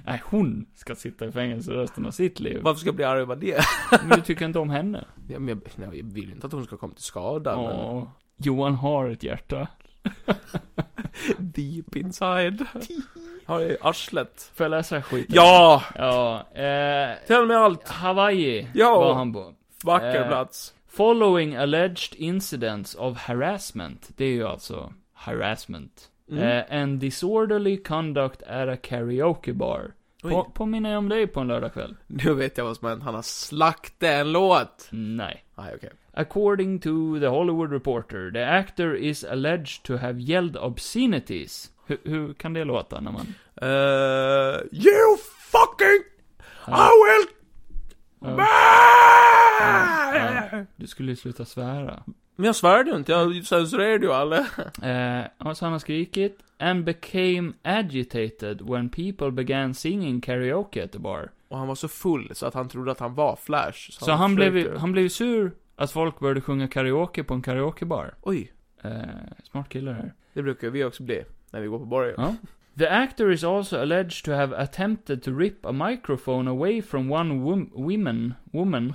A: Nej, hon ska sitta i fängelse resten av sitt liv.
B: Varför ska jag bli arg över det?
A: Men du tycker inte om henne?
B: Ja, men jag, nej, jag vill inte att hon ska komma till skada, men...
A: Åh. Johan har ett hjärta.
B: Deep inside. Har jag i arslet.
A: Får jag läsa skiten?
B: Ja!
A: Ja, eh,
B: Tell mig allt!
A: Hawaii
B: Ja.
A: var han på.
B: Vacker
A: Eh.
B: plats.
A: Following alleged incidents of harassment, det är ju alltså harassment.
B: Mm.
A: Eh, and disorderly conduct at a karaoke bar. På,
B: Oj.
A: påminner jag om dig på en lördagkväll?
B: Nu vet jag vad som har hänt, han har slaktat en låt!
A: Nej.
B: Nej, okej.
A: According to the Hollywood Reporter, the actor is alleged to have yelled obscenities. Hur, hur kan det låta när man...
B: Eh, you fucking... I will...
A: Ja,
B: Ah!
A: ja. du skulle ju sluta svära.
B: Men jag svärde ju inte, jag censurerade ju alla.
A: Eh, och så han har skrikit, and became agitated when people began singing karaoke at the bar.
B: Och han var så full så att han trodde att han var Flash.
A: Så han blev ju,
B: försökte-
A: han blev ju sur att folk började sjunga karaoke på en karaokebar.
B: Oj,
A: Eh, smart kille det här.
B: det brukar vi också bli. När vi går på borgen.
A: Ja. The actor is also alleged to have attempted to rip a microphone away from one wom- woman, woman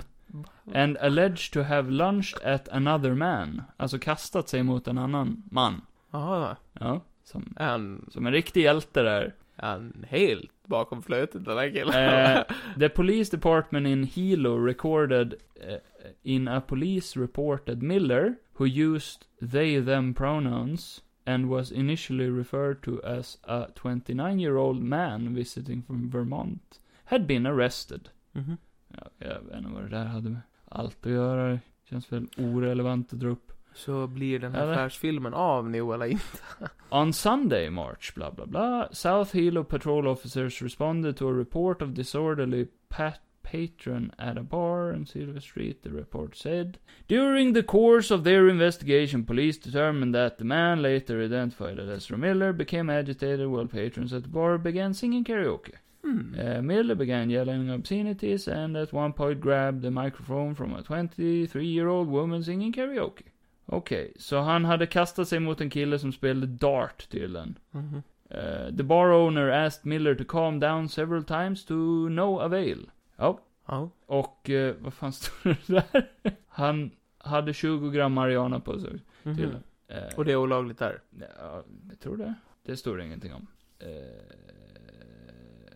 A: and alleged to have lunged at another man. Alltså kastat sig mot en annan man.
B: Jaha,
A: Ja, som,
B: är han,
A: som en riktig hjälte där.
B: är han helt bakom flötet den här killen?
A: Eh, the police department in Hilo recorded eh, in a police report that Miller, who used they them pronouns and was initially referred to as a 29 year old man visiting from Vermont, had been arrested.
B: Mhm.
A: Ja, jag vet inte vad det där hade med allt att göra. Känns väl orelevant att dra upp.
B: Så blir den här
A: Eller?
B: Flash-filmen av nu eller inte?
A: On Sunday, March blah blah blah, South Hilo patrol officers responded to a report of disorderly pat- patron at a bar in Silver Street, the report said. During the course of their investigation, police determined that the man, later identified as Ezra Miller, became agitated while patrons at the bar began singing karaoke.
B: Hmm.
A: Uh, Miller began yelling obscenities and at one point grabbed the microphone from a 23-year-old woman singing karaoke. Okej, så han hade kastat sig mot en kille som spelade dart tydligen. Eh,
B: Mhm.
A: Uh, the bar owner asked Miller to calm down several times to no avail. Ja,
B: Ja.
A: Och, eh, vad fan stod det där? Han hade 20 gram marijuana på sig.
B: Mhm.
A: Tydligen. Eh,
B: Och det är olagligt där.
A: Ja, jag tror det. Det står det ingenting om. Eh,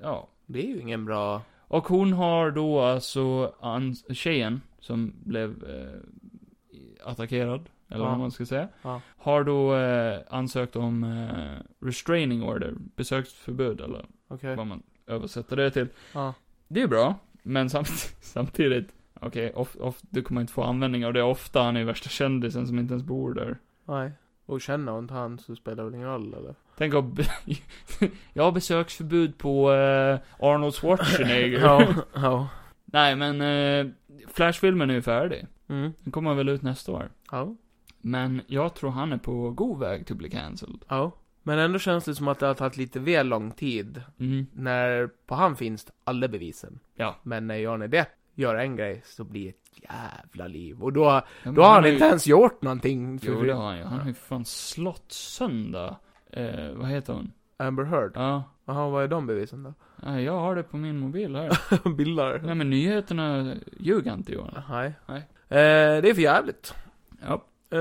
A: ja.
B: Det är ju ingen bra...
A: Och hon har då alltså ans- tjejen som blev eh, attackerad, eller
B: Ja.
A: vad man ska säga.
B: Ja.
A: Har då eh, ansökt om eh, restraining order, besöksförbud eller
B: Okej.
A: vad man översätter det till.
B: Ja.
A: Det är bra, men samt- samtidigt, okej, off- off- du kommer inte få användning av det ofta. Han är ju värsta kändisen som inte ens bor där.
B: Nej. Och känner hon inte han så spelar det väl ingen roll eller?
A: Tänk om... jag har besöksförbud på eh, Arnold Schwarzenegger.
B: ja. Ja.
A: Nej, men eh, Flash-filmen är ju färdig.
B: Mm.
A: Den kommer väl ut nästa år.
B: Ja.
A: Men jag tror han är på god väg till att bli cancelled.
B: Ja. Men ändå känns det som att det har tagit lite väl lång tid.
A: Mm.
B: När på han finns alla bevisen.
A: Ja.
B: Men när Johnny Depp gör en grej så blir det ett jävla liv. Och då,
A: Ja, men
B: då har han
A: ju-
B: inte ens gjort någonting.
A: Jo, det har han ju. Han har ju fan slått sönder... Eh, vad heter hon?
B: Amber Heard.
A: Ja.
B: Jaha, vad är de bevisen då?
A: Nej, jag har det på min mobil här.
B: Bilder?
A: Nej, men nyheterna ljuger inte, Johan.
B: Nej.
A: Nej.
B: Eh, det är för jävligt.
A: Ja.
B: Eh,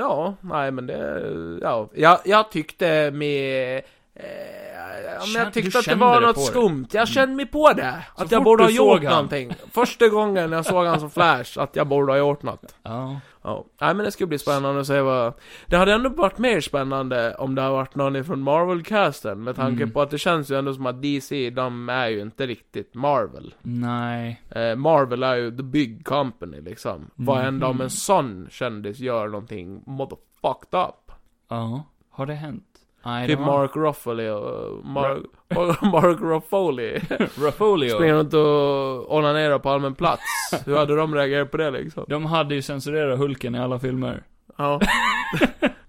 B: ja, nej men det, ja. Jag, jag tyckte med... Eh, ja, men
A: Känn-
B: jag tyckte
A: du
B: att det
A: kände
B: var
A: det
B: något
A: på dig. Mm.
B: skumt, jag kände mig på det.
A: Så
B: att jag
A: fort
B: borde
A: du
B: ha gjort
A: såg han.
B: någonting. Första gången jag såg han som Flash, att jag borde ha gjort något.
A: Ja.
B: Ja, nej men det skulle bli spännande att se vad... Det hade ändå varit mer spännande om det hade varit någon ifrån Marvel-casten, med tanke
A: Mm.
B: på att det känns ju ändå som att DC, de är ju inte riktigt Marvel.
A: Nej.
B: Eh, Marvel är ju the big company liksom. Vad händer om
A: Mhm.
B: en sån kändis gör någonting motherfucked up?
A: Ja. Har det hänt? Nej,
B: Typ
A: det var...
B: Mark Ruffalo och Mark, Mark Ruffalo
A: Raffolio.
B: springer runt och onanerar på allmän plats. Hur hade de reagerat på det liksom?
A: De hade ju censurerat Hulken i alla filmer.
B: Ja.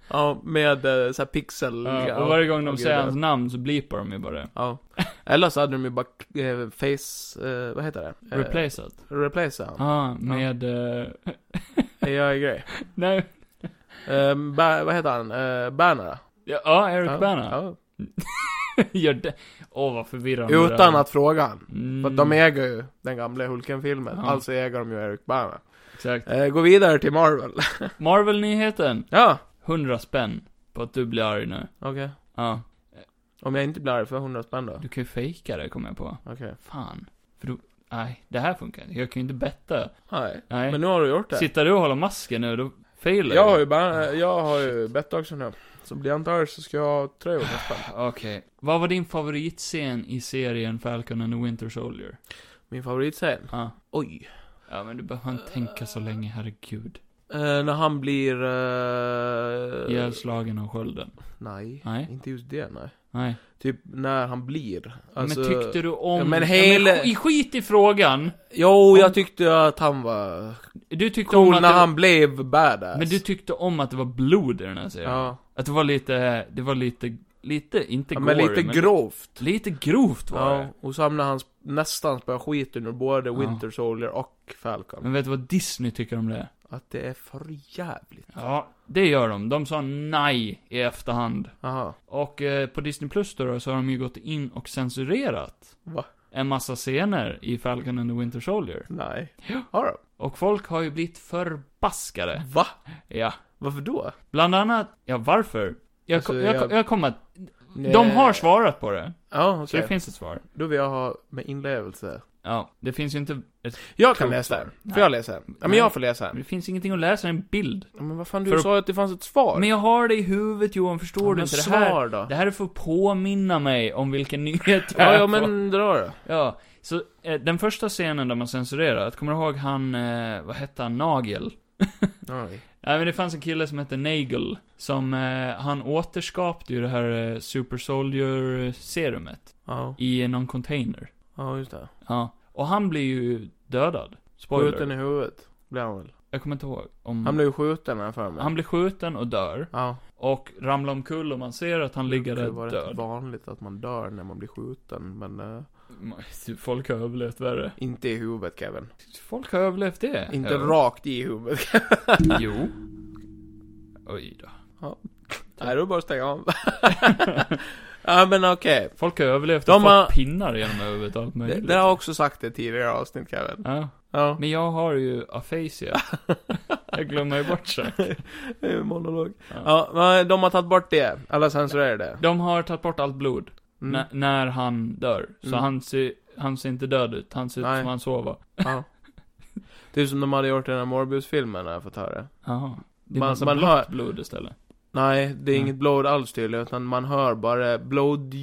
B: ja, med eh, såhär pixel...
A: Mm, Ja, Eh, och varje gång
B: och
A: de säger
B: grejer.
A: hans namn så blipar de ju bara det.
B: Ja. Eller så hade de ju bara eh, face... Eh, vad heter det? Eh,
A: Replaceat.
B: Replace han.
A: Ah, med... eh,
B: Det gör en grej.
A: nej.
B: Eh, ba- vad heter han? Eh, Banner?
A: Ja, ah, Eric Bana.
B: Ja.
A: Gör det. Åh, vad förvirrande det
B: Utan
A: här.
B: att fråga han.
A: Mm,
B: För att de äger ju den gamla Hulken-filmen,
A: Ja.
B: alltså äger de ju Eric Bana.
A: Exakt.
B: Eh, gå vidare till Marvel.
A: Marvel-nyheten.
B: ja,
A: 100 spänn. På att du blir arg nu.
B: okej.
A: Ja.
B: Om jag inte blir arg för 100 spänn då?
A: Du kan ju fejka det, kommer jag på.
B: Okej.
A: Fan. För då... Nej, det här funkar inte. Jag kan ju inte betta.
B: Nej.
A: Nej.
B: Men nu har du gjort det.
A: Sitter du och håller masken nu, då failar
B: jag
A: du.
B: har ju, bara, jag har ju bett också nu. Så blir jag inte arg så ska jag ha 300 spänn.
A: Okej. Vad var din favoritscen i serien Falcon and the Winter Soldier?
B: Min favoritscen?
A: Ja.
B: Oj.
A: Ja, men du behöver inte tänka så länge, herregud.
B: Eh, när han blir... Eh...
A: Ihjälslagen av skölden.
B: Nej.
A: Nej.
B: Inte just det, nej.
A: Nej.
B: Typ när han blir. Alltså...
A: men tyckte du om...
B: ja, men
A: Ja,
B: hela-
A: sk- i skit i frågan.
B: Jo, jag tyckte att han var
A: Du tyckte om
B: cool
A: att
B: när
A: det...
B: han blev badass.
A: Men du tyckte om att det var blod i den här serien.
B: Ja.
A: Att det var lite, det var lite, lite, inte
B: ja
A: gory,
B: men lite grovt.
A: Lite grovt var
B: Ja,
A: det.
B: och sen när han sp- nästan spöar skiten ur både
A: Ja.
B: Winter Soldier och Falcon.
A: Men vet du vad Disney tycker om det?
B: Att det är för jävligt.
A: Ja, det gör de. De sa nej i efterhand.
B: Aha.
A: Och eh, på Disney Plus då, då så har de ju gått in och censurerat
B: Va?
A: en massa scener i Falcon and the Winter Soldier.
B: Nej.
A: Ja.
B: Har de?
A: Och folk har ju blivit förbaskade.
B: Va?
A: Ja.
B: Varför då?
A: Bland annat, ja varför? Jag,
B: Alltså,
A: kom- jag,
B: jag- Eh,
A: jag, kommer att, de har svarat på det.
B: Ja,
A: Så
B: okej.
A: det finns ett svar.
B: Då vill jag ha med inlevelse.
A: Ja, det finns ju inte ett,
B: Jag kan
A: Klokt
B: läsa
A: svar.
B: den.
A: Nej.
B: Får jag läsa den? Ja, men
A: Nej.
B: jag får läsa den.
A: det finns ingenting att läsa, en bild.
B: Ja, Men vad fan, du
A: För-
B: sa ju att det fanns ett svar.
A: Men jag har det i huvudet Johan, förstår
B: Ja,
A: du
B: men
A: inte? Det här,
B: svar då?
A: det här är för att påminna mig om vilken nyhet jag
B: Ja, ja,
A: får.
B: men dra då.
A: Ja, så eh, den första scenen där man censurerat, kommer du ihåg han, eh, vad hette han, Nagel?
B: Nej.
A: Nej men det fanns en kille som hette Nagel, som, eh, han återskapade ju det här eh, Super Soldier serumet
B: Ja,
A: i någon container.
B: ja just det.
A: Ja. Och han blir ju dödad. Spoiler.
B: Skjuten i huvudet. Blir han väl?
A: Jag kommer inte ihåg om...
B: Han blev ju skjuten här för mig.
A: han blir skjuten och dör.
B: Ja.
A: Och ramlar omkull och man ser att han ligger
B: Det var
A: där
B: rätt
A: död.
B: vanligt att man dör när man blir skjuten, men... eh,
A: Typ, Folk har överlevt värre.
B: Inte i huvudet Kevin.
A: Folk har överlevt det.
B: Inte
A: Ja.
B: rakt i huvudet.
A: Jo. Oj då.
B: Nej, då är det bara att stänga av. Ja men okej.
A: Folk har överlevt
B: De
A: och fått
B: har-
A: pinnar genom huvudet och allt
B: Det,
A: möjligt.
B: det har jag också sagt i tidigare avsnitt Kevin.
A: Ja.
B: Ja.
A: Men jag har ju afasia. jag glömmer ju bort saker.
B: Det är ju en monolog.
A: Ja.
B: Ja, men de har tagit bort det. Eller censurerar det.
A: De har tagit bort allt blod.
B: Mm.
A: N- när han dör. Så
B: Mm.
A: han, ser, han ser inte död ut. Han ser ut
B: Nej.
A: som han sover.
B: Ja. Typ som de hade gjort i den här Morbius-filmen har jag fått höra.
A: Jaha. Det är
B: Man-
A: massa
B: man
A: blått
B: hör-
A: blod istället.
B: Nej, det är
A: Mm.
B: inget blod alls tydligen, utan man hör bara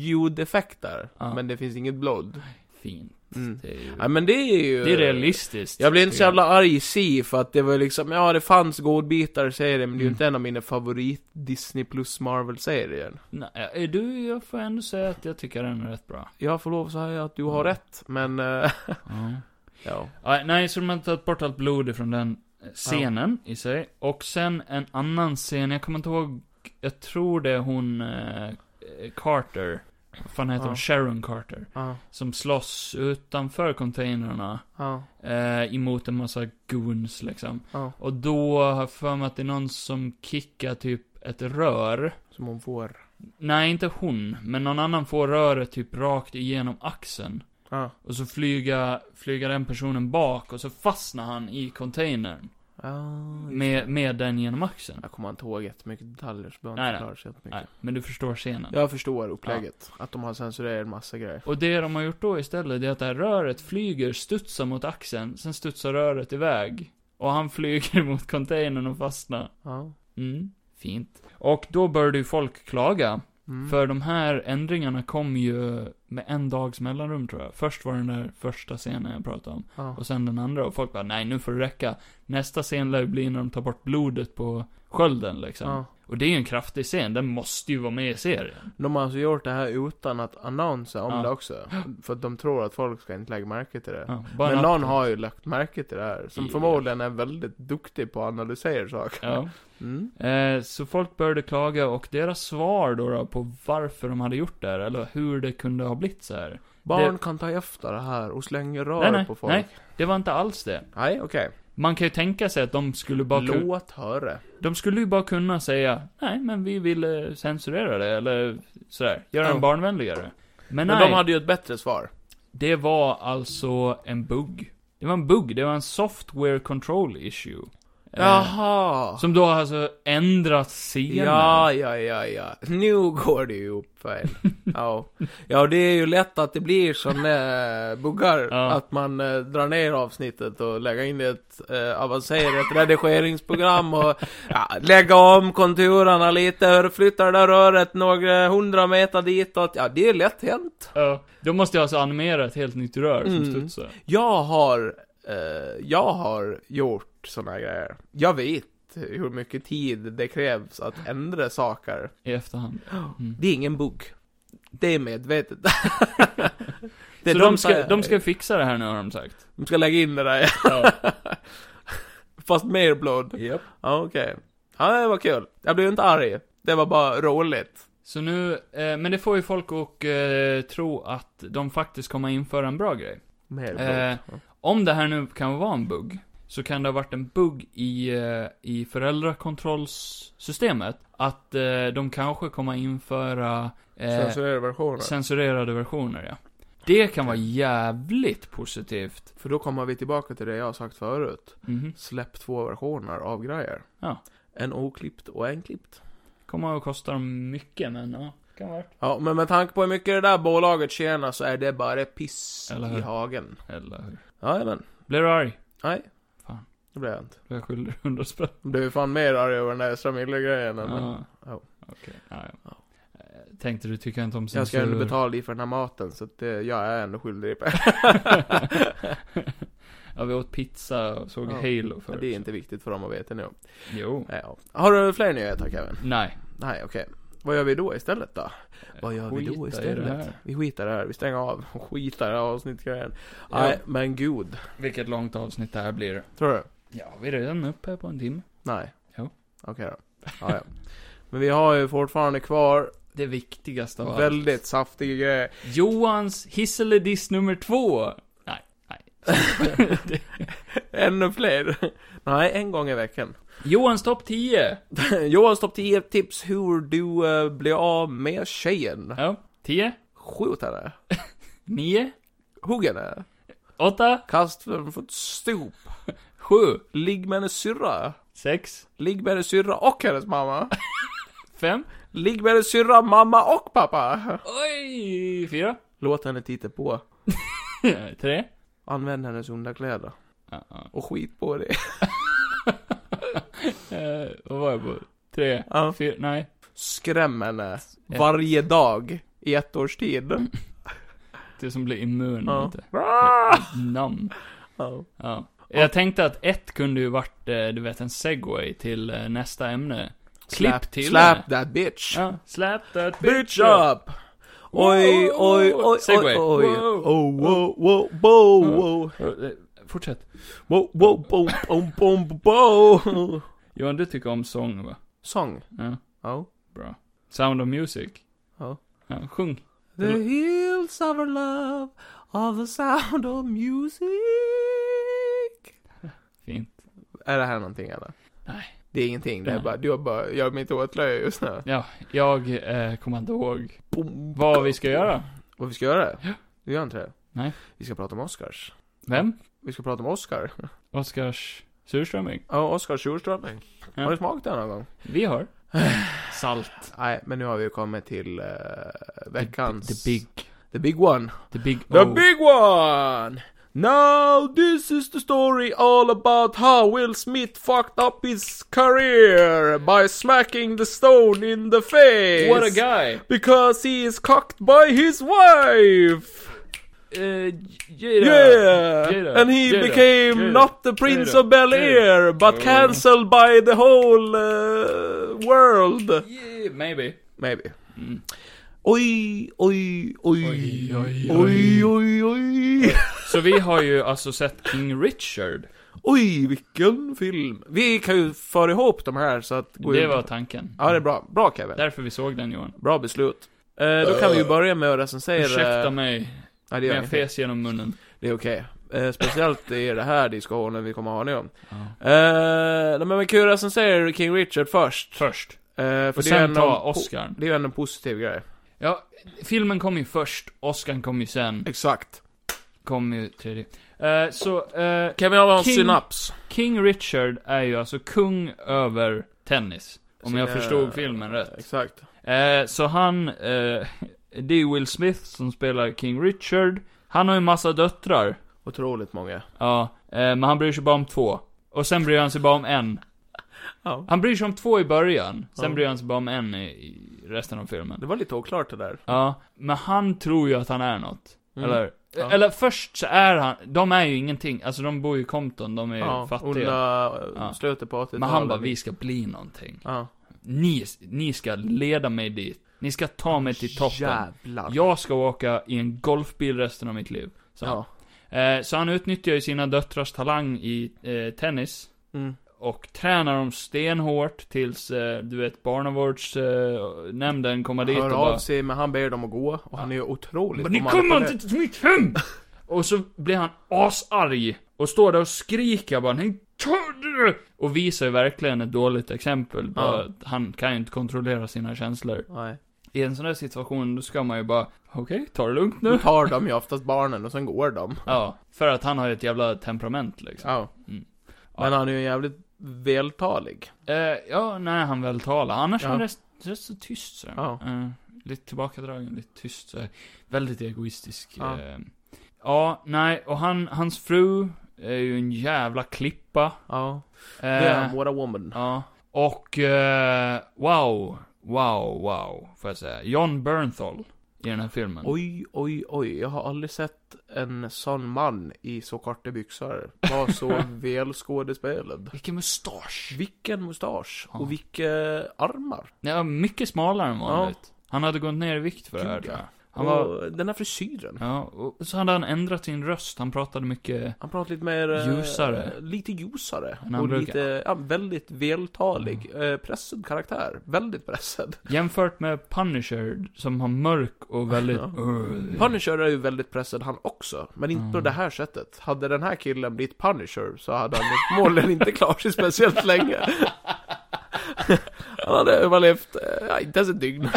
B: blodljudeffekter.
A: Ja.
B: Men det finns inget blod.
A: Fint.
B: Mm.
A: Det är ju...
B: Ja, men det är ju...
A: Det är realistiskt.
B: Jag blev inte
A: tycker
B: så jävla arg i C för att det var liksom, ja det fanns godbitar i serien, men det är ju
A: Mm.
B: inte en av mina favorit Disney plus Marvel-serier.
A: jag. Nej, eh, du, jag får ändå säga att jag tycker den är rätt bra.
B: Jag får lov att säga att du har
A: Mm.
B: rätt, men... eh,
A: Ja.
B: ja.
A: Ja, Nej, så de har tagit bort allt blod ifrån den eh, scenen i sig. Och sen en annan scen, jag kommer inte ihåg, jag tror det är hon eh, eh, Carter. Vad fan heter
B: Ja.
A: hon? Sharon Carter.
B: Ja.
A: Som slåss utanför containrarna.
B: Ja.
A: Eh, emot en massa goons liksom.
B: Ja.
A: Och då har jag för mig att det är någon som kickar typ ett rör.
B: Som hon får.
A: Nej, inte hon, men någon annan får röret typ rakt igenom axeln.
B: Ja.
A: Och så flyga, flyga den personen bak och så fastnar han i containern.
B: Ja.
A: Med, med den genom axeln.
B: Jag kommer inte ihåg jättemycket detaljer, så behöver
A: Nej,
B: jag
A: nej.
B: inte klara så jättemycket.
A: Nej, men du förstår scenen.
B: Jag förstår upplägget. Att de har censurerat en massa grejer.
A: Och det de har gjort då istället, det är att det här röret flyger, studsar mot axeln, sen studsar röret iväg. Och han flyger mot containern och fastnar.
B: Ja.
A: Mm, fint. Och då började ju folk klaga.
B: Mm.
A: För de här ändringarna kom ju med en dags mellanrum tror jag. Först var den där första scenen jag pratade om.
B: Ja.
A: Och sen den andra och folk bara, nej nu får det räcka. Nästa scen lär ju bli när de tar bort blodet på skölden liksom.
B: Ja.
A: Och det är ju en kraftig scen, den måste ju vara med i serien.
B: De har alltså gjort det här utan att annonsa om
A: Ja.
B: det också. För att de tror att folk ska inte lägga märke till det.
A: Ja, bara
B: Men
A: en
B: någon
A: update.
B: har ju lagt märke till det här, som
A: Ja.
B: förmodligen är väldigt duktig på att analysera saker.
A: Ja.
B: Mm.
A: Eh, så folk började klaga och deras svar då, då på varför de hade gjort det här, eller hur det kunde ha blivit så här.
B: Barn kan ta efter det här och slänga rör
A: Nej, nej,
B: på folk.
A: nej.
B: Nej,
A: Det var inte alls det.
B: nej okej.
A: Man kan ju tänka sig att de skulle bara kunna...
B: Låt höra.
A: De skulle ju bara kunna säga, nej men vi vill eh, censurera det, eller sådär, göra
B: Ja.
A: den barnvänligare. Men,
B: Men
A: nej,
B: de hade ju ett bättre svar.
A: det var alltså en bugg. Det var en bugg, det var en software control issue. Eh,
B: Jaha!
A: Som då har alltså ändrat scenen.
B: Ja, ja, ja, ja. Nu går det ju upp väl. Ja. ja, det är ju lätt att det blir sådana buggar.
A: Ja.
B: Att man eh, drar ner avsnittet och lägger in ett eh, avancerat redigeringsprogram och ja, lägga om konturerna lite, flytta det där röret några hundra meter ditåt. Ja, det är lätt hänt.
A: Ja. Då måste jag alltså animera ett helt nytt rör som
B: Mm.
A: studsar.
B: Jag har, eh, jag har gjort sådana grejer. Jag vet hur mycket tid det krävs att ändra saker.
A: I efterhand. Mm.
B: Det är ingen bugg. Det är medvetet. Det är
A: Så de ska,
B: säger-
A: de ska fixa det här nu har de sagt.
B: de ska lägga in det där,
A: Ja.
B: fast mer blod. Ja, okej. Ja, det var kul. Jag blev inte arg. Det var bara roligt.
A: Så nu, eh, men det får ju folk att eh, tro att de faktiskt kommer införa en bra grej.
B: Mer
A: Eh,
B: blod.
A: Om det här nu kan vara en bugg, så kan det ha varit en bugg i, eh, i föräldrakontrollssystemet. Att eh, de kanske kommer införa eh,
B: Censurerade versioner.
A: censurerade versioner, ja. Det kan vara jävligt positivt.
B: För då kommer vi tillbaka till det jag har sagt förut.
A: Mhm.
B: Släpp två versioner av grejer.
A: Ja.
B: En oklippt och en klippt.
A: Kommer att kosta dem mycket, men ja. Kan vara.
B: Ja, men med tanke på hur mycket det där bolaget tjänar så är det bara piss
A: Eller
B: i
A: hur?
B: hagen.
A: Eller hur?
B: Jajamän.
A: Blir du arg?
B: Nej.
A: Fan.
B: Det blev jag inte.
A: Blir jag skyldig hundra spänn?
B: Blev fan mer arg över den där Ezra Miller-grejen än
A: Ja.
B: Ja.
A: Okej. Ja, ja. Eh, Tänkte du tycker inte om censur?
B: Jag ska ändå betala dig för den här maten, så att det, jag är ändå skyldig.
A: ja, vi åt pizza och såg
B: Ja.
A: Halo förut.
B: det är inte viktigt för dem att veta nu.
A: Jo.
B: Nej, Ja. Har du fler nyheter Kevin?
A: Nej.
B: Nej, okej. Vad gör vi då istället då? Vad gör vi
A: Eh, Skita
B: då
A: i
B: istället?
A: det här.
B: Vi skitar det här, vi stänger av. Skitar det här avsnittgrejen.
A: Ja.
B: Nej, men gud.
A: Vilket långt avsnitt det här blir.
B: Tror du?
A: Ja, vi är redan uppe på en timme.
B: Nej.
A: Jo.
B: Okej då. Ja, ja. Men vi har ju fortfarande kvar
A: Det viktigaste av allt.
B: väldigt saftiga grejer.
A: Johans hiss eller diss nummer två. Nej, nej. Det-
B: Ännu fler. Nej, en gång i veckan.
A: Johans topp 10.
B: Johans topp 10 tips hur du eh, blir av med tjejen.
A: Ja. 10,
B: Skjut henne.
A: 9,
B: Hugg henne.
A: 8,
B: Kast den från ett stop.
A: 7,
B: Ligg med hennes syrra.
A: 6,
B: Ligg med hennes syrra och hennes mamma.
A: 5.
B: Ligg med hennes syrra, mamma och pappa.
A: Oj! 4,
B: Låt henne titta på.
A: 3.
B: Använd hennes underkläder.
A: Ja, ja.
B: Och skit på det.
A: Eh, Vad var jag på? 3,
B: Ja.
A: 4, nej.
B: Skräm henne. Varje dag. I ett års tid.
A: Det som blir immun
B: Ja. Ah!
A: mot det. Namn.
B: Ja.
A: Ja. Jag tänkte att ett kunde ju varit, eh, du vet, en segway till eh, nästa ämne. Klipp till henne.
B: Slap that bitch.
A: Ja, slap that
B: Bitch up! Oj, oj, oj,
A: Segway.
B: oj, oj.
A: Wow.
B: Oh, wow, wow, wow, wow.
A: Eh, Fortsätt.
B: Wow, wow, boom, boom, boom, boom.
A: Johan, du tycker om sång va?
B: Sång.
A: Ja,
B: Ja.
A: bra. Sound of Music?
B: Ja.
A: Ja, sjung.
B: The hills of our love of the sound of music.
A: Fint.
B: Är det här någonting eller?
A: Nej.
B: Det är ingenting, det är
A: Nej.
B: bara, du har bara, gör mig inte åtlöje just nu.
A: Ja, jag eh, kommer inte ihåg
B: Boom.
A: vad vi ska göra.
B: Vad vi ska göra? Ja. Du gör inte det?
A: Nej.
B: Vi ska prata om Oscars.
A: Vem?
B: Vi ska prata om Oscar.
A: Oscars surströmming.
B: Ja, Oscar surströmming.
A: Ja.
B: Har du smakat den någon gång?
A: Vi har. Salt.
B: Nej, men nu har vi kommit till eh, veckans...
A: The big.
B: The big one. Oh.
A: The big
B: The
A: O.
B: big one! Now this is the story all about how Will Smith fucked up his career by smacking the stone in the face.
A: What a guy.
B: Because he is cocked by his wife!
A: Uh,
B: Eh, Yeah!
A: Jada,
B: And he
A: Jada,
B: became
A: Jada,
B: not the Prince
A: Jada,
B: of Bel Air, but
A: Oh.
B: cancelled by the whole uh, world.
A: yeah maybe.
B: Maybe.
A: Mm.
B: Oj, oj, oj.
A: Oj, oj,
B: oj, oj, oj.
A: Så vi har ju alltså sett King Richard.
B: Oj, vilken film. Vi kan ju föra ihop de här så att... gå
A: Det
B: in-
A: var tanken.
B: Ja, det är bra. Bra Kevin.
A: Därför vi såg den Johan.
B: Bra beslut. Eh, då kan vi ju börja med att recensera...
A: Ursäkta mig,
B: Nej, det
A: men jag
B: gör ingenting.
A: fes genom munnen.
B: Det är okej. Eh, speciellt i den här diskussionen vi kommer ha nu.
A: Ja.
B: Eh, nej, men vi kan ju recensera King Richard först.
A: Först.
B: Eh, för
A: Och
B: det är
A: sen
B: en-
A: ta Oscar.
B: Det är ju ändå en positiv grej.
A: Ja, filmen kom ju först, Oscarn kom ju sen,
B: Exakt.
A: kom ju tredje. Eh, så, eh,
B: Kan vi ha en
A: King-
B: synaps?
A: King Richard är ju alltså kung över tennis. Om jag
B: Eh,
A: förstod filmen rätt.
B: Exakt.
A: Eh, så han, eh, det är Will Smith som spelar King Richard. Han har ju massa döttrar.
B: Otroligt många.
A: Ja, eh, men han bryr sig bara om två. Och sen bryr han sig bara om en.
B: Ja.
A: Han bryr sig om två i början, sen
B: Ja.
A: bryr han sig bara om en i, i resten av filmen.
B: Det var lite oklart det där.
A: Ja, men han tror ju att han är något.
B: Mm.
A: Eller,
B: Ja.
A: eller först så är han, de är ju ingenting, alltså de bor ju i Compton, de är ju
B: Ja,
A: Eh, fattiga.
B: under
A: Ja.
B: ja. slutet på 80-talet.
A: Men han bara, vi ska bli någonting.
B: Ja.
A: Ni, ni ska leda mig dit. Ni ska ta mig till toppen.
B: Jävlar.
A: Jag ska åka i en golfbil resten av mitt liv. Så,
B: Ja.
A: eh, så han utnyttjar ju sina döttrars talang i eh, tennis.
B: Mm.
A: Och tränar dem stenhårt tills, eh, du vet, barnavårdsnämnden eh, nämnden kommer dit
B: Hör
A: och
B: av
A: bara
B: sig, men han ber dem att gå. Och han är ju otroligt
A: Men ni kommer inte till mitt hem! och så blir han asarg. Och står där och skriker bara Ni tar det!" Och visar ju verkligen ett dåligt exempel på
B: Ja.
A: att han kan ju inte kontrollera sina känslor.
B: Nej.
A: I en sån här situation, då ska man ju bara Okej, ta det lugnt
B: Nu
A: nu.
B: tar de ju oftast barnen och sen går de.
A: ja, för att han har ju ett jävla temperament liksom.
B: Ja.
A: Mm.
B: Men han är ju jävligt vältalig.
A: Ja, eh, ja nej, han väl talar. Annars
B: Ja.
A: är han rätt, rätt så tyst så.
B: Ja.
A: Eh, lite tillbakadragen, lite tyst så. Väldigt egoistisk.
B: Ja.
A: eh. ja nej, och han, hans fru är ju en jävla klippa.
B: Ja.
A: Eh,
B: Det är han, what a woman.
A: Ja. Och, eh, wow, wow, wow, får jag säga. John Bernthal i den här filmen.
B: Oj, oj, oj. Jag har aldrig sett en sån man i så korta byxor. Var så välskådespelad.
A: Vilken mustasch!
B: Vilken mustasch.
A: Ja.
B: Och vilka armar.
A: Ja, mycket smalare än vanligt. Han hade gått ner i vikt för det här
B: Gud,
A: tror
B: ja.
A: jag. Han var,
B: Och den här frisyren.
A: ja, och så hade han ändrat sin röst. Han pratade mycket,
B: Han pratar lite mer... eh,
A: Ljusare.
B: Lite ljusare.
A: Än han
B: och
A: brukar. Mm.
B: lite, ja, väldigt vältalig. Eh, pressad karaktär. Väldigt pressad.
A: jämfört med Punisher, som har mörk och väldigt...
B: Ja.
A: Ugh.
B: Punisher är ju väldigt pressad han också. Men inte
A: Mm.
B: på det här sättet. Hade den här killen blivit Punisher så hade han förmodligen inte klarat sig speciellt länge. han hade överlevt, eh, ja, inte ens ett dygn.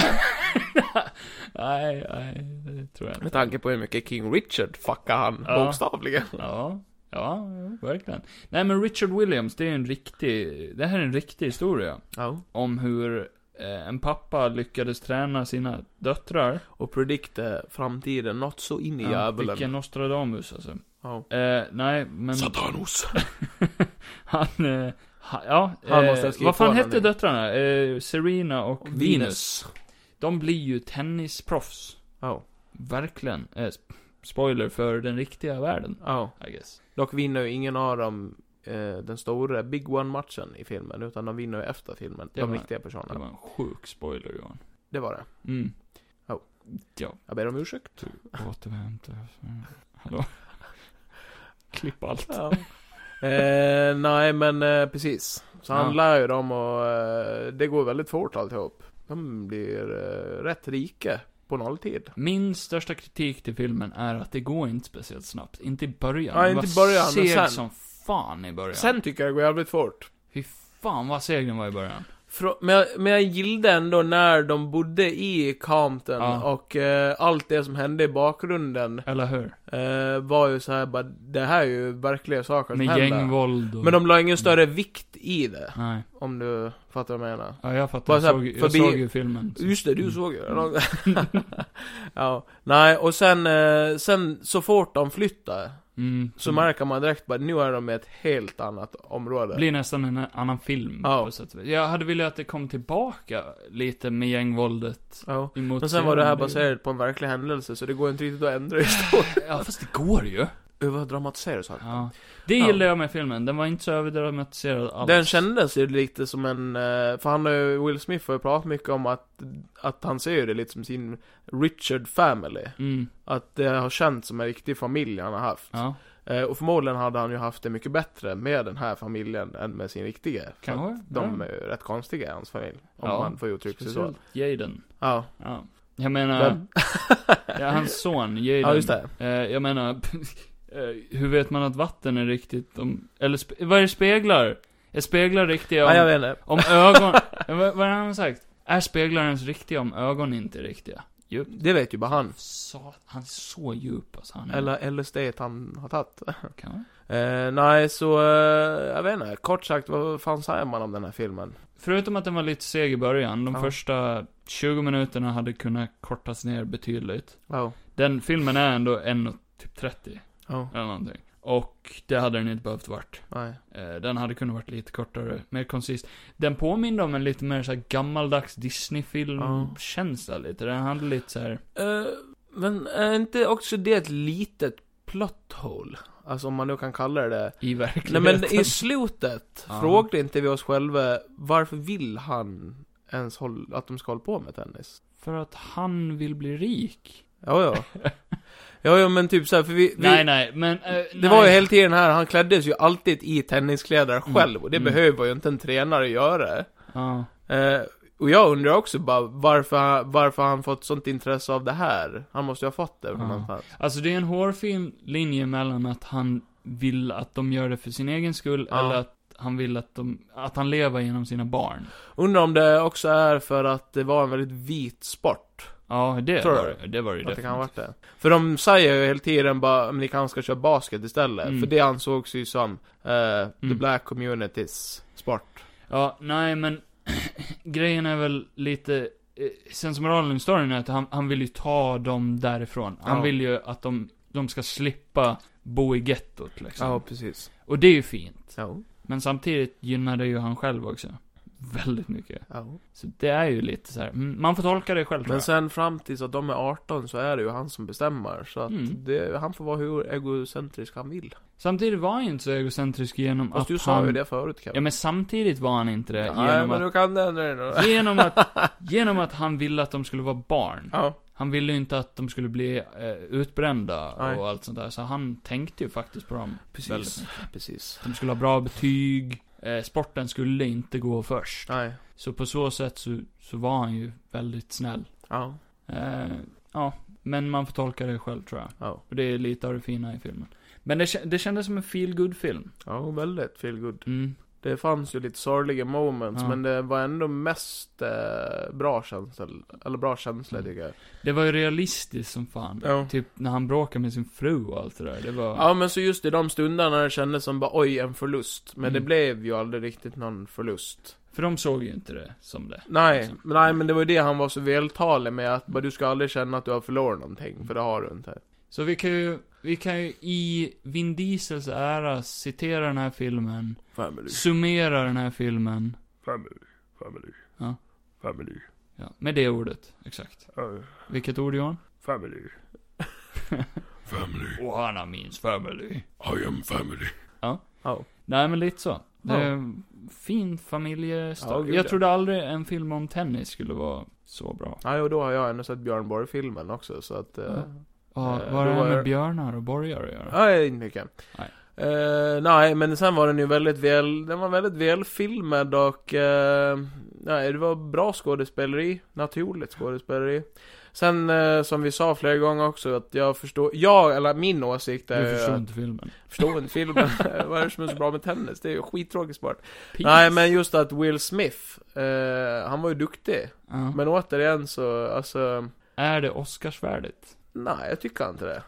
A: nej, nej, det tror jag
B: Med
A: inte.
B: tanke på hur mycket King Richard fuckade han,
A: Ja.
B: bokstavligen.
A: Ja, ja, jo, verkligen. Nej men Richard Williams, det är en riktig, det här är en riktig historia.
B: Ja.
A: Om hur eh, en pappa lyckades träna sina döttrar.
B: Och predikte framtiden något så in i djävulen.
A: Vilken Nostradamus alltså.
B: Ja.
A: Eh, nej, men
B: Satanos!
A: han, eh, ha, ja.
B: Han
A: eh,
B: måste ha skrivit
A: vad
B: på
A: fan
B: den
A: hette
B: nu.
A: döttrarna? Eh, Serena och Venus.
B: Venus.
A: De blir ju tennisproffs.
B: Ja.
A: Verkligen. Eh, sp- spoiler för den riktiga världen,
B: Ja.
A: I guess.
B: Dock vinner ju ingen av dem eh, den stora Big One-matchen i filmen, utan de vinner ju efter filmen,
A: Det
B: de
A: var-
B: riktiga
A: Det
B: personerna.
A: var en sjuk spoiler, Johan.
B: Det var det.
A: Mm.
B: Ja.
A: Ja,
B: Jag ber om ursäkt.
A: återhämta mm. Hallå? Klipp allt.
B: Ja. eh, nej, men eh, precis. Så han
A: Ja.
B: lär ju dem och eh, det går väldigt fort alltihop. De blir eh, rätt rika på nolltid.
A: Min största kritik till filmen är att det går inte speciellt snabbt. Inte i början.
B: Ja,
A: Den
B: inte
A: var
B: i början, men
A: seg
B: sen.
A: som fan i början.
B: Sen tycker jag det går jävligt fort.
A: Fy fan vad seg den var i början.
B: Frå- Men jag, men jag gillade ändå när de bodde i Compton
A: Ja.
B: och eh, allt det som hände i bakgrunden
A: Eller hur?
B: eh, var ju så här bara, det här är ju verkliga saker som
A: Med
B: händer.
A: gängvåld och...
B: Men de la ingen större vikt i det,
A: Nej.
B: om du fattar vad jag menar.
A: Ja, jag fattar.
B: Bara
A: Jag
B: så här,
A: såg, jag
B: förbi-
A: såg ju filmen. så-
B: Just det, du
A: Mm.
B: såg ju den. ja, nej, och sen, eh, sen så fort de flyttar
A: Mm.
B: så märker man direkt bara nu är de i ett helt annat område.
A: Det blir nästan en annan film
B: Ja.
A: på sätt och vis. Jag hade velat att det kom tillbaka lite med gängvåldet.
B: ja.
A: Emot
B: Men sen var det här
A: scenen.
B: baserat på en verklig händelse så det går inte riktigt att ändra historien.
A: Ja, fast det går ju.
B: Överdramatisera så här.
A: Ja. Det
B: Ja.
A: gillade jag med filmen. Den var inte så överdramatiserad alls.
B: Den kändes ju lite som en, eh, för han har ju, Will Smith har ju pratat mycket om att, att han ser ju det lite som sin Richard family.
A: Mm.
B: Att det har känts som en riktig familj han har haft.
A: Ja,
B: Eh, och förmodligen hade han ju haft det mycket bättre med den här familjen än med sin riktiga. För att
A: kanske.
B: De
A: ja.
B: är ju rätt konstiga i hans familj. Om
A: Ja,
B: man får uttrycka sig så.
A: Speciellt Jaden.
B: Ja.
A: Ja. Jag menar,
B: Vem?
A: ja, hans son, Jaden.
B: ja, just det.
A: Eh, jag menar, eh, hur vet man att vatten är riktigt om, eller spe, vad är det speglar? Är speglar riktiga
B: Ja,
A: om,
B: jag vet inte.
A: om ögon, Eh, vad, vad har han sagt? Är speglar ens riktiga om ögon inte är riktiga? Djupt.
B: Det vet ju bara han.
A: Så, han är så djup alltså, han är,
B: Eller LSD han har tagit.
A: kan man?
B: Eh, nej, så eh, jag vet inte. Kort sagt, vad fan säger man om den här filmen?
A: Förutom att den var lite seg i början, de
B: Ja.
A: första 20 minuterna hade kunnat kortas ner betydligt.
B: Ja.
A: Den filmen är ändå 1 och typ 30,
B: Ja.
A: eller någonting. Och det hade den inte behövt varit.
B: Nej.
A: Eh, Den hade kunnat varit lite kortare, mer koncis. Den påminner om en lite mer så här gammaldags
B: Ja.
A: Disney-film-känsla lite. Den hade lite så här.
B: Eh, men är inte också det ett litet plot hole? Alltså om man nu kan kalla det det.
A: i
B: Nej
A: verkligheten.
B: men i slutet
A: Ja.
B: frågade inte vi oss själva varför vill han ens hålla, att de ska hålla på med tennis?
A: För att han vill bli rik.
B: Ja, ja. ja, ja men typ så här, för vi, vi
A: nej, nej, men... eh,
B: Det
A: nej.
B: var ju hela tiden här, han kläddes ju alltid i tenniskläder
A: Mm.
B: själv och det
A: Mm.
B: behöver ju inte en tränare göra.
A: Ja.
B: Eh, och jag undrar också bara varför, han- varför han fått sånt intresse av det här. Han måste ju ha fått det från
A: Ja.
B: någonstans.
A: Alltså det är en hårfin linje mellan att han vill att de gör det för sin egen skull,
B: Ja.
A: eller att han vill att de, att han lever genom sina barn.
B: Undrar om det också är för att det var en väldigt vit sport.
A: Ja, det
B: Tror
A: var
B: du?
A: det. Det var det ju
B: Att det kan ha
A: definitivt.
B: varit det. För de säger ju hela tiden bara, men ni kanske ska köra basket istället.
A: Mm.
B: För det ansågs ju som eh, the
A: Mm.
B: black communities sport.
A: Ja, nej men grejen är väl lite, eh, sen som moralen i storyn är att han, han vill ju ta dem därifrån. Han
B: Ja.
A: vill ju att de, de ska slippa bo i gettot liksom.
B: precis.
A: Och det är ju fint.
B: Ja,
A: Men samtidigt gynnar det ju han själv också. Väldigt mycket.
B: ja.
A: Så det är ju lite så här. mm, man får tolka det själv tror
B: Men
A: jag.
B: sen fram tills att de är 18 så är det ju han som bestämmer. Så att
A: Mm.
B: det, han får vara hur egocentrisk han vill.
A: Samtidigt var han ju inte så egocentrisk genom
B: Fast
A: att
B: du
A: han...
B: sa ju det förut
A: Ja
B: Kevin.
A: men samtidigt var han inte det
B: Nej,
A: genom
B: men
A: att...
B: du kan det ändra dig nu.
A: Genom att, genom att han ville att de skulle vara barn.
B: Ja.
A: Han ville ju inte att de skulle bli eh, utbrända
B: Nej.
A: och allt sånt där. Så han tänkte ju faktiskt på dem. väldigt
B: Precis.
A: mycket.
B: Precis.
A: De skulle ha bra betyg. Eh, sporten skulle inte gå först.
B: Nej.
A: Så på så sätt så, så var han ju väldigt snäll.
B: Ja.
A: Eh, ja, men man får tolka det själv tror jag.
B: Ja.
A: Och det är lite av det fina i filmen. Men det, kä- det kändes som en feel good film
B: Ja, väldigt feel good.
A: Mm.
B: Det fanns ju lite sorgliga moments,
A: Ja.
B: men det var ändå mest eh, bra känsla, eller bra känsla
A: Mm.
B: tycker jag.
A: Det var ju realistiskt som fan.
B: Ja.
A: Typ när han bråkade med sin fru och allt det där. Det var...
B: Ja men så just i de stunderna det kändes som bara oj, en förlust. Men det
A: Mm.
B: blev ju aldrig riktigt någon förlust.
A: För de såg ju inte det som det.
B: Nej,
A: Liksom.
B: nej men det var ju det han var så vältalig med, att bara, du ska aldrig känna att du har förlorat någonting, för det har du inte.
A: Så vi kan ju, vi kan ju i Vin Diesels ära citera den här filmen,
B: Family,
A: summera den här filmen.
B: family, family.
A: Ja.
B: Family,
A: Ja, med det ordet, exakt.
B: uh,
A: Vilket ord Johan?
B: family. family,
A: Ohana means family.
B: I am family.
A: Ja.
B: Ja.
A: Nej men lite så. Det
B: Ja.
A: är en fin familjestory.
B: Ja, gud,
A: jag
B: ja.
A: trodde aldrig en film om tennis skulle vara så bra.
B: Nej, och då har jag ändå sett Björn Borg-filmen också, så att... eh,
A: Ja. Ja,
B: Eh,
A: vad har
B: då
A: det här
B: är-
A: med björnar och borgar att göra?
B: Nej, inte mycket.
A: Nej.
B: Eh, nej, men sen var den ju väldigt väl, den var väldigt välfilmad och, eh, nej, det var bra skådespeleri, naturligt skådespeleri. Sen, eh, som vi sa flera gånger också, att jag förstår, jag, eller min åsikt är
A: Du
B: ju
A: förstår
B: att,
A: inte filmen.
B: förstår inte filmen, Eh, vad är det som är så bra med tennis? Det är ju skittråkig sport.
A: Peace.
B: Nej, men just att Will Smith, eh, han var ju duktig.
A: Ja.
B: Men återigen så, alltså,
A: Är det Oscarsvärdigt?
B: nej, jag tycker inte det.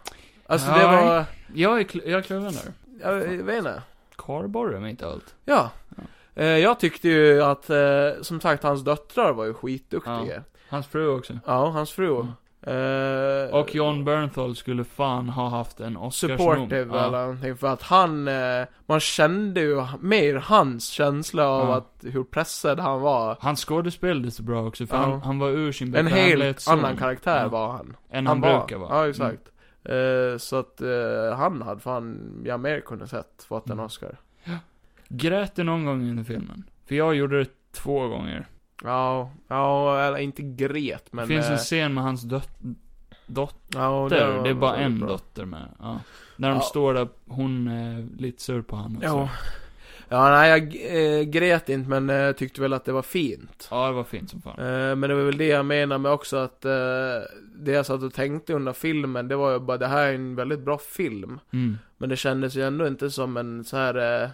B: Alltså det
A: Nej.
B: var,
A: Jag är, kl- jag är kluven där.
B: jag, jag vet inte.
A: Karborre mitt i allt.
B: Ja.
A: Ja.
B: Eh, jag tyckte ju att, eh, som sagt, hans döttrar var ju skitduktiga. Ja,
A: Hans fru också.
B: hans fru. Eh,
A: Mm. Och John Bernthal skulle fan ha haft en Oscarsnom.
B: Supportive
A: Ja.
B: eller någonting, för att han, eh, man kände ju mer hans känsla av
A: Ja.
B: att, hur pressad han var.
A: Han skådespelade så bra också, för
B: Ja.
A: han, han var ur sin
B: En helt
A: bekvämlighetszon
B: annan karaktär
A: Ja.
B: var han.
A: Än han,
B: var.
A: brukar vara. Mm.
B: Ja, exakt. Eh, så att eh, han hade fan, jag mer kunnat sett, fått en
A: Mm.
B: Oscar.
A: Mm. Grät du någon gång under filmen? För jag gjorde det två gånger.
B: Ja, ja, eller inte gret, men...
A: det finns
B: eh,
A: en scen med hans dot dotter,
B: ja, var-
A: det är bara
B: var
A: en
B: bra.
A: dotter med. Ja. När de
B: Ja.
A: står där, hon är lite sur på honom.
B: Ja. Ja, nej jag eh, grät inte men eh, tyckte väl att det var fint.
A: ja, det var fint som fan.
B: Eh, men det var väl det jag menar med också att eh, det jag satt och tänkte under filmen, det var ju bara det här är en väldigt bra film.
A: Mm.
B: Men det kändes ju ändå inte som en så här eh,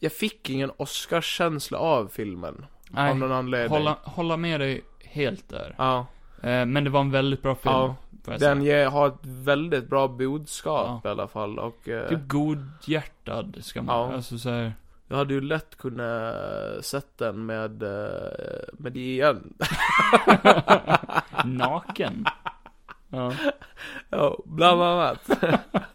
B: jag fick ingen Oscarskänsla av filmen. Av
A: Nej,
B: någon anledning.
A: hålla, hålla med dig helt där.
B: Ja,
A: Eh, men det var en väldigt bra film. alltså.
B: ja
A: får jag säga.
B: den ger, har ett väldigt bra budskap i alla fall och eh,
A: Typ godhjärtad ska man,
B: Ja.
A: alltså så här.
B: jag hade ju lätt kunnat sett den med, eh, med det igen.
A: Naken. Ja.
B: Ja, bland annat.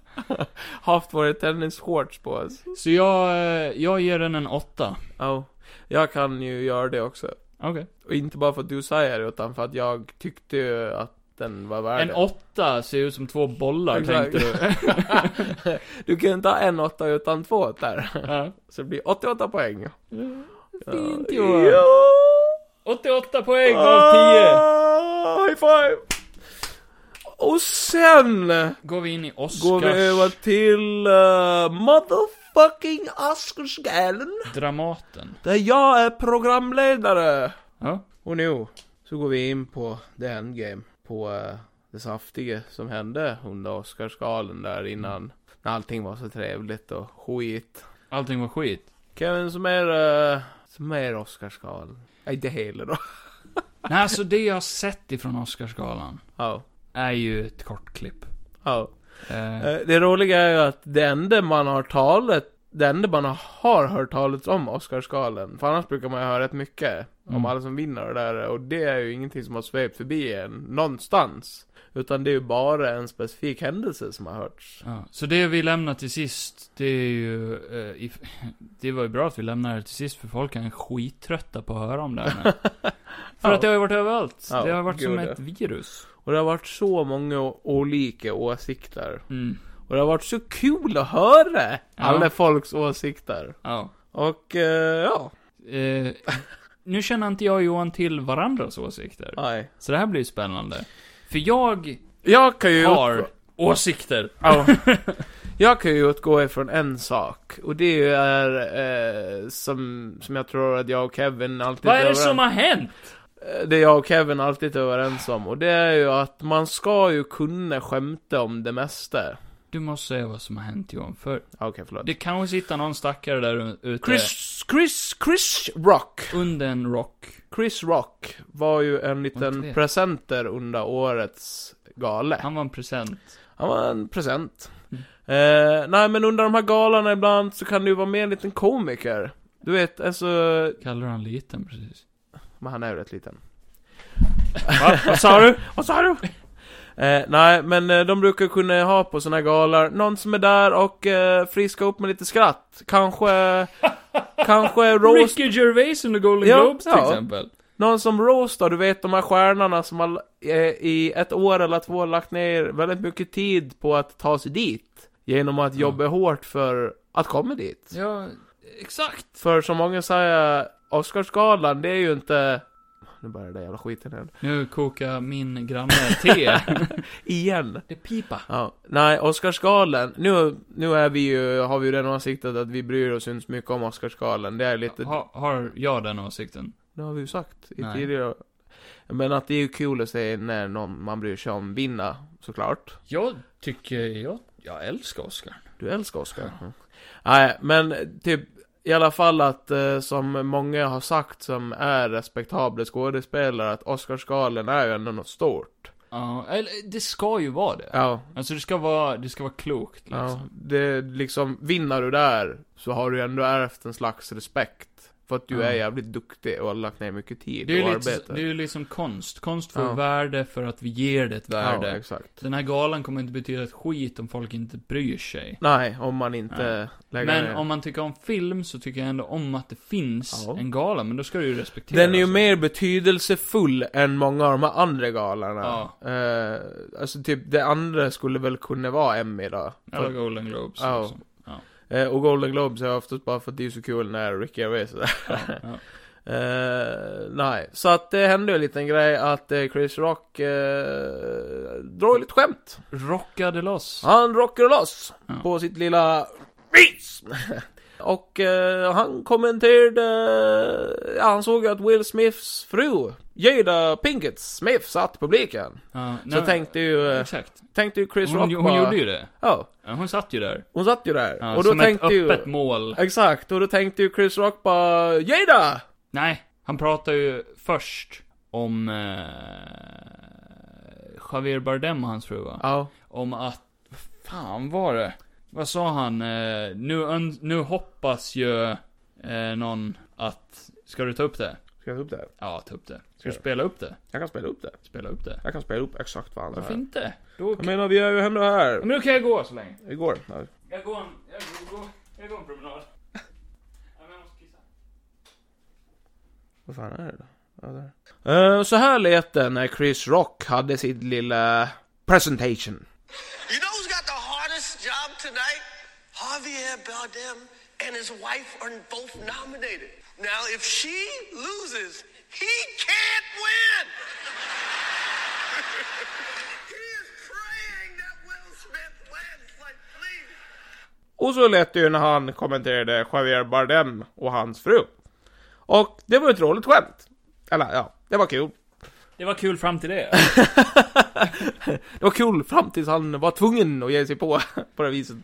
B: Haft våra tennisshorts på oss.
A: Så jag, eh, jag ger den en åtta.
B: Ja, jag kan ju göra det också.
A: Okej.
B: Och inte bara för att du säger det, utan för att jag tyckte ju att den var värd
A: En
B: det.
A: åtta ser ut som två bollar,
B: Exakt.
A: tänkte du.
B: Du kan ju inte ha en åtta utan två där.
A: Ja.
B: Så det blir 88 poäng.
A: Fint
B: Johan.
A: Johan. 88 poäng
B: Ah!
A: av 10.
B: High five! Och sen
A: Går vi in i Oscars
B: går vi över till eh, motherfucking Oscarsgalan.
A: Dramaten.
B: Där jag är programledare.
A: Ja.
B: Och nu så går vi in på the endgame. På eh, det saftiga som hände under Oscarsgalan där innan. När allting var så trevligt och skit.
A: Allting var skit.
B: Kevin, som är, uh, som är Oscarsgalan? Ja, Inte hela då.
A: Nej, alltså det jag har sett ifrån Oscarsgalan
B: Ja.
A: är ju ett kort klipp.
B: Ja.
A: Eh,
B: Eh, Det roliga är ju att det enda man har talat det enda man har hört talet om Oscarsgalan, för annars brukar man ju höra rätt mycket om
A: Mm.
B: alla som vinner och det där, och det är ju ingenting som har svept förbi en någonstans. Utan det är ju bara en specifik händelse som har hörts.
A: Ja, så det vi lämnar till sist, det är ju... Eh, if, det var ju bra att vi lämnade det till sist, för folk är skittrötta på att höra om det här nu. För
B: Ja.
A: att det har ju varit överallt.
B: Ja,
A: det har varit
B: gud,
A: som
B: ja.
A: ett virus.
B: Och det har varit så många o- olika åsikter.
A: Mm,
B: Och det har varit så kul att höra alla
A: Ja.
B: folks åsikter.
A: ja.
B: Och eh, ja,
A: Eh, nu känner inte jag och Johan till varandras åsikter.
B: nej.
A: Så det här blir ju spännande. För jag
B: Jag kan ju...
A: har åsikter.
B: Ja. Jag kan ju utgå ifrån en sak, och det är eh, som, som jag tror att jag och Kevin alltid
A: Vad är det
B: överens-
A: som har hänt?
B: eh, Det jag och Kevin alltid är överens om, och det är ju att man ska ju kunna skämta om det mesta. Ah,
A: Du måste säga vad som har hänt Johan, för
B: Okej, förlåt. Eh.
A: det kanske sitter någon stackare där ute.
B: Chris, Chris, Chris Rock.
A: Under en rock.
B: Chris Rock var ju en
A: inte
B: liten
A: det?
B: presenter under årets gale.
A: Han var en present.
B: Han var en present.
A: Mm.
B: Eh, nej men under de här galorna ibland så kan det ju vara med en liten komiker. Du vet, alltså...
A: Kallar han liten precis?
B: Men han är ju rätt liten.
A: Va? Vad sa du?
B: Vad sa du? Eh, nej, men eh, de brukar kunna ha på såna här galor någon som är där och eh, friska upp med lite skratt. Kanske... kanske roast...
A: Ricky Gervais under Golden
B: Ja,
A: Globes till
B: ja.
A: exempel.
B: Någon som roastar, du vet de här stjärnorna som har eh, i ett år eller två lagt ner väldigt mycket tid på att ta sig dit. Genom att jobba hårt för att komma dit.
A: Ja, exakt.
B: För som många säger, Oscarsgalan det är ju inte... Nu börjar det jävla skiten igen.
A: Nu kokar min granne te.
B: Igen!
A: Det pipa.
B: Ja, nej, Oscarsgalan, nu, nu är vi ju, har vi ju den åsikten att vi bryr oss inte så mycket om Oscarsgalan, det är lite,
A: Ha, har jag den åsikten?
B: det har vi ju sagt i
A: Nej.
B: tidigare Men att det är ju kul att se när någon man bryr sig om vinna, såklart.
A: Jag tycker, jag, jag älskar Oscar.
B: Du älskar Oscar? Mm. Nej, men typ i alla fall att eh, som många har sagt som är respektabla skådespelare att Oscarsgalan är ju ändå något stort.
A: Ja, eller det ska ju vara det.
B: Ja,
A: Alltså det ska vara, det ska vara klokt
B: ja.
A: liksom.
B: Det liksom, vinner du där så har du ju ändå ärvt en slags respekt. För att du
A: Ja.
B: är jävligt duktig och har lagt ner mycket tid
A: Det är
B: och
A: ju
B: arbete.
A: lite, det är ju liksom konst. Konst får
B: Ja.
A: värde för att vi ger det ett
B: ja,
A: värde.
B: exakt.
A: Den här galan kommer inte betyda ett skit om folk inte bryr sig.
B: Nej, om man inte lägger
A: Men
B: ner.
A: om man tycker om film så tycker jag ändå om att det finns
B: Ja.
A: en gala, men då ska det ju respekteras.
B: Den är ju mer betydelsefull än många av de här andra galorna.
A: Ja.
B: Eh, alltså typ, det andra skulle väl kunna vara Emmy då.
A: Alla Golden Globes
B: Ja.
A: liksom.
B: Eh, och Golden Globes är oftast bara för att det är så kul när Ricky Gervais är där.
A: ja, ja.
B: Eh, nej, så att det hände ju en liten grej att eh, Chris Rock eh, drog lite skämt.
A: Rockade loss.
B: Han rockade loss
A: Ja.
B: på sitt lilla vis. och eh, han kommenterade, ja han såg ju att Will Smiths fru, Jada Pinkett Smith, satt i publiken.
A: Ja,
B: Så
A: nej,
B: tänkte ju, eh,
A: Exakt.
B: tänkte ju Chris
A: Hon,
B: Rock
A: hon
B: bara,
A: gjorde ju det.
B: Ja,
A: Ja, Hon satt ju där.
B: hon satt ju där.
A: Ja,
B: och då
A: som
B: tänkte
A: ett
B: ju...
A: öppet mål.
B: Exakt, och då tänkte ju Chris Rock bara Jada!
A: Nej, han pratar ju först om eh, Javier Bardem och hans fru va?
B: Ja.
A: Om att, vad fan var det? Vad sa han? Eh, nu, öns- nu hoppas ju eh, någon att, ska du ta upp det?
B: Ska jag ta upp det?
A: Ja, ta upp det. Ska
B: Ska
A: du
B: jag?
A: spela upp det?
B: Jag kan spela upp det.
A: Spela upp det.
B: Jag kan spela upp exakt vad han
A: Varför
B: säger.
A: inte? Då
B: Jag
A: kan...
B: menar, vi är ju ändå här.
A: Men då kan jag gå så länge.
B: Igår. Ja.
A: Jag går en, jag går, går, jag går en promenad. Ja, men jag måste kissa.
B: Vad fan är det då? Ja, där. Eh, så här lät det när Chris Rock hade sitt lilla presentation.
D: You know who's got the hardest job tonight? Javier Bardem and his wife are both nominated. Now, if she loses, he can't win. he is praying that Will Smith wins. Like, please.
B: Och så lät det ju när han kommenterade Javier Bardem och hans fru. Och det var ett roligt skämt. Eller ja, det var kul.
A: Det var kul fram till det.
B: Det var kul fram tills han var tvungen att ge sig på, på det viset.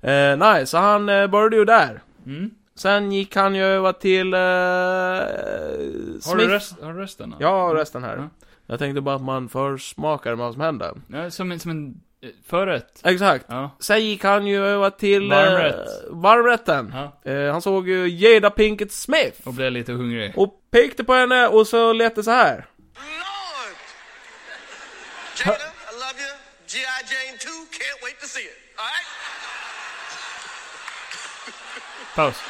B: Eh, nej, så han eh, började ju där.
A: Mm.
B: Sen gick han ju över till... Eh,
A: Har du, rest, har du resten? eller?
B: Ja, resten här.
A: Ja.
B: Jag tänkte bara att man försmakar vad som hände.
A: Ja, som en, som en eh, förrätt.
B: Exakt.
A: Ja.
B: Sen gick han ju över till... eh,
A: Varmrätt.
B: varmrätten.
A: Ja.
B: Eh, han såg ju Jada Pinkett Smith.
A: Och blev lite hungrig.
B: Och pekade på henne och så lät det så här.
D: Lord. Jada, I love you. G.I. Jane 2, can't wait to see it. All right?
A: Paus.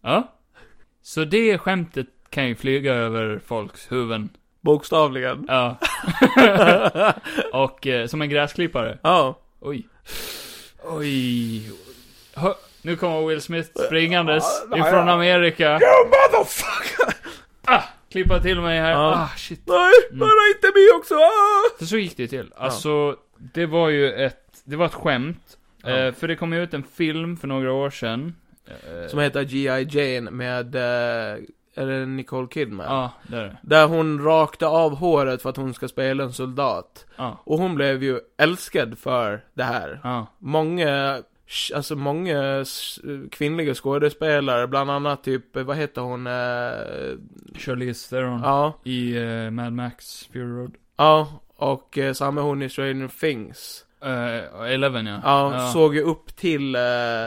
A: Ja. Så det skämtet kan ju flyga över folks huvuden.
B: Bokstavligen.
A: Ja. Och eh, som en gräsklippare.
B: Ja.
A: Oj. Oj. Hö. Nu kommer Will Smith springandes ifrån Amerika.
B: Oh, motherfucker!
A: Ah, klippa till mig här.
B: Ja.
A: Ah, shit.
B: Nej, var inte vi också? Ah!
A: Så, så gick det till. Alltså, det var ju ett, det var ett skämt. Eh, för det kom ut en film för några år sedan.
B: Som heter G.I. Jane med, eh, är det Nicole Kidman?
A: Ja, ah, där är det.
B: Där hon rakte av håret för att hon ska spela en soldat.
A: Ja.
B: Och hon blev ju älskad för det här.
A: Ja.
B: Många sh- alltså många s- kvinnliga skådespelare, bland annat typ, eh, vad heter hon, eh,
A: Charlize Theron.
B: ja,
A: I eh, Mad Max Fury Road.
B: ja, och eh, samma hon i Stranger Things.
A: Eh, Eleven ja.
B: Ja, såg ju upp till... eh,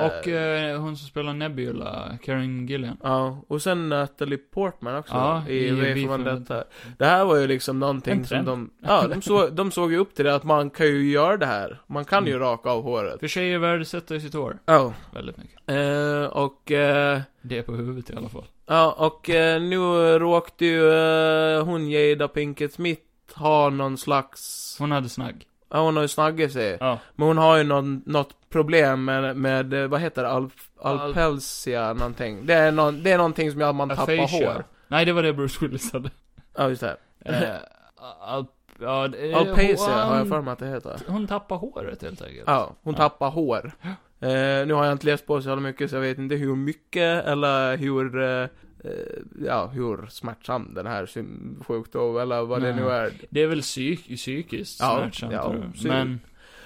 A: Och eh, hon som spelar Nebula, Karen Gillian.
B: Ja, och sen Natalie Portman också
A: Ja,
B: i
A: i
B: V
A: V
B: för
A: för
B: Vendetta. Det här var ju liksom någonting
A: En
B: som
A: trend.
B: de, ja, de, så, de såg ju upp till det att man kan ju göra det här. Man kan
A: Mm.
B: ju raka av håret.
A: För tjejer värdesätter sitt hår
B: Ja.
A: väldigt mycket.
B: Eh, och, eh,
A: Det är på huvudet i alla fall.
B: ja, och eh, nu råkade ju eh, hon Jada Pinkett Smith ha någon slags,
A: Hon hade snagg.
B: ja, hon har ju snaggat sig.
A: Ja.
B: Men hon har ju någon, något problem med, med eh, vad heter det, Alp,
A: Alp-
B: alpelsia någonting. Det är, någon, det är någonting som gör att man tappar
A: Aphasia.
B: hår.
A: Nej, det var det Bruce Willis hade.
B: Ja, just det.
A: Eh, Alp... Ja, det- eh,
B: Alpacia har jag
A: hon-
B: för mig att det heter.
A: Hon tappar håret helt enkelt.
B: Ja, hon
A: Ja.
B: tappar hår. Eh, nu har jag inte läst på så jävla mycket så jag vet inte hur mycket eller hur, eh, eh, ja, hur smärtsam den här sym- sjukdomen eller vad det
A: Nej.
B: nu är.
A: Det är väl psyk psykiskt
B: Ja,
A: smärtsamt,
B: ja,
A: tror jag.
B: psy-
A: Men...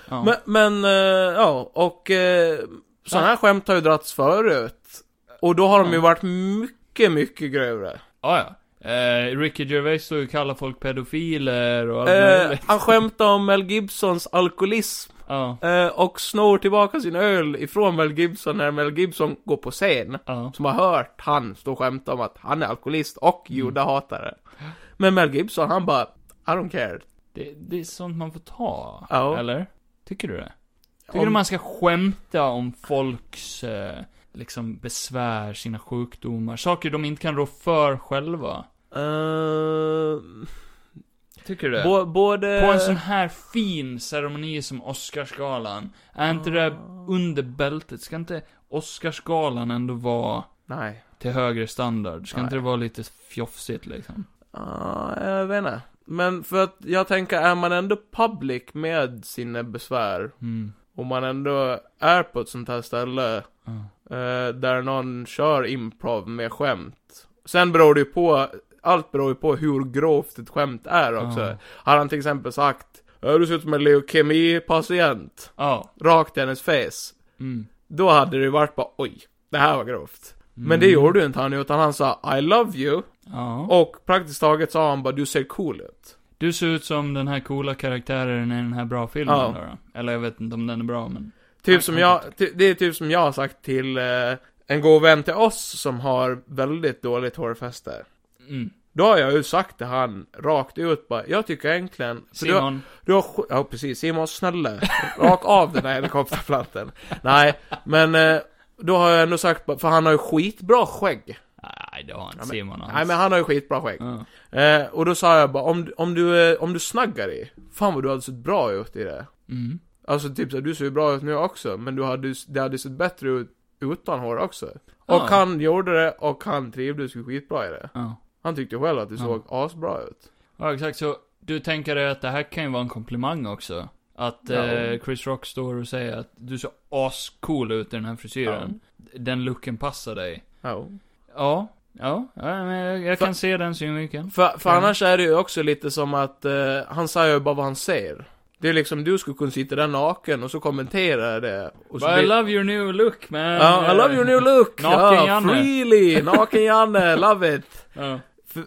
A: Ja.
B: Men, men eh, ja, och eh, sådana här skämt har ju dragits förut. Och då har de ju
A: Ja.
B: varit mycket, mycket grövre.
A: Ja, ja. Eh, Ricky Gervais stod ju och kallade folk pedofiler och allt
B: Eh,
A: möjligt.
B: han skämtade om Mel Gibsons alkoholism
A: Ja,
B: eh, och snor tillbaka sin öl ifrån Mel Gibson när Mel Gibson går på scen.
A: ja.
B: som har hört han stå och skämta om att han är alkoholist och
A: Mm.
B: judahatare. Men Mel Gibson, han bara, I don't care.
A: Det, det är sånt man får ta,
B: Ja.
A: eller? Tycker du det? Tycker du
B: Om,
A: man ska skämta om folks, eh, liksom, besvär, sina sjukdomar, saker de inte kan rå för själva?
B: eh,
A: Tycker du det?
B: bo, både...
A: På en sån här fin ceremoni som Oscarsgalan, är inte det under bältet? Ska inte Oscarsgalan ändå vara
B: Nej.
A: till högre standard? Ska
B: Nej.
A: inte det vara lite fjofsigt liksom?
B: Ah, jag vet inte. Men för att jag tänker, är man ändå public med sina besvär,
A: Mm.
B: och man ändå är på ett sånt här ställe,
A: Ja.
B: eh, där någon kör improv med skämt. Sen beror det ju på, allt beror ju på hur grovt ett skämt är också.
A: Ja.
B: Har han till exempel sagt "Ja, du ser ut som en leukemipatient,
A: Ja.
B: rakt i hennes face.
A: Mm.
B: Då hade det ju varit bara oj, det här var grovt. Men
A: Mm.
B: det gjorde ju inte han utan han sa I love you
A: Ja.
B: och praktiskt taget sa han bara du ser cool ut.
A: Du ser ut som den här coola karaktären i den här bra filmen
B: Ja.
A: då, då. Eller jag vet inte om den är bra, men.
B: Typ som jag, ty, det är typ som jag har sagt till eh, en god vän till oss som har väldigt dåligt hårfäste.
A: Mm.
B: Då har jag ju sagt till han rakt ut bara, jag tycker egentligen... För du har-
A: Simon.
B: Du har, sk- ja precis, Simon snälla, rak av den här helikopterplanten. Nej, men eh, då har jag ändå sagt, för han har ju skitbra skägg.
A: Nej, det har han. Simon
B: Nej men han har ju skitbra skägg.
A: Ja.
B: Eh, och då sa jag bara, om, om du, eh, om du snaggar dig, fan vad du hade sett bra ut i det.
A: Mm.
B: Alltså typ så här, du ser ju bra ut nu också, men du hade, ju s- det hade sett bättre ut utan hår också. Och
A: Ja.
B: han gjorde det, och han trivdes ju skitbra i det.
A: Ja.
B: Han tyckte själv att det såg asbra ut.
A: Ja, exakt. Så du tänker dig att det här kan ju vara en komplimang också? Att
B: Ja.
A: eh, Chris Rock står och säger att du ser ascool ut i den här frisyren. Den looken passar dig.
B: Ja.
A: Ja, ja, ja men jag, jag
B: För-
A: kan se den synvinkeln.
B: För, för
A: Mm.
B: annars är det ju också lite som att eh, han säger ju bara vad han ser. Det är liksom, du skulle kunna sitta där naken och så kommentera det. Och så
A: But I
B: blir-
A: love your new look man.
B: Ja, I love your new look!
A: Naken
B: ja,
A: Janne.
B: freely! Naken Janne, love it!
A: Ja.
B: För,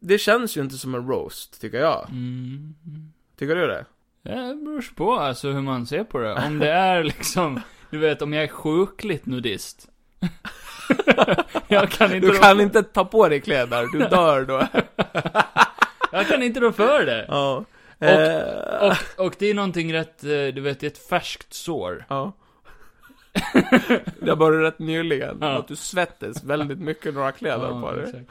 B: det känns ju inte som en roast, tycker jag.
A: Mm.
B: Tycker du det?
A: Det beror sig på alltså hur man ser på det. Om det är liksom, du vet om jag är sjukligt nudist. jag kan inte
B: Du
A: rå-
B: kan inte ta på dig kläder, du dör då.
A: Jag kan inte rå för det.
B: ja.
A: Och-
B: Eh,
A: Och, och det är någonting rätt, eh, du vet, det är ett färskt sår.
B: ja. det började rätt nyligen,
A: Ja.
B: att du svettas väldigt mycket när du har kläder på dig.
A: exakt.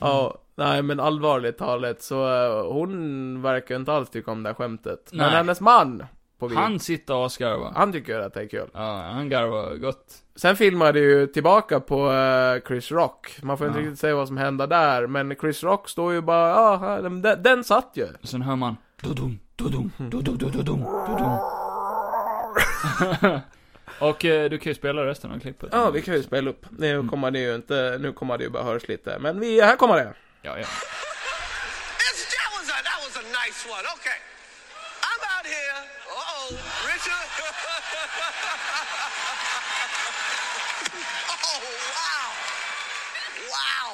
B: Ja, nej men allvarligt talet så eh, hon verkar ju inte alls tycka om det här skämtet. Men
A: Nej.
B: hennes man, på vid, han...
A: Han sitter asgarva.
B: han tycker ju att det är kul.
A: Ja, han garvar gott.
B: Sen filmade ju tillbaka på eh, Chris Rock. Man får inte
A: Ja.
B: riktigt säga vad som hände där, men Chris Rock står ju bara, ja, här, den, den satt ju.
A: Sen hör man, dudum, dudum,
B: Mm.
A: dudum, dudum, dudum. Och eh, du kan ju spela resten av klippet.
B: Ja, vi kan ju spela upp. Nu kommer det ju inte, nu kommer det ju bara hörs lite. Men vi, här kommer det.
A: Ja, ja.
D: That's, that was a that was a nice one. Okay, I'm out here. Uh oh, Richard. Oh, wow. Wow.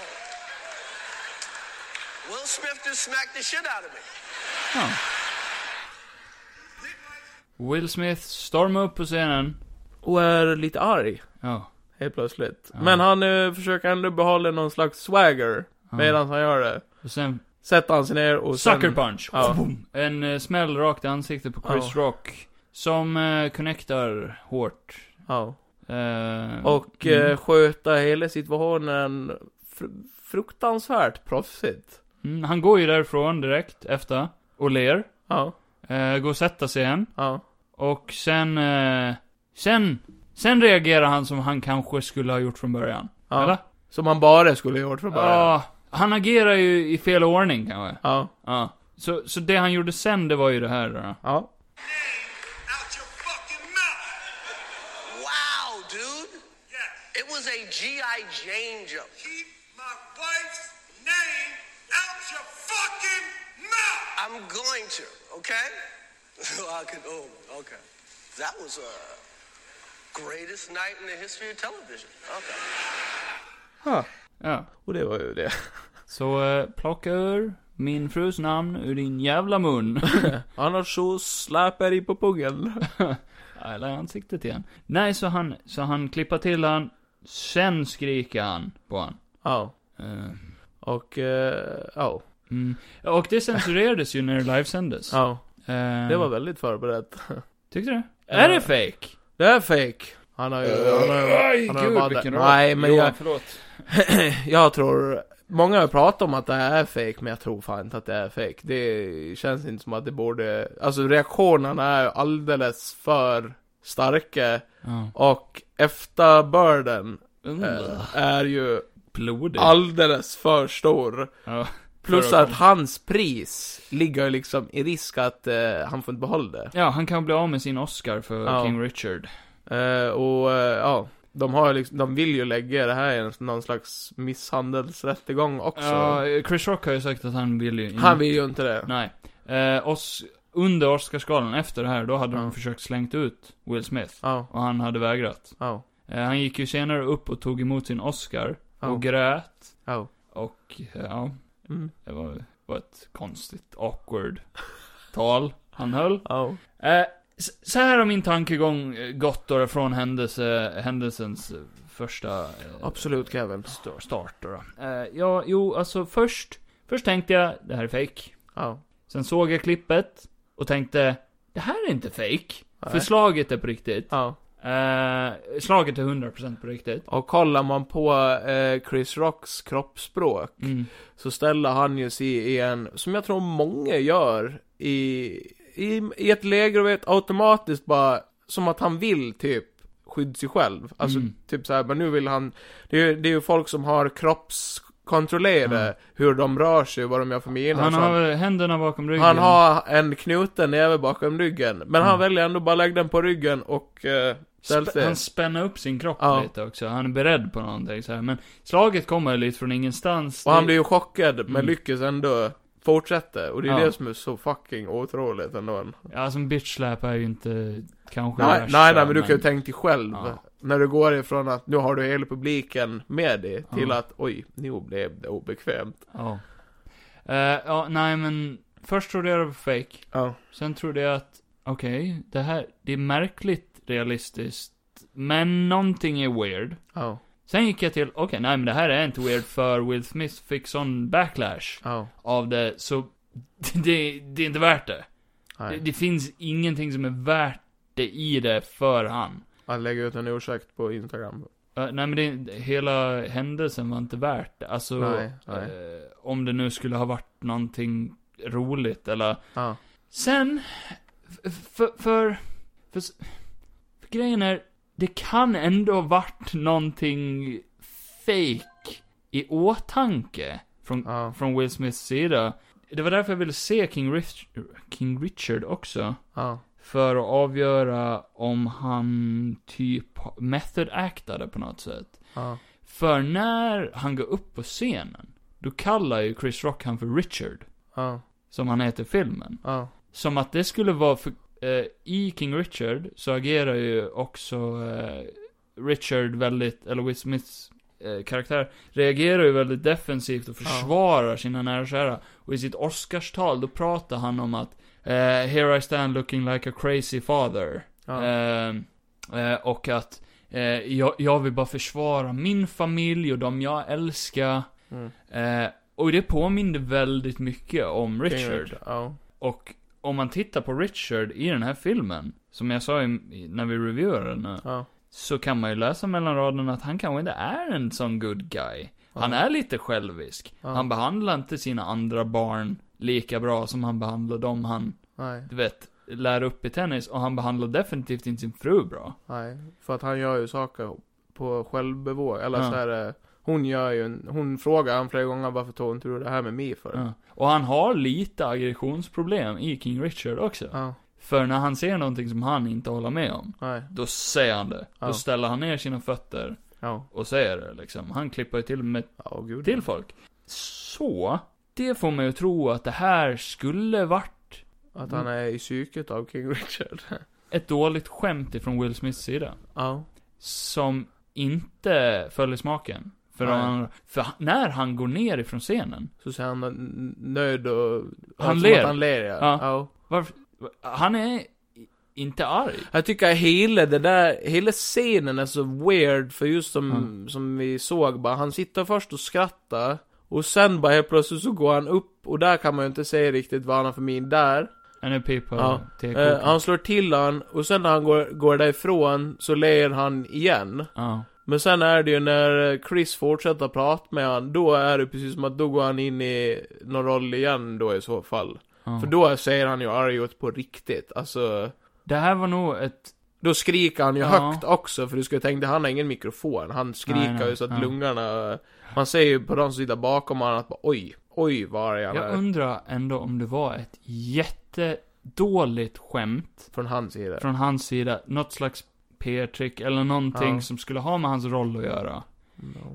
D: Will Smith just smacked the shit out of me.
A: Ja. Will Smith stormar upp på scenen.
B: Och är lite arg.
A: Ja.
B: Helt plötsligt. Men han eh, försöker ändå behålla någon slags swagger. Medan han gör det.
A: Och sen,
B: Sätter han sig ner och sen...
A: sucker punch!
B: Ja.
A: Boom. En eh, smäll rakt i ansiktet på Chris
B: Ja.
A: Rock. Som eh, connectar hårt.
B: Ja.
A: Eh,
B: Och eh, sköta hela situationen fr- fruktansvärt proffsigt.
A: mm, han går ju därifrån direkt efter. Och ler.
B: Ja,
A: Eh, går och sätter sig igen.
B: ja.
A: Och sen, eh, sen, sen reagerar han som han kanske skulle ha gjort från början.
B: Ja.
A: Eller?
B: Som han bara skulle ha gjort från början.
A: Ja. han agerar ju i fel ordning kanske.
B: Ja,
A: Ja. Så, så det han gjorde sen, det var ju det här då.
B: ja.
D: Name out your fucking mouth. Wow, dude. Yes. It was a G.I. Jane joke.
E: keep my wife's name out your fucking mouth.
D: I'm going to, okay? So I can, oh, okay. That was a greatest night in the history of television. Okay.
A: Ja.
B: Och det var ju det.
A: Så eh, plocka ur min frus namn ur din jävla mun.
B: Annars så släpar jag i på pungen.
A: Eller i ansiktet igen. Nej, så han, så han klippar till han. Sen skriker han på han.
B: Ja.
A: Eh,
B: Och, eh, ja.
A: och det censurerades ju när det livesändes.
B: Ja.
A: Eh,
B: Det var väldigt förberett.
A: Tyckte du? Är det fake?
B: Mm. Det är fake. Eh, Han har ju... han har, ju- han har ju bara- Nej, men
A: Johan,
B: jag,
A: förlåt.
B: jag tror... Många har pratat om att det är fake, men jag tror fan inte att det är fake. Det känns inte som att det borde... Alltså reaktionerna är ju alldeles för starka.
A: Ja.
B: Och efterbörden
A: Mm.
B: eh, är ju
A: Blodigt.
B: alldeles typ. för stor.
A: Ja.
B: Plus
A: Förekom.
B: att hans pris ligger liksom i risk att eh, han får inte behålla det.
A: Ja, han kan bli av med sin Oscar för
B: Ja.
A: King Richard.
B: Eh, och eh, ja, de har ju liksom, de vill ju lägga det här i en- någon slags misshandelsrättegång också.
A: Ja, eh, Chris Rock har ju sagt att han vill ju inte.
B: Han vill ju inte det.
A: Nej. Eh, os, under Oscarsgalan efter det här, då hade de försökt slängt ut Will Smith.
B: Ja,
A: Och han hade vägrat.
B: ja,
A: Eh, han gick ju senare upp och tog emot sin Oscar.
B: Ja.
A: Och grät.
B: ja.
A: Och, eh, ja.
B: Mm.
A: Det var, var ett konstigt, awkward tal han höll.
B: Ja.
A: Eh, s- så här har min tankegång eh, gått då från händelse, händelsens eh, första eh,
B: Absolut Kevin.
A: sta- start då. då. Eh, ja, jo, alltså först, först tänkte jag, det här är fake.
B: Ja,
A: Sen såg jag klippet och tänkte, det här är inte fake. För slaget är på riktigt.
B: ja.
A: Eh, slaget är 100% på riktigt.
B: Och kollar man på eh, Chris Rocks kroppsspråk
A: Mm.
B: så ställer han ju sig i en, som jag tror många gör, i, i, i ett läge och vet automatiskt bara, som att han vill typ skydda sig själv. Alltså
A: Mm.
B: typ såhär, men nu vill han, det är, ju- det är ju folk som har kroppskontrollerade hur de rör sig och vad de gör för miner.
A: Han
B: Så
A: har väl händerna bakom ryggen.
B: Alltså,
A: Mm.
B: han har en knuten näve bakom ryggen, men han väljer ändå bara lägga den på ryggen och eh, ställer
A: Sp-
B: sig.
A: han spänner upp sin kropp
B: Ja.
A: lite också. Han är beredd på någonting så här. Men slaget kommer lite från ingenstans.
B: Och han
A: Det-
B: blir ju chockad, men lyckas ändå fortsätta. Och det är
A: Mm. Ja.
B: det som är så fucking otroligt ändå.
A: Ja, som bitch slap är ju inte kanske det
B: Nej,
A: värsta,
B: nej, nej, men du kan ju tänka dig själv.
A: Ja.
B: När du går ifrån att nu har du hela publiken med dig, till
A: Ja.
B: att oj, nu blev det obekvämt.
A: Ja. Eh, ja, nej men. Först trodde jag det var fake.
B: Ja.
A: Sen trodde jag att, okej, det här, det är märkligt realistiskt. Men någonting är weird.
B: Ja,
A: Sen gick jag till, okej, nej men det här är inte weird för Will Smith fick sån backlash
B: ja,
A: av det, så det, det är inte värt det. Det,
B: nej.
A: det finns ingenting som är värt det i det för han.
B: Han lägger ut en ursäkt på Instagram.
A: Ja, nej men det, hela händelsen var inte värt det. Alltså,
B: Nej, nej.
A: Eh, om det nu skulle ha varit någonting roligt eller...
B: Ja,
A: Sen, f- för, för, för, s- för grejen är, det kan ändå ha varit någonting fake i åtanke från,
B: Ja.
A: från Will Smiths sida. Det var därför jag ville se King, Rich, King Richard också.
B: ja,
A: För att avgöra om han typ method actade på något sätt.
B: ja,
A: För när han går upp på scenen, då kallar ju Chris Rock han för Richard.
B: ja,
A: Som han heter i filmen.
B: ja,
A: Som att det skulle vara för, eh, i King Richard så agerar ju också eh, Richard väldigt, eller Will Smiths eh, karaktär, reagerar ju väldigt defensivt och försvarar sina nära och kära. Och i sitt Oscarstal, då pratar han om att eh, “Here I stand looking like a crazy father”.
B: Ja.
A: Eh, eh, och att eh, jag, jag vill bara försvara min familj och de jag älskar.
B: Mm.
A: Eh, och det påminner väldigt mycket om Richard.
B: Ja.
A: Och om man tittar på Richard i den här filmen, som jag sa i, i- när vi reviewade den, här,
B: Ja.
A: så kan man ju läsa mellan raderna att han kanske inte är en sån good guy. Han är lite självisk. Han behandlar inte sina andra barn lika bra som han behandlar dem han,
B: Nej,
A: du vet, lär upp i tennis. Och han behandlar definitivt inte sin fru bra.
B: nej. För att han gör ju saker på självbevåg. Eller
A: Ja.
B: så här, eh, hon gör ju en, hon frågar han flera gånger varför tog inte du det här med mig för?
A: Ja. Och han har lite aggressionsproblem i King Richard också.
B: Ja,
A: För när han ser någonting som han inte håller med om,
B: nej,
A: då säger han det. Då
B: Ja.
A: ställer han ner sina fötter
B: ja,
A: och säger det liksom. Han klipper ju till med
B: ja gud.
A: till folk. Så, det får mig att tro att det här skulle varit
B: Att han
A: Mm.
B: är i psyket av King Richard.
A: ett dåligt skämt ifrån Will Smiths sida.
B: ja,
A: Som inte följer smaken. För,
B: Nej.
A: han, för han- när han går ner ifrån scenen.
B: så ser han n- nöjd och... som att
A: ler.
B: Han ler, ja.
A: Ja.
B: ja.
A: Varför, han är i- inte arg.
B: Jag tycker hela det där, hela scenen är så weird för just som, som vi såg bara, han sitter först och skrattar och sen bara helt plötsligt så går han upp och där kan man ju inte säga riktigt vad han har för min där.
A: Han är pipa
B: Ja.
A: till
B: Eh, han slår till han och sen när han går, går därifrån så ler han igen.
A: ja.
B: Men sen är det ju när eh, Chris fortsätter prata med han, då är det precis som att då går han in i någon roll igen då i så fall.
A: Ja.
B: För då säger han ju arg ut på riktigt, alltså
A: Det här var nog ett...
B: då skriker han ju
A: Ja.
B: högt också, för du skulle tänka, han har ingen mikrofon. Han skriker
A: Nej, nej,
B: ju så att
A: ja.
B: lungorna... Man ser ju på de som sitter bakom honom att bara, oj, oj vad arg han
A: Jag
B: är.
A: undrar ändå om det var ett jättedåligt skämt.
B: Från hans sida.
A: från hans sida, något slags PR-trick eller någonting
B: Ja.
A: som skulle ha med hans roll att göra.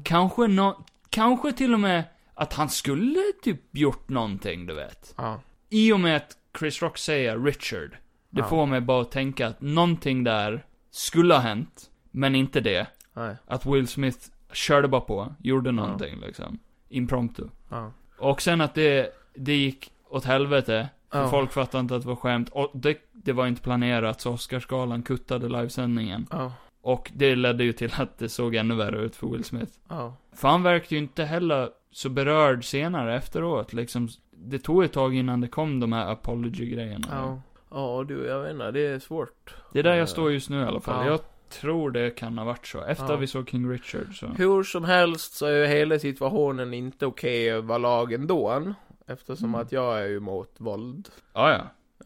A: Kanske nå, kanske till och med att han skulle typ gjort någonting, du vet.
B: Ja.
A: I och med att Chris Rock säger Richard, det får mig bara att tänka att någonting där skulle ha hänt, men inte det.
B: Nej.
A: Att Will Smith körde bara på, gjorde någonting liksom. Impromptu.
B: Ja.
A: Och sen att det, det gick åt helvete. För
B: Ja.
A: folk fattade inte att det var skämt. Och det, det var inte planerat, så Oscarsgalan kuttade livesändningen.
B: Ja.
A: Och det ledde ju till att det såg ännu värre ut för Will Smith.
B: Ja.
A: För han verkade ju inte heller så berörd senare efteråt, liksom. Det tog ett tag innan det kom de här apology-grejerna.
B: Ja. Mm. Ja, du, jag vet inte, det är svårt.
A: Det är där jag står just nu i alla fall.
B: Ja.
A: Jag tror det kan ha varit så. Efter
B: Ja.
A: vi såg King Richard så.
B: Hur som helst så är ju hela situationen inte okej överlag ändå. Eftersom att jag är ju emot våld.
A: Ja, ja.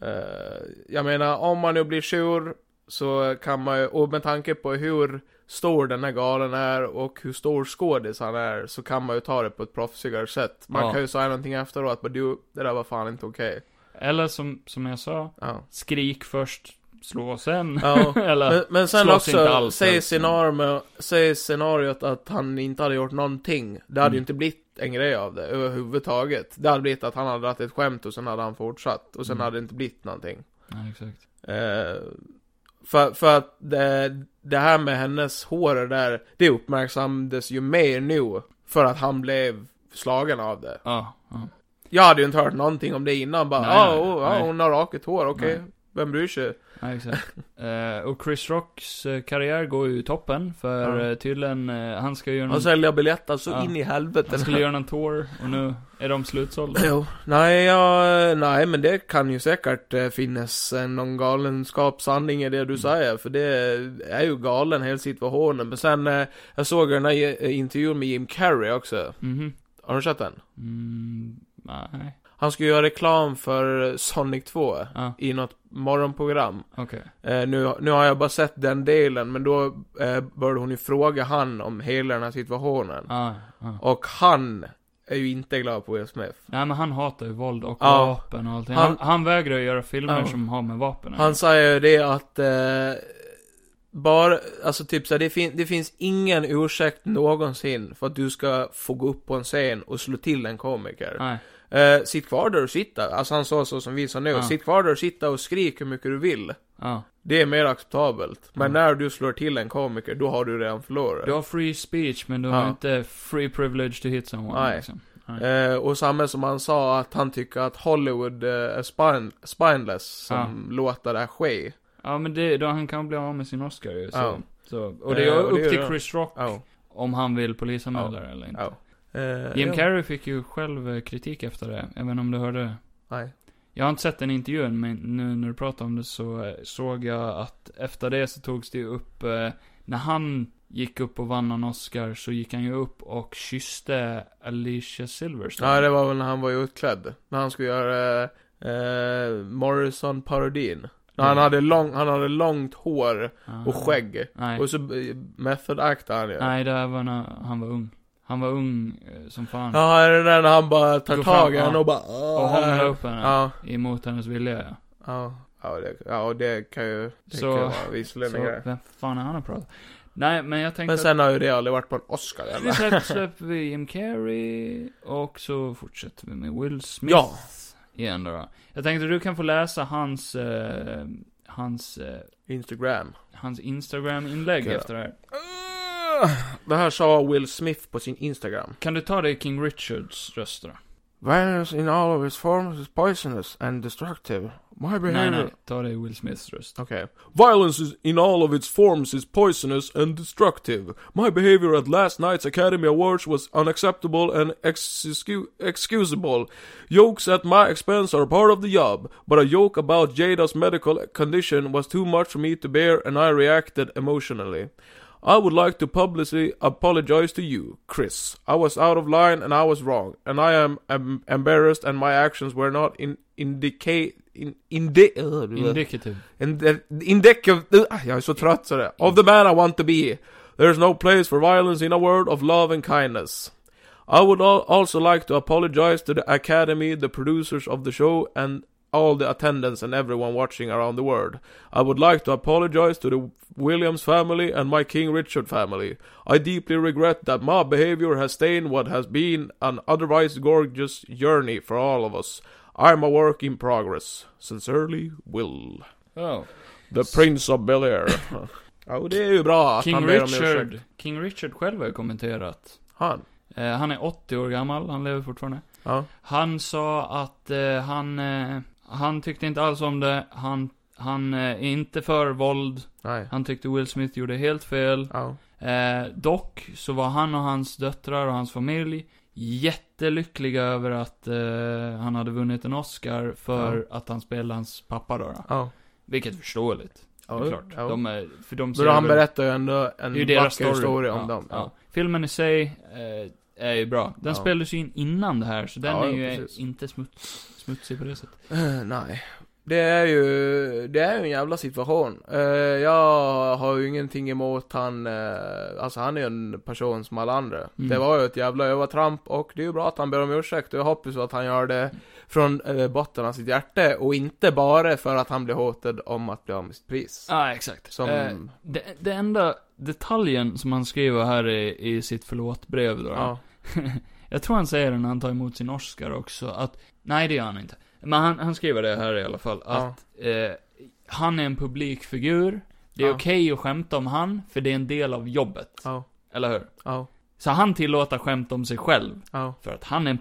B: Eh, jag menar, om man nu blir sur så kan man ju, och med tanke på hur stor den här galen är och hur stor skådis han är så kan man ju ta det på ett proffsigare sätt. Man
A: Ja.
B: kan ju säga någonting efteråt, men du, det där var fan inte okej.
A: Eller som, som jag sa,
B: Ja.
A: skrik först, slå sen.
B: Ja.
A: Eller,
B: Men, men sen
A: slåss inte
B: också,
A: alls,
B: säger
A: alltså.
B: scenario, säg scenariot att han inte hade gjort någonting. Det
A: Mm.
B: hade ju inte blivit en grej av det överhuvudtaget. Det hade blivit att han hade dragit ett skämt och sen hade han fortsatt. Och sen
A: Mm.
B: hade det inte blivit någonting.
A: Nej, exakt.
B: Eh, för, för att det, det här med hennes hår och det där, det uppmärksammades ju mer nu. För att han blev slagen av det.
A: Ja, ja.
B: Jag hade ju inte hört någonting om det innan. Bara,
A: Nej,
B: ah,
A: nej,
B: oh, ah,
A: nej.
B: hon har raket hår, okej. Vem bryr sig?
A: Ja, exakt. Eh, och Chris Rocks eh, karriär går ju i toppen, för
B: Ja.
A: eh, tydligen, eh, han ska göra
B: Han
A: någon,
B: säljer biljetter så
A: Ja.
B: in i helvete.
A: han skulle göra någon tour, och nu är de slutsålda.
B: Jo, nej, jag, nej, men det kan ju säkert eh, finnas eh, någon galenskapssanning i det
A: Mm.
B: du säger, för det är ju galen hela situationen. Men sen, eh, jag såg den här eh, intervjun med Jim Carrey också.
A: Mhm.
B: Har du sett den?
A: Mm, nej,
B: Han skulle göra reklam för eh, Sonic 2
A: Ja.
B: i något morgonprogram.
A: okej.
B: Eh, nu, nu har jag bara sett den delen, men då eh, började hon ju fråga han om hela den här situationen.
A: Ah, ah.
B: Och han är ju inte glad på Will Smith.
A: Nej men han hatar ju våld och
B: Ja.
A: vapen och allting. Han,
B: Han-
A: han, vägrar ju göra filmer
B: Ja.
A: som har med vapen att
B: Han säger ju det att eh, bara, alltså typ så här, det, fin- det finns ingen ursäkt någonsin för att du ska få gå upp på en scen och slå till en komiker.
A: göra. Nej.
B: Eh, sitt kvar där du sitter, alltså han sa så som vi sa nu,
A: Ja.
B: sitt kvar där du sitter och skrik hur mycket du vill.
A: Ja.
B: Det är mer acceptabelt. Men när du slår till en komiker, då har du redan förlorat.
A: Du har free speech, men du
B: Ja.
A: har inte free privilege to hit someone.
B: Nej.
A: Liksom. Nej.
B: Eh, och samma som han sa att han tycker att Hollywood eh, är spine, spineless som låter det här ske.
A: Ja, men det, då han kan bli av med sin Oscar ju. Så.
B: Ja.
A: Så, och det är
B: Eh, och det
A: upp
B: är
A: till
B: det.
A: Chris Rock
B: Ja.
A: om han vill polisanmäla det eller inte.
B: Ja. Eh,
A: Jim
B: ja.
A: Carrey fick ju själv eh, kritik efter det, även om du hörde det.
B: Nej.
A: Jag har inte sett den intervjun, men nu när du pratar om det så eh, såg jag att efter det så togs det ju upp, eh, när han gick upp och vann en Oscar så gick han ju upp och kysste Alicia Silverstone.
B: Ja, det var väl när han var utklädd. När han skulle göra eh, eh, Morrison-parodin. När han,
A: Mm.
B: hade lång, han hade långt hår
A: Ah.
B: och skägg.
A: Nej,
B: Och så eh, method actade han ju.
A: nej, det var när han var ung. Han var ung eh, som fan.
B: Ja, är det där när han bara tar
A: Går fram,
B: tag i henne
A: ja.
B: och bara...
A: Och hånglade upp henne.
B: Ja.
A: Emot hennes vilja, ja.
B: Ja. Ja, det, ja, det kan ju... Det
A: Så-
B: kan ju vara visserligen en
A: Så,
B: grej.
A: vem fan är han och pratar? Nej, men jag tänkte
B: Men sen har ju det aldrig varit på en Oscar
A: att...
B: eller?
A: Vi släpper, släpper vi Jim Carrey, och så fortsätter vi med Will Smith.
B: Ja.
A: Igen då. då. Jag tänkte du kan få läsa hans, eh, hans, eh,
B: Instagram.
A: hans Instagram-inlägg
B: Okej då.
A: efter det här.
B: Det här sa Will Smith på sin Instagram.
A: Kan du ta det i King Richards röst då?
B: Violence in all of its forms is poisonous and destructive. My
A: Nej, nej. Ta det i Will Smiths röst.
B: Okay. Violence is, in all of its forms is poisonous and destructive. My behavior at last night's Academy Awards was unacceptable and excu- excusable. Jokes at my expense are part of the job, but a joke about Jada's medical condition was too much for me to bear and I reacted emotionally. I would like to publicly apologize to you, Chris. I was out of line and I was wrong, and I am em- embarrassed and my actions were not in indicate in indi-
A: Indicative.
B: Indicative... Jag är så trött så det. Of the man I want to be. There is no place for violence in a world of love and kindness. I would al- also like to apologize to the Academy, the producers of the show, and all the attendants and everyone watching around the world. I would like to apologize to the Williams family and my King Richard family. I deeply regret that my behavior has stained what has been an otherwise gorgeous journey for all of us. I'm a work in progress. Sincerely, Will.
A: Oh.
B: The Prince of Bel Air. Ja, och det är ju bra att han
A: King
B: ber om ursäkt.
A: Richard, King Richard själv har ju kommenterat.
B: Han?
A: Eh, han är 80 år gammal, han lever fortfarande.
B: Ja.
A: Han sa att eh, han, eh, han tyckte inte alls om det. Han, han eh, är inte för våld.
B: Nej.
A: Han tyckte Will Smith gjorde helt fel.
B: Ja.
A: Eh, dock så var han och hans döttrar och hans familj jättelyckliga över att eh, han hade vunnit en Oscar för att han spelade hans pappa då. då.
B: Ja.
A: Vilket är förståeligt. det är klart.
B: ja.
A: De är, för de
B: Men han
A: väl-
B: berättar ju ändå en
A: det är ju
B: vacker
A: deras story.
B: historia om
A: Ja,
B: dem.
A: ja. Filmen i sig eh, är ju bra. Den
B: Ja.
A: spelades ju in innan det här, så den
B: Ja,
A: är
B: ja,
A: ju eh,
B: precis.
A: inte smuts, smutsig på det sättet.
B: Eh, Nej. Det är ju, det är ju en jävla situation. Eh, jag har ju ingenting emot han, eh, alltså han är ju en person som alla andra.
A: Mm.
B: Det var ju ett jävla övertramp och det är ju bra att han ber om ursäkt och jag hoppas att han gör det från eh, botten av sitt hjärta och inte bara för att han blir hotad om att bli av med sitt pris.
A: Ja, exakt.
B: Som-
A: Eh, det, det enda detaljen som han skriver här i, i sitt förlåtbrev då.
B: Ja.
A: Jag tror han säger det när han tar emot sin Oscar också, att, nej det gör han inte. Men han, han skriver det här i alla fall,
B: Ja.
A: att eh, han är en publikfigur, det är
B: Ja.
A: okej att skämta om han, för det är en del av jobbet.
B: Ja.
A: Eller hur?
B: Ja.
A: Så han tillåter skämt om sig själv,
B: Ja.
A: för att han är en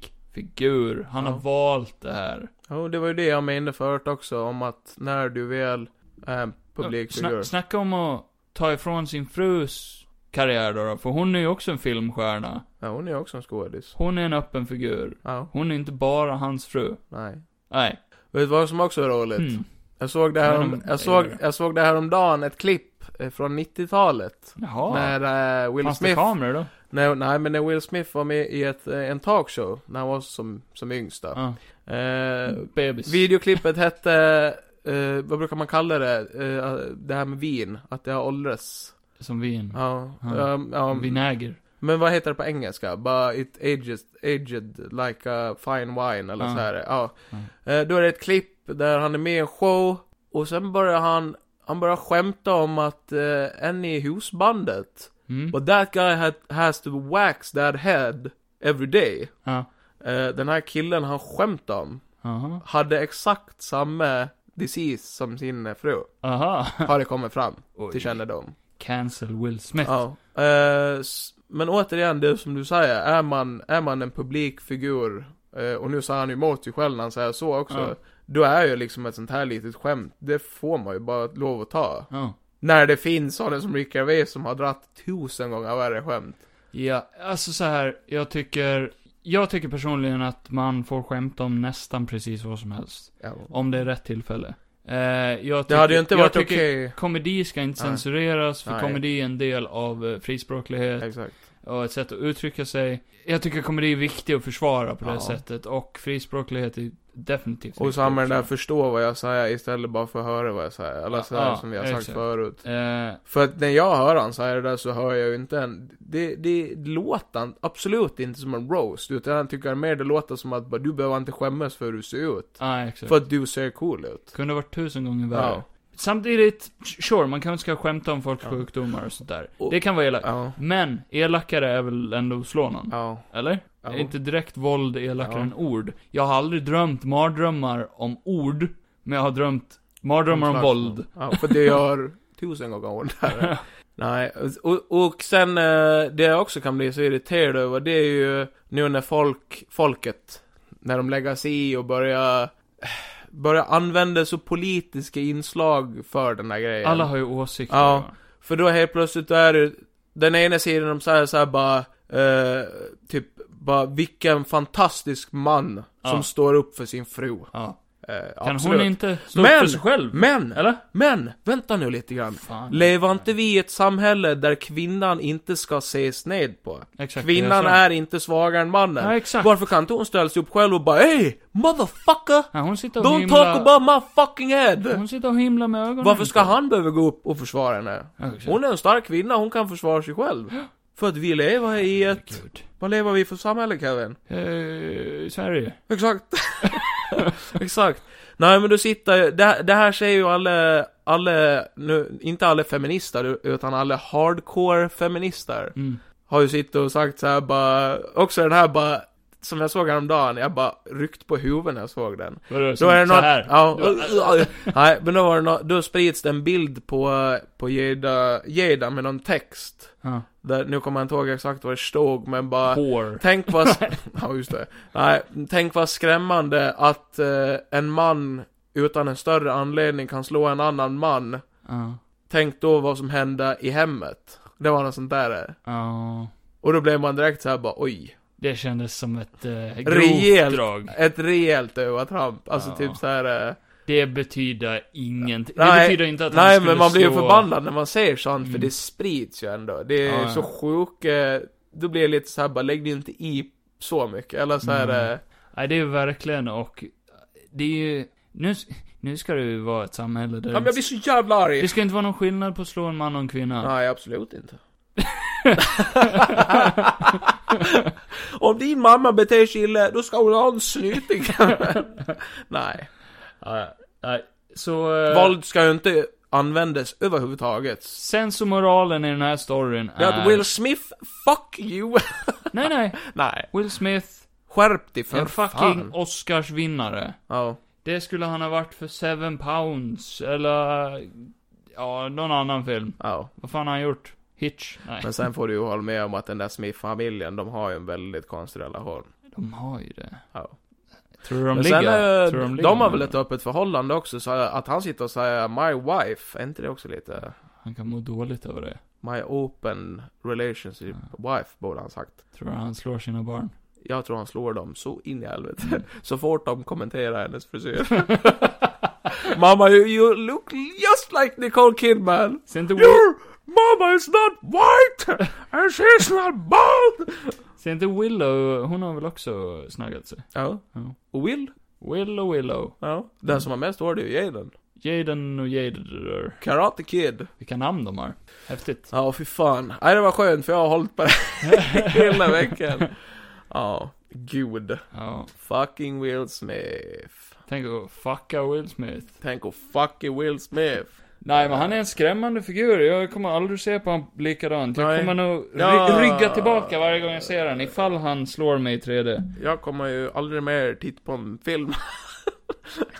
A: publikfigur, han
B: Ja.
A: har valt det här.
B: Jo, det var ju det jag menade förut också om att när du väl eh, är en publikfigur.
A: Sna- snacka om att ta ifrån sin frus karriär då, då, för hon är ju också en filmstjärna.
B: Ja, hon är ju också en skådis.
A: Hon är en öppen figur.
B: Ja,
A: Hon är inte bara hans fru.
B: nej.
A: Nej.
B: Vet du vad som också är roligt?
A: Mm.
B: Jag såg det här
A: Men
B: om,
A: de-
B: jag såg,
A: det gör det.
B: jag såg det här om dagen ett klipp eh, från 90-talet.
A: Jaha.
B: När eh, Will
A: Fanns det
B: Smith,
A: kameror då?
B: nej, nej men när Will Smith var med i ett, eh, en talkshow, när han var som, som yngst då.
A: Ja. Mm.
B: Eh,
A: Bebis.
B: videoklippet hette, eh, vad brukar man kalla det? Eh, det här med vin, att det har åldrats.
A: Som vin.
B: Ja,
A: Ja.
B: um, um,
A: Vinäger.
B: Men vad heter det på engelska? Bara it ages, aged like a fine wine eller
A: Ja.
B: så här. Ja.
A: Ah.
B: Eh, Då är det ett klipp där han är med i en show och sen börjar han, han börjar skämta om att eh, en i husbandet,
A: Mm.
B: but that guy had, has to wax that head every day.
A: Ja.
B: Eh, den här killen han skämtade om
A: Jaha.
B: hade exakt samma disease som sin eh, fru.
A: Aha.
B: Har det kommit fram
A: Oj.
B: till kännedom.
A: Cancel Will Smith.
B: Ja. Eh, s- men återigen, det som du säger, är man, är man en publikfigur, eh, och nu säger han ju emot sig själv när han säger så också.
A: Ja.
B: Då är ju liksom ett sånt här litet skämt, det får man ju bara lov att ta.
A: Ja.
B: När det finns sådana som Rick Gervais som har dratt tusen gånger värre skämt.
A: Ja, alltså så här, jag tycker, jag tycker personligen att man får skämta om nästan precis vad som helst.
B: Ja.
A: Om det är rätt tillfälle. Eh, jag
B: Det
A: tycker-
B: hade ju inte
A: jag
B: varit
A: tycker
B: okej.
A: Komedi ska inte
B: Nej.
A: censureras, för
B: Nej.
A: komedi är en del av eh, frispråklighet
B: Exakt.
A: och ett sätt att uttrycka sig. Jag tycker komedi är viktigt att försvara på det
B: Ja.
A: sätt och frispråklighet är definitivt
B: Och
A: viktigt
B: så med den
A: att försvara.
B: där förstå vad jag säger istället bara för att höra vad jag säger. Eller så här
A: Ja,
B: som vi har sagt
A: exakt.
B: förut.
A: Eh,
B: För att när jag hör han säga det där så hör jag ju inte en... Det, det låter han absolut inte som en roast. Utan jag tycker mer det låter som att bara, du behöver inte skämmas för hur du ser ut.
A: ah, exakt.
B: För att du ser cool ut.
A: Kunde ha varit tusen gånger värre.
B: Ja.
A: Samtidigt, sure, man kanske ska skämta om folks sjukdomar och sådär.
B: Och-
A: det kan vara elakt.
B: Ja.
A: Men, elakare är väl ändå att slå någon?
B: Ja.
A: Eller?
B: Ja.
A: Är inte direkt våld elakare
B: Ja.
A: än ord? Jag har aldrig drömt mardrömmar om ord, men jag har drömt mardrömmar om våld.
B: Ja, för det gör tusen gånger ondare. Nej, och, och sen eh, det jag också kan bli så irriterad över, det är ju nu när folk, folket, när de lägger sig i och börjar, eh, börjar använda så politiska inslag för den här grejen.
A: Alla har ju åsikter.
B: Ja.
A: va?
B: För då helt plötsligt då är det, den ena sidan de säger såhär bara, eh, typ, bara vilken fantastisk man
A: Ja.
B: som står upp för sin fru.
A: ja.
B: Eh,
A: Kan
B: absolut.
A: hon inte stå upp
B: Men-
A: för sig själv?
B: Men!
A: Eller?
B: Men, vänta nu lite grann.
A: Fan.
B: Lever inte vi i ett samhälle där kvinnan inte ska ses ned på?
A: Exakt,
B: kvinnan
A: det är
B: är inte svagare än mannen.
A: Ja, exakt.
B: Varför kan inte hon ställa sig upp själv och bara Hey, motherfucker!
A: Ja, hon sitter och
B: Don't
A: himlar...
B: talk about my fucking head!
A: Hon sitter och himlar med ögonen.
B: Varför ska han behöva gå upp och försvara henne?
A: Ja, exakt.
B: Hon är en stark kvinna, hon kan försvara sig själv. För att vi lever i ett...
A: Gud.
B: Vad lever vi för samhälle, Kevin?
A: Eh, Sverige.
B: Exakt. Exakt. Nej men du sitter det, det här säger ju alla, alla, nu, inte alla feminister, utan alla hardcore feminister.
A: Mm.
B: Har ju suttit och sagt så här bara, också den här bara, som jag såg häromdagen, jag bara ryckt på huvudet när jag såg den.
A: Vadå,
B: Då är det
A: så
B: något,
A: här.
B: ja, nej men då var det nå- då sprids det en bild på, på Jada, Jada med någon text.
A: Ja.
B: Där, nu kommer jag inte ihåg exakt vad det stod, men bara...
A: Hår.
B: Tänk vad, ja, just det. Nej, tänk vad skrämmande att eh, en man utan en större anledning kan slå en annan man.
A: Ja.
B: Tänk då vad som hände i hemmet. Det var något sånt där.
A: Ja.
B: Och då blev man direkt så här bara oj.
A: Det kändes som ett eh, grovt
B: Rejält.
A: drag.
B: Ett rejält övertramp. Alltså
A: Ja.
B: typ så här. Eh,
A: Det betyder ingenting. Det
B: nej,
A: betyder inte att han
B: nej
A: skulle
B: men man blir ju
A: slå-
B: förbannad när man ser sånt för
A: Mm.
B: det sprids ju ändå. Det är
A: Ja, ja.
B: så sjuk. Eh, då blir det lite så här bara lägg dig inte i så mycket. Eller så här.
A: Mm.
B: Eh,
A: Nej, det är verkligen och det är ju, nu, nu ska det ju vara ett samhälle där
B: ja, men jag blir så jävla arg.
A: det ska inte vara någon skillnad på att slå en man och en kvinna.
B: Nej, absolut inte. Om din mamma beter sig illa, då ska hon ha en snyting. Nej.
A: Nej. Nej. Så, eh,
B: Våld ska ju inte användas överhuvudtaget.
A: sen så moralen i den här storyn
B: Det är att
A: är...
B: Will Smith, fuck you!
A: Nej, nej.
B: Nej.
A: Will Smith,
B: Skärp dig för
A: en
B: fan.
A: fucking Oscarsvinnare.
B: Ja.
A: Det skulle han ha varit för Seven Pounds, eller... Ja, någon annan film.
B: Ja.
A: Vad fan har han gjort? Hitch? Nej.
B: Men sen får du ju hålla med om att den där Smith-familjen, de har ju en väldigt konstig relation.
A: De har ju det.
B: Ja.
A: Tror du de
B: Men sen,
A: ligger?
B: eh,
A: Tror du
B: de,
A: ligger
B: har
A: med
B: väl ett
A: varandra?
B: öppet förhållande också, så att han sitter och säger 'My wife', är inte det också lite...
A: Han kan må dåligt över det.
B: My open relationship wife, borde han sagt.
A: Tror du han slår sina barn?
B: Jag tror han slår dem så in i helvete. Så fort de kommenterar hennes frisyr. Mamma, you, you look just like Nicole Kidman.
A: Ser inte Will,
B: Your mama is not white! And she's not bald!
A: ser inte Willow, hon har väl också snaggat sig?
B: Ja.
A: Ja.
B: Och Will?
A: Willow, Willow.
B: Ja. Den som har mest hår, det är ju Jaden.
A: Jaden och Jader.
B: Karate Kid.
A: Vilka namn de har. Häftigt.
B: Ja, fy fan. Nej, det var skönt för jag har hållit på det hela veckan. Ja, gud.
A: Ja.
B: Fucking Will Smith.
A: Tänk att fucka Will Smith.
B: Tänk och fucking Will Smith.
A: Nej, men han är en skrämmande figur. Jag kommer aldrig se på honom likadant. Jag
B: Nej.
A: kommer nog ry-
B: Ja.
A: rygga tillbaka varje gång jag ser honom, ifall han slår mig i 3D.
B: Jag kommer ju aldrig mer titta på en film.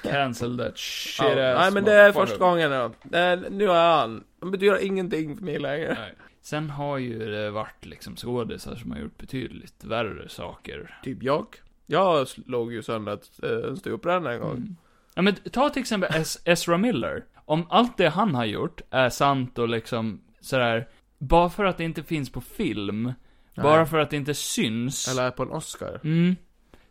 A: Cancel that shit
B: Ja.
A: ass
B: Nej men det är
A: motherfucker.
B: första gången då. Det är, nu är han. Han betyder ingenting för mig längre.
A: Nej. Sen har ju det varit liksom skådisar som har gjort betydligt värre saker.
B: Typ jag. Jag slog ju sönder ett, eh, en ståuppräda en gång.
A: Ja men ta till exempel Es- Ezra Miller. Om allt det han har gjort är sant och liksom sådär, bara för att det inte finns på film, bara för att det inte syns,
B: Eller på en Oscar.
A: mm,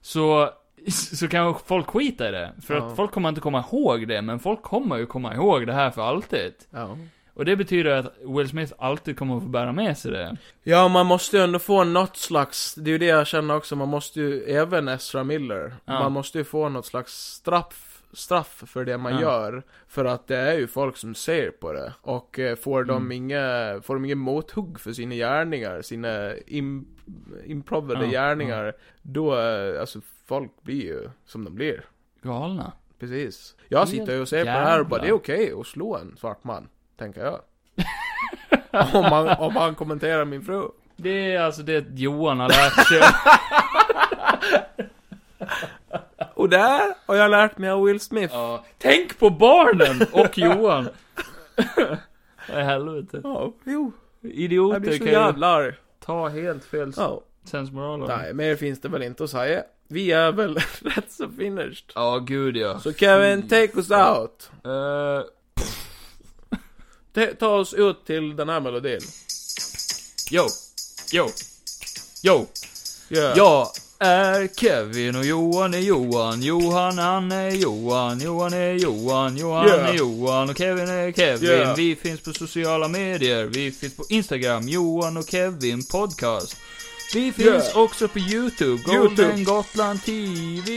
A: så, så kan folk skita i det. För att folk kommer inte komma ihåg det, men folk kommer ju komma ihåg det här för alltid.
B: Ja.
A: Och det betyder att Will Smith alltid kommer att få bära med sig det.
B: Ja, man måste ju ändå få något slags, det är ju det jag känner också, man måste ju, även Ezra Miller,
A: Ja.
B: man måste ju få något slags straff, straff för det man
A: Ja.
B: gör. För att det är ju folk som ser på det. Och eh, får de
A: Mm.
B: inga, får de inga mothugg för sina gärningar, sina im, improvade
A: Ja,
B: gärningar, då, eh, alltså folk blir ju som de blir.
A: Galna.
B: Precis. Jag sitter ju och ser på det här och bara, det är
A: jävlar.
B: okej att slå en svart man, tänker jag. om, man, om man kommenterar min fru.
A: Det är alltså det Johan har lärt sig.
B: Och där har jag lärt mig av Will Smith.
A: Ja. Tänk på barnen och Johan. Vad i helvete.
B: Ja, jo. Jag blir
A: Idioter
B: så
A: kan ju
B: jävla arg.
A: ta helt fel
B: Ja.
A: sensmoral om.
B: Nej, mer finns det väl inte att säga. Vi är väl rätt så finished.
A: Ja, gud ja.
B: Så Kevin, take us out.
A: Eh,
B: Ta- Ta oss ut till den här melodin.
A: yo, yo, yo.
B: Yeah.
A: Jag är Kevin och Johan är Johan. Johan han är Johan. Johan är Johan. Johan
B: Yeah.
A: är Johan. Och Kevin är Kevin.
B: Yeah.
A: Vi finns på sociala medier. Vi finns på Instagram. Johan och Kevin podcast. Vi finns
B: Yeah.
A: också på YouTube.
B: YouTube.
A: Golden Gotland TV.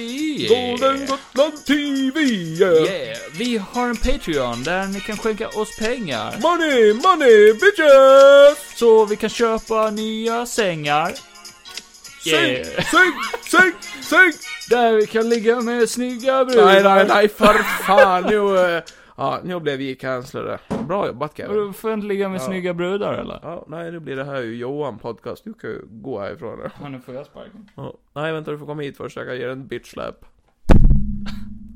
B: Golden Gotland TV! Yeah.
A: Yeah. Vi har en Patreon där ni kan skänka oss pengar.
B: Money, money, bitches!
A: Så vi kan köpa nya sängar.
B: Sing,
A: Yeah.
B: sing, sing, sing!
A: Där vi kan ligga med snygga brudar.
B: Nej, nej, nej, för fan. Nu, eh, ja, nu blev vi cancellade. Bra jobbat
A: Och
B: Kevin.
A: du får inte ligga med snygga brudar eller?
B: Ja, nej, nu blir det här ju Johan podcast. Du kan ju gå härifrån nu.
A: Ja, nu får jag sparken.
B: Ja. Nej, vänta, du får komma hit först. Jag kan ge dig en bitch slap.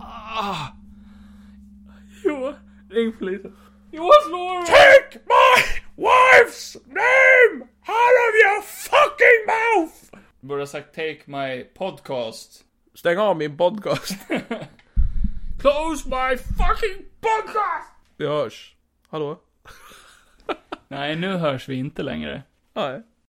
A: Ah! Jo, ring polisen. Johan slår mig!
B: Take my wife's name out of your fucking mouth!
A: Borde ha sagt take my podcast.
B: Stäng av min podcast.
A: Close my fucking podcast!
B: Vi hörs. Hallå?
A: Nej, nu hörs vi inte längre.
B: Nej.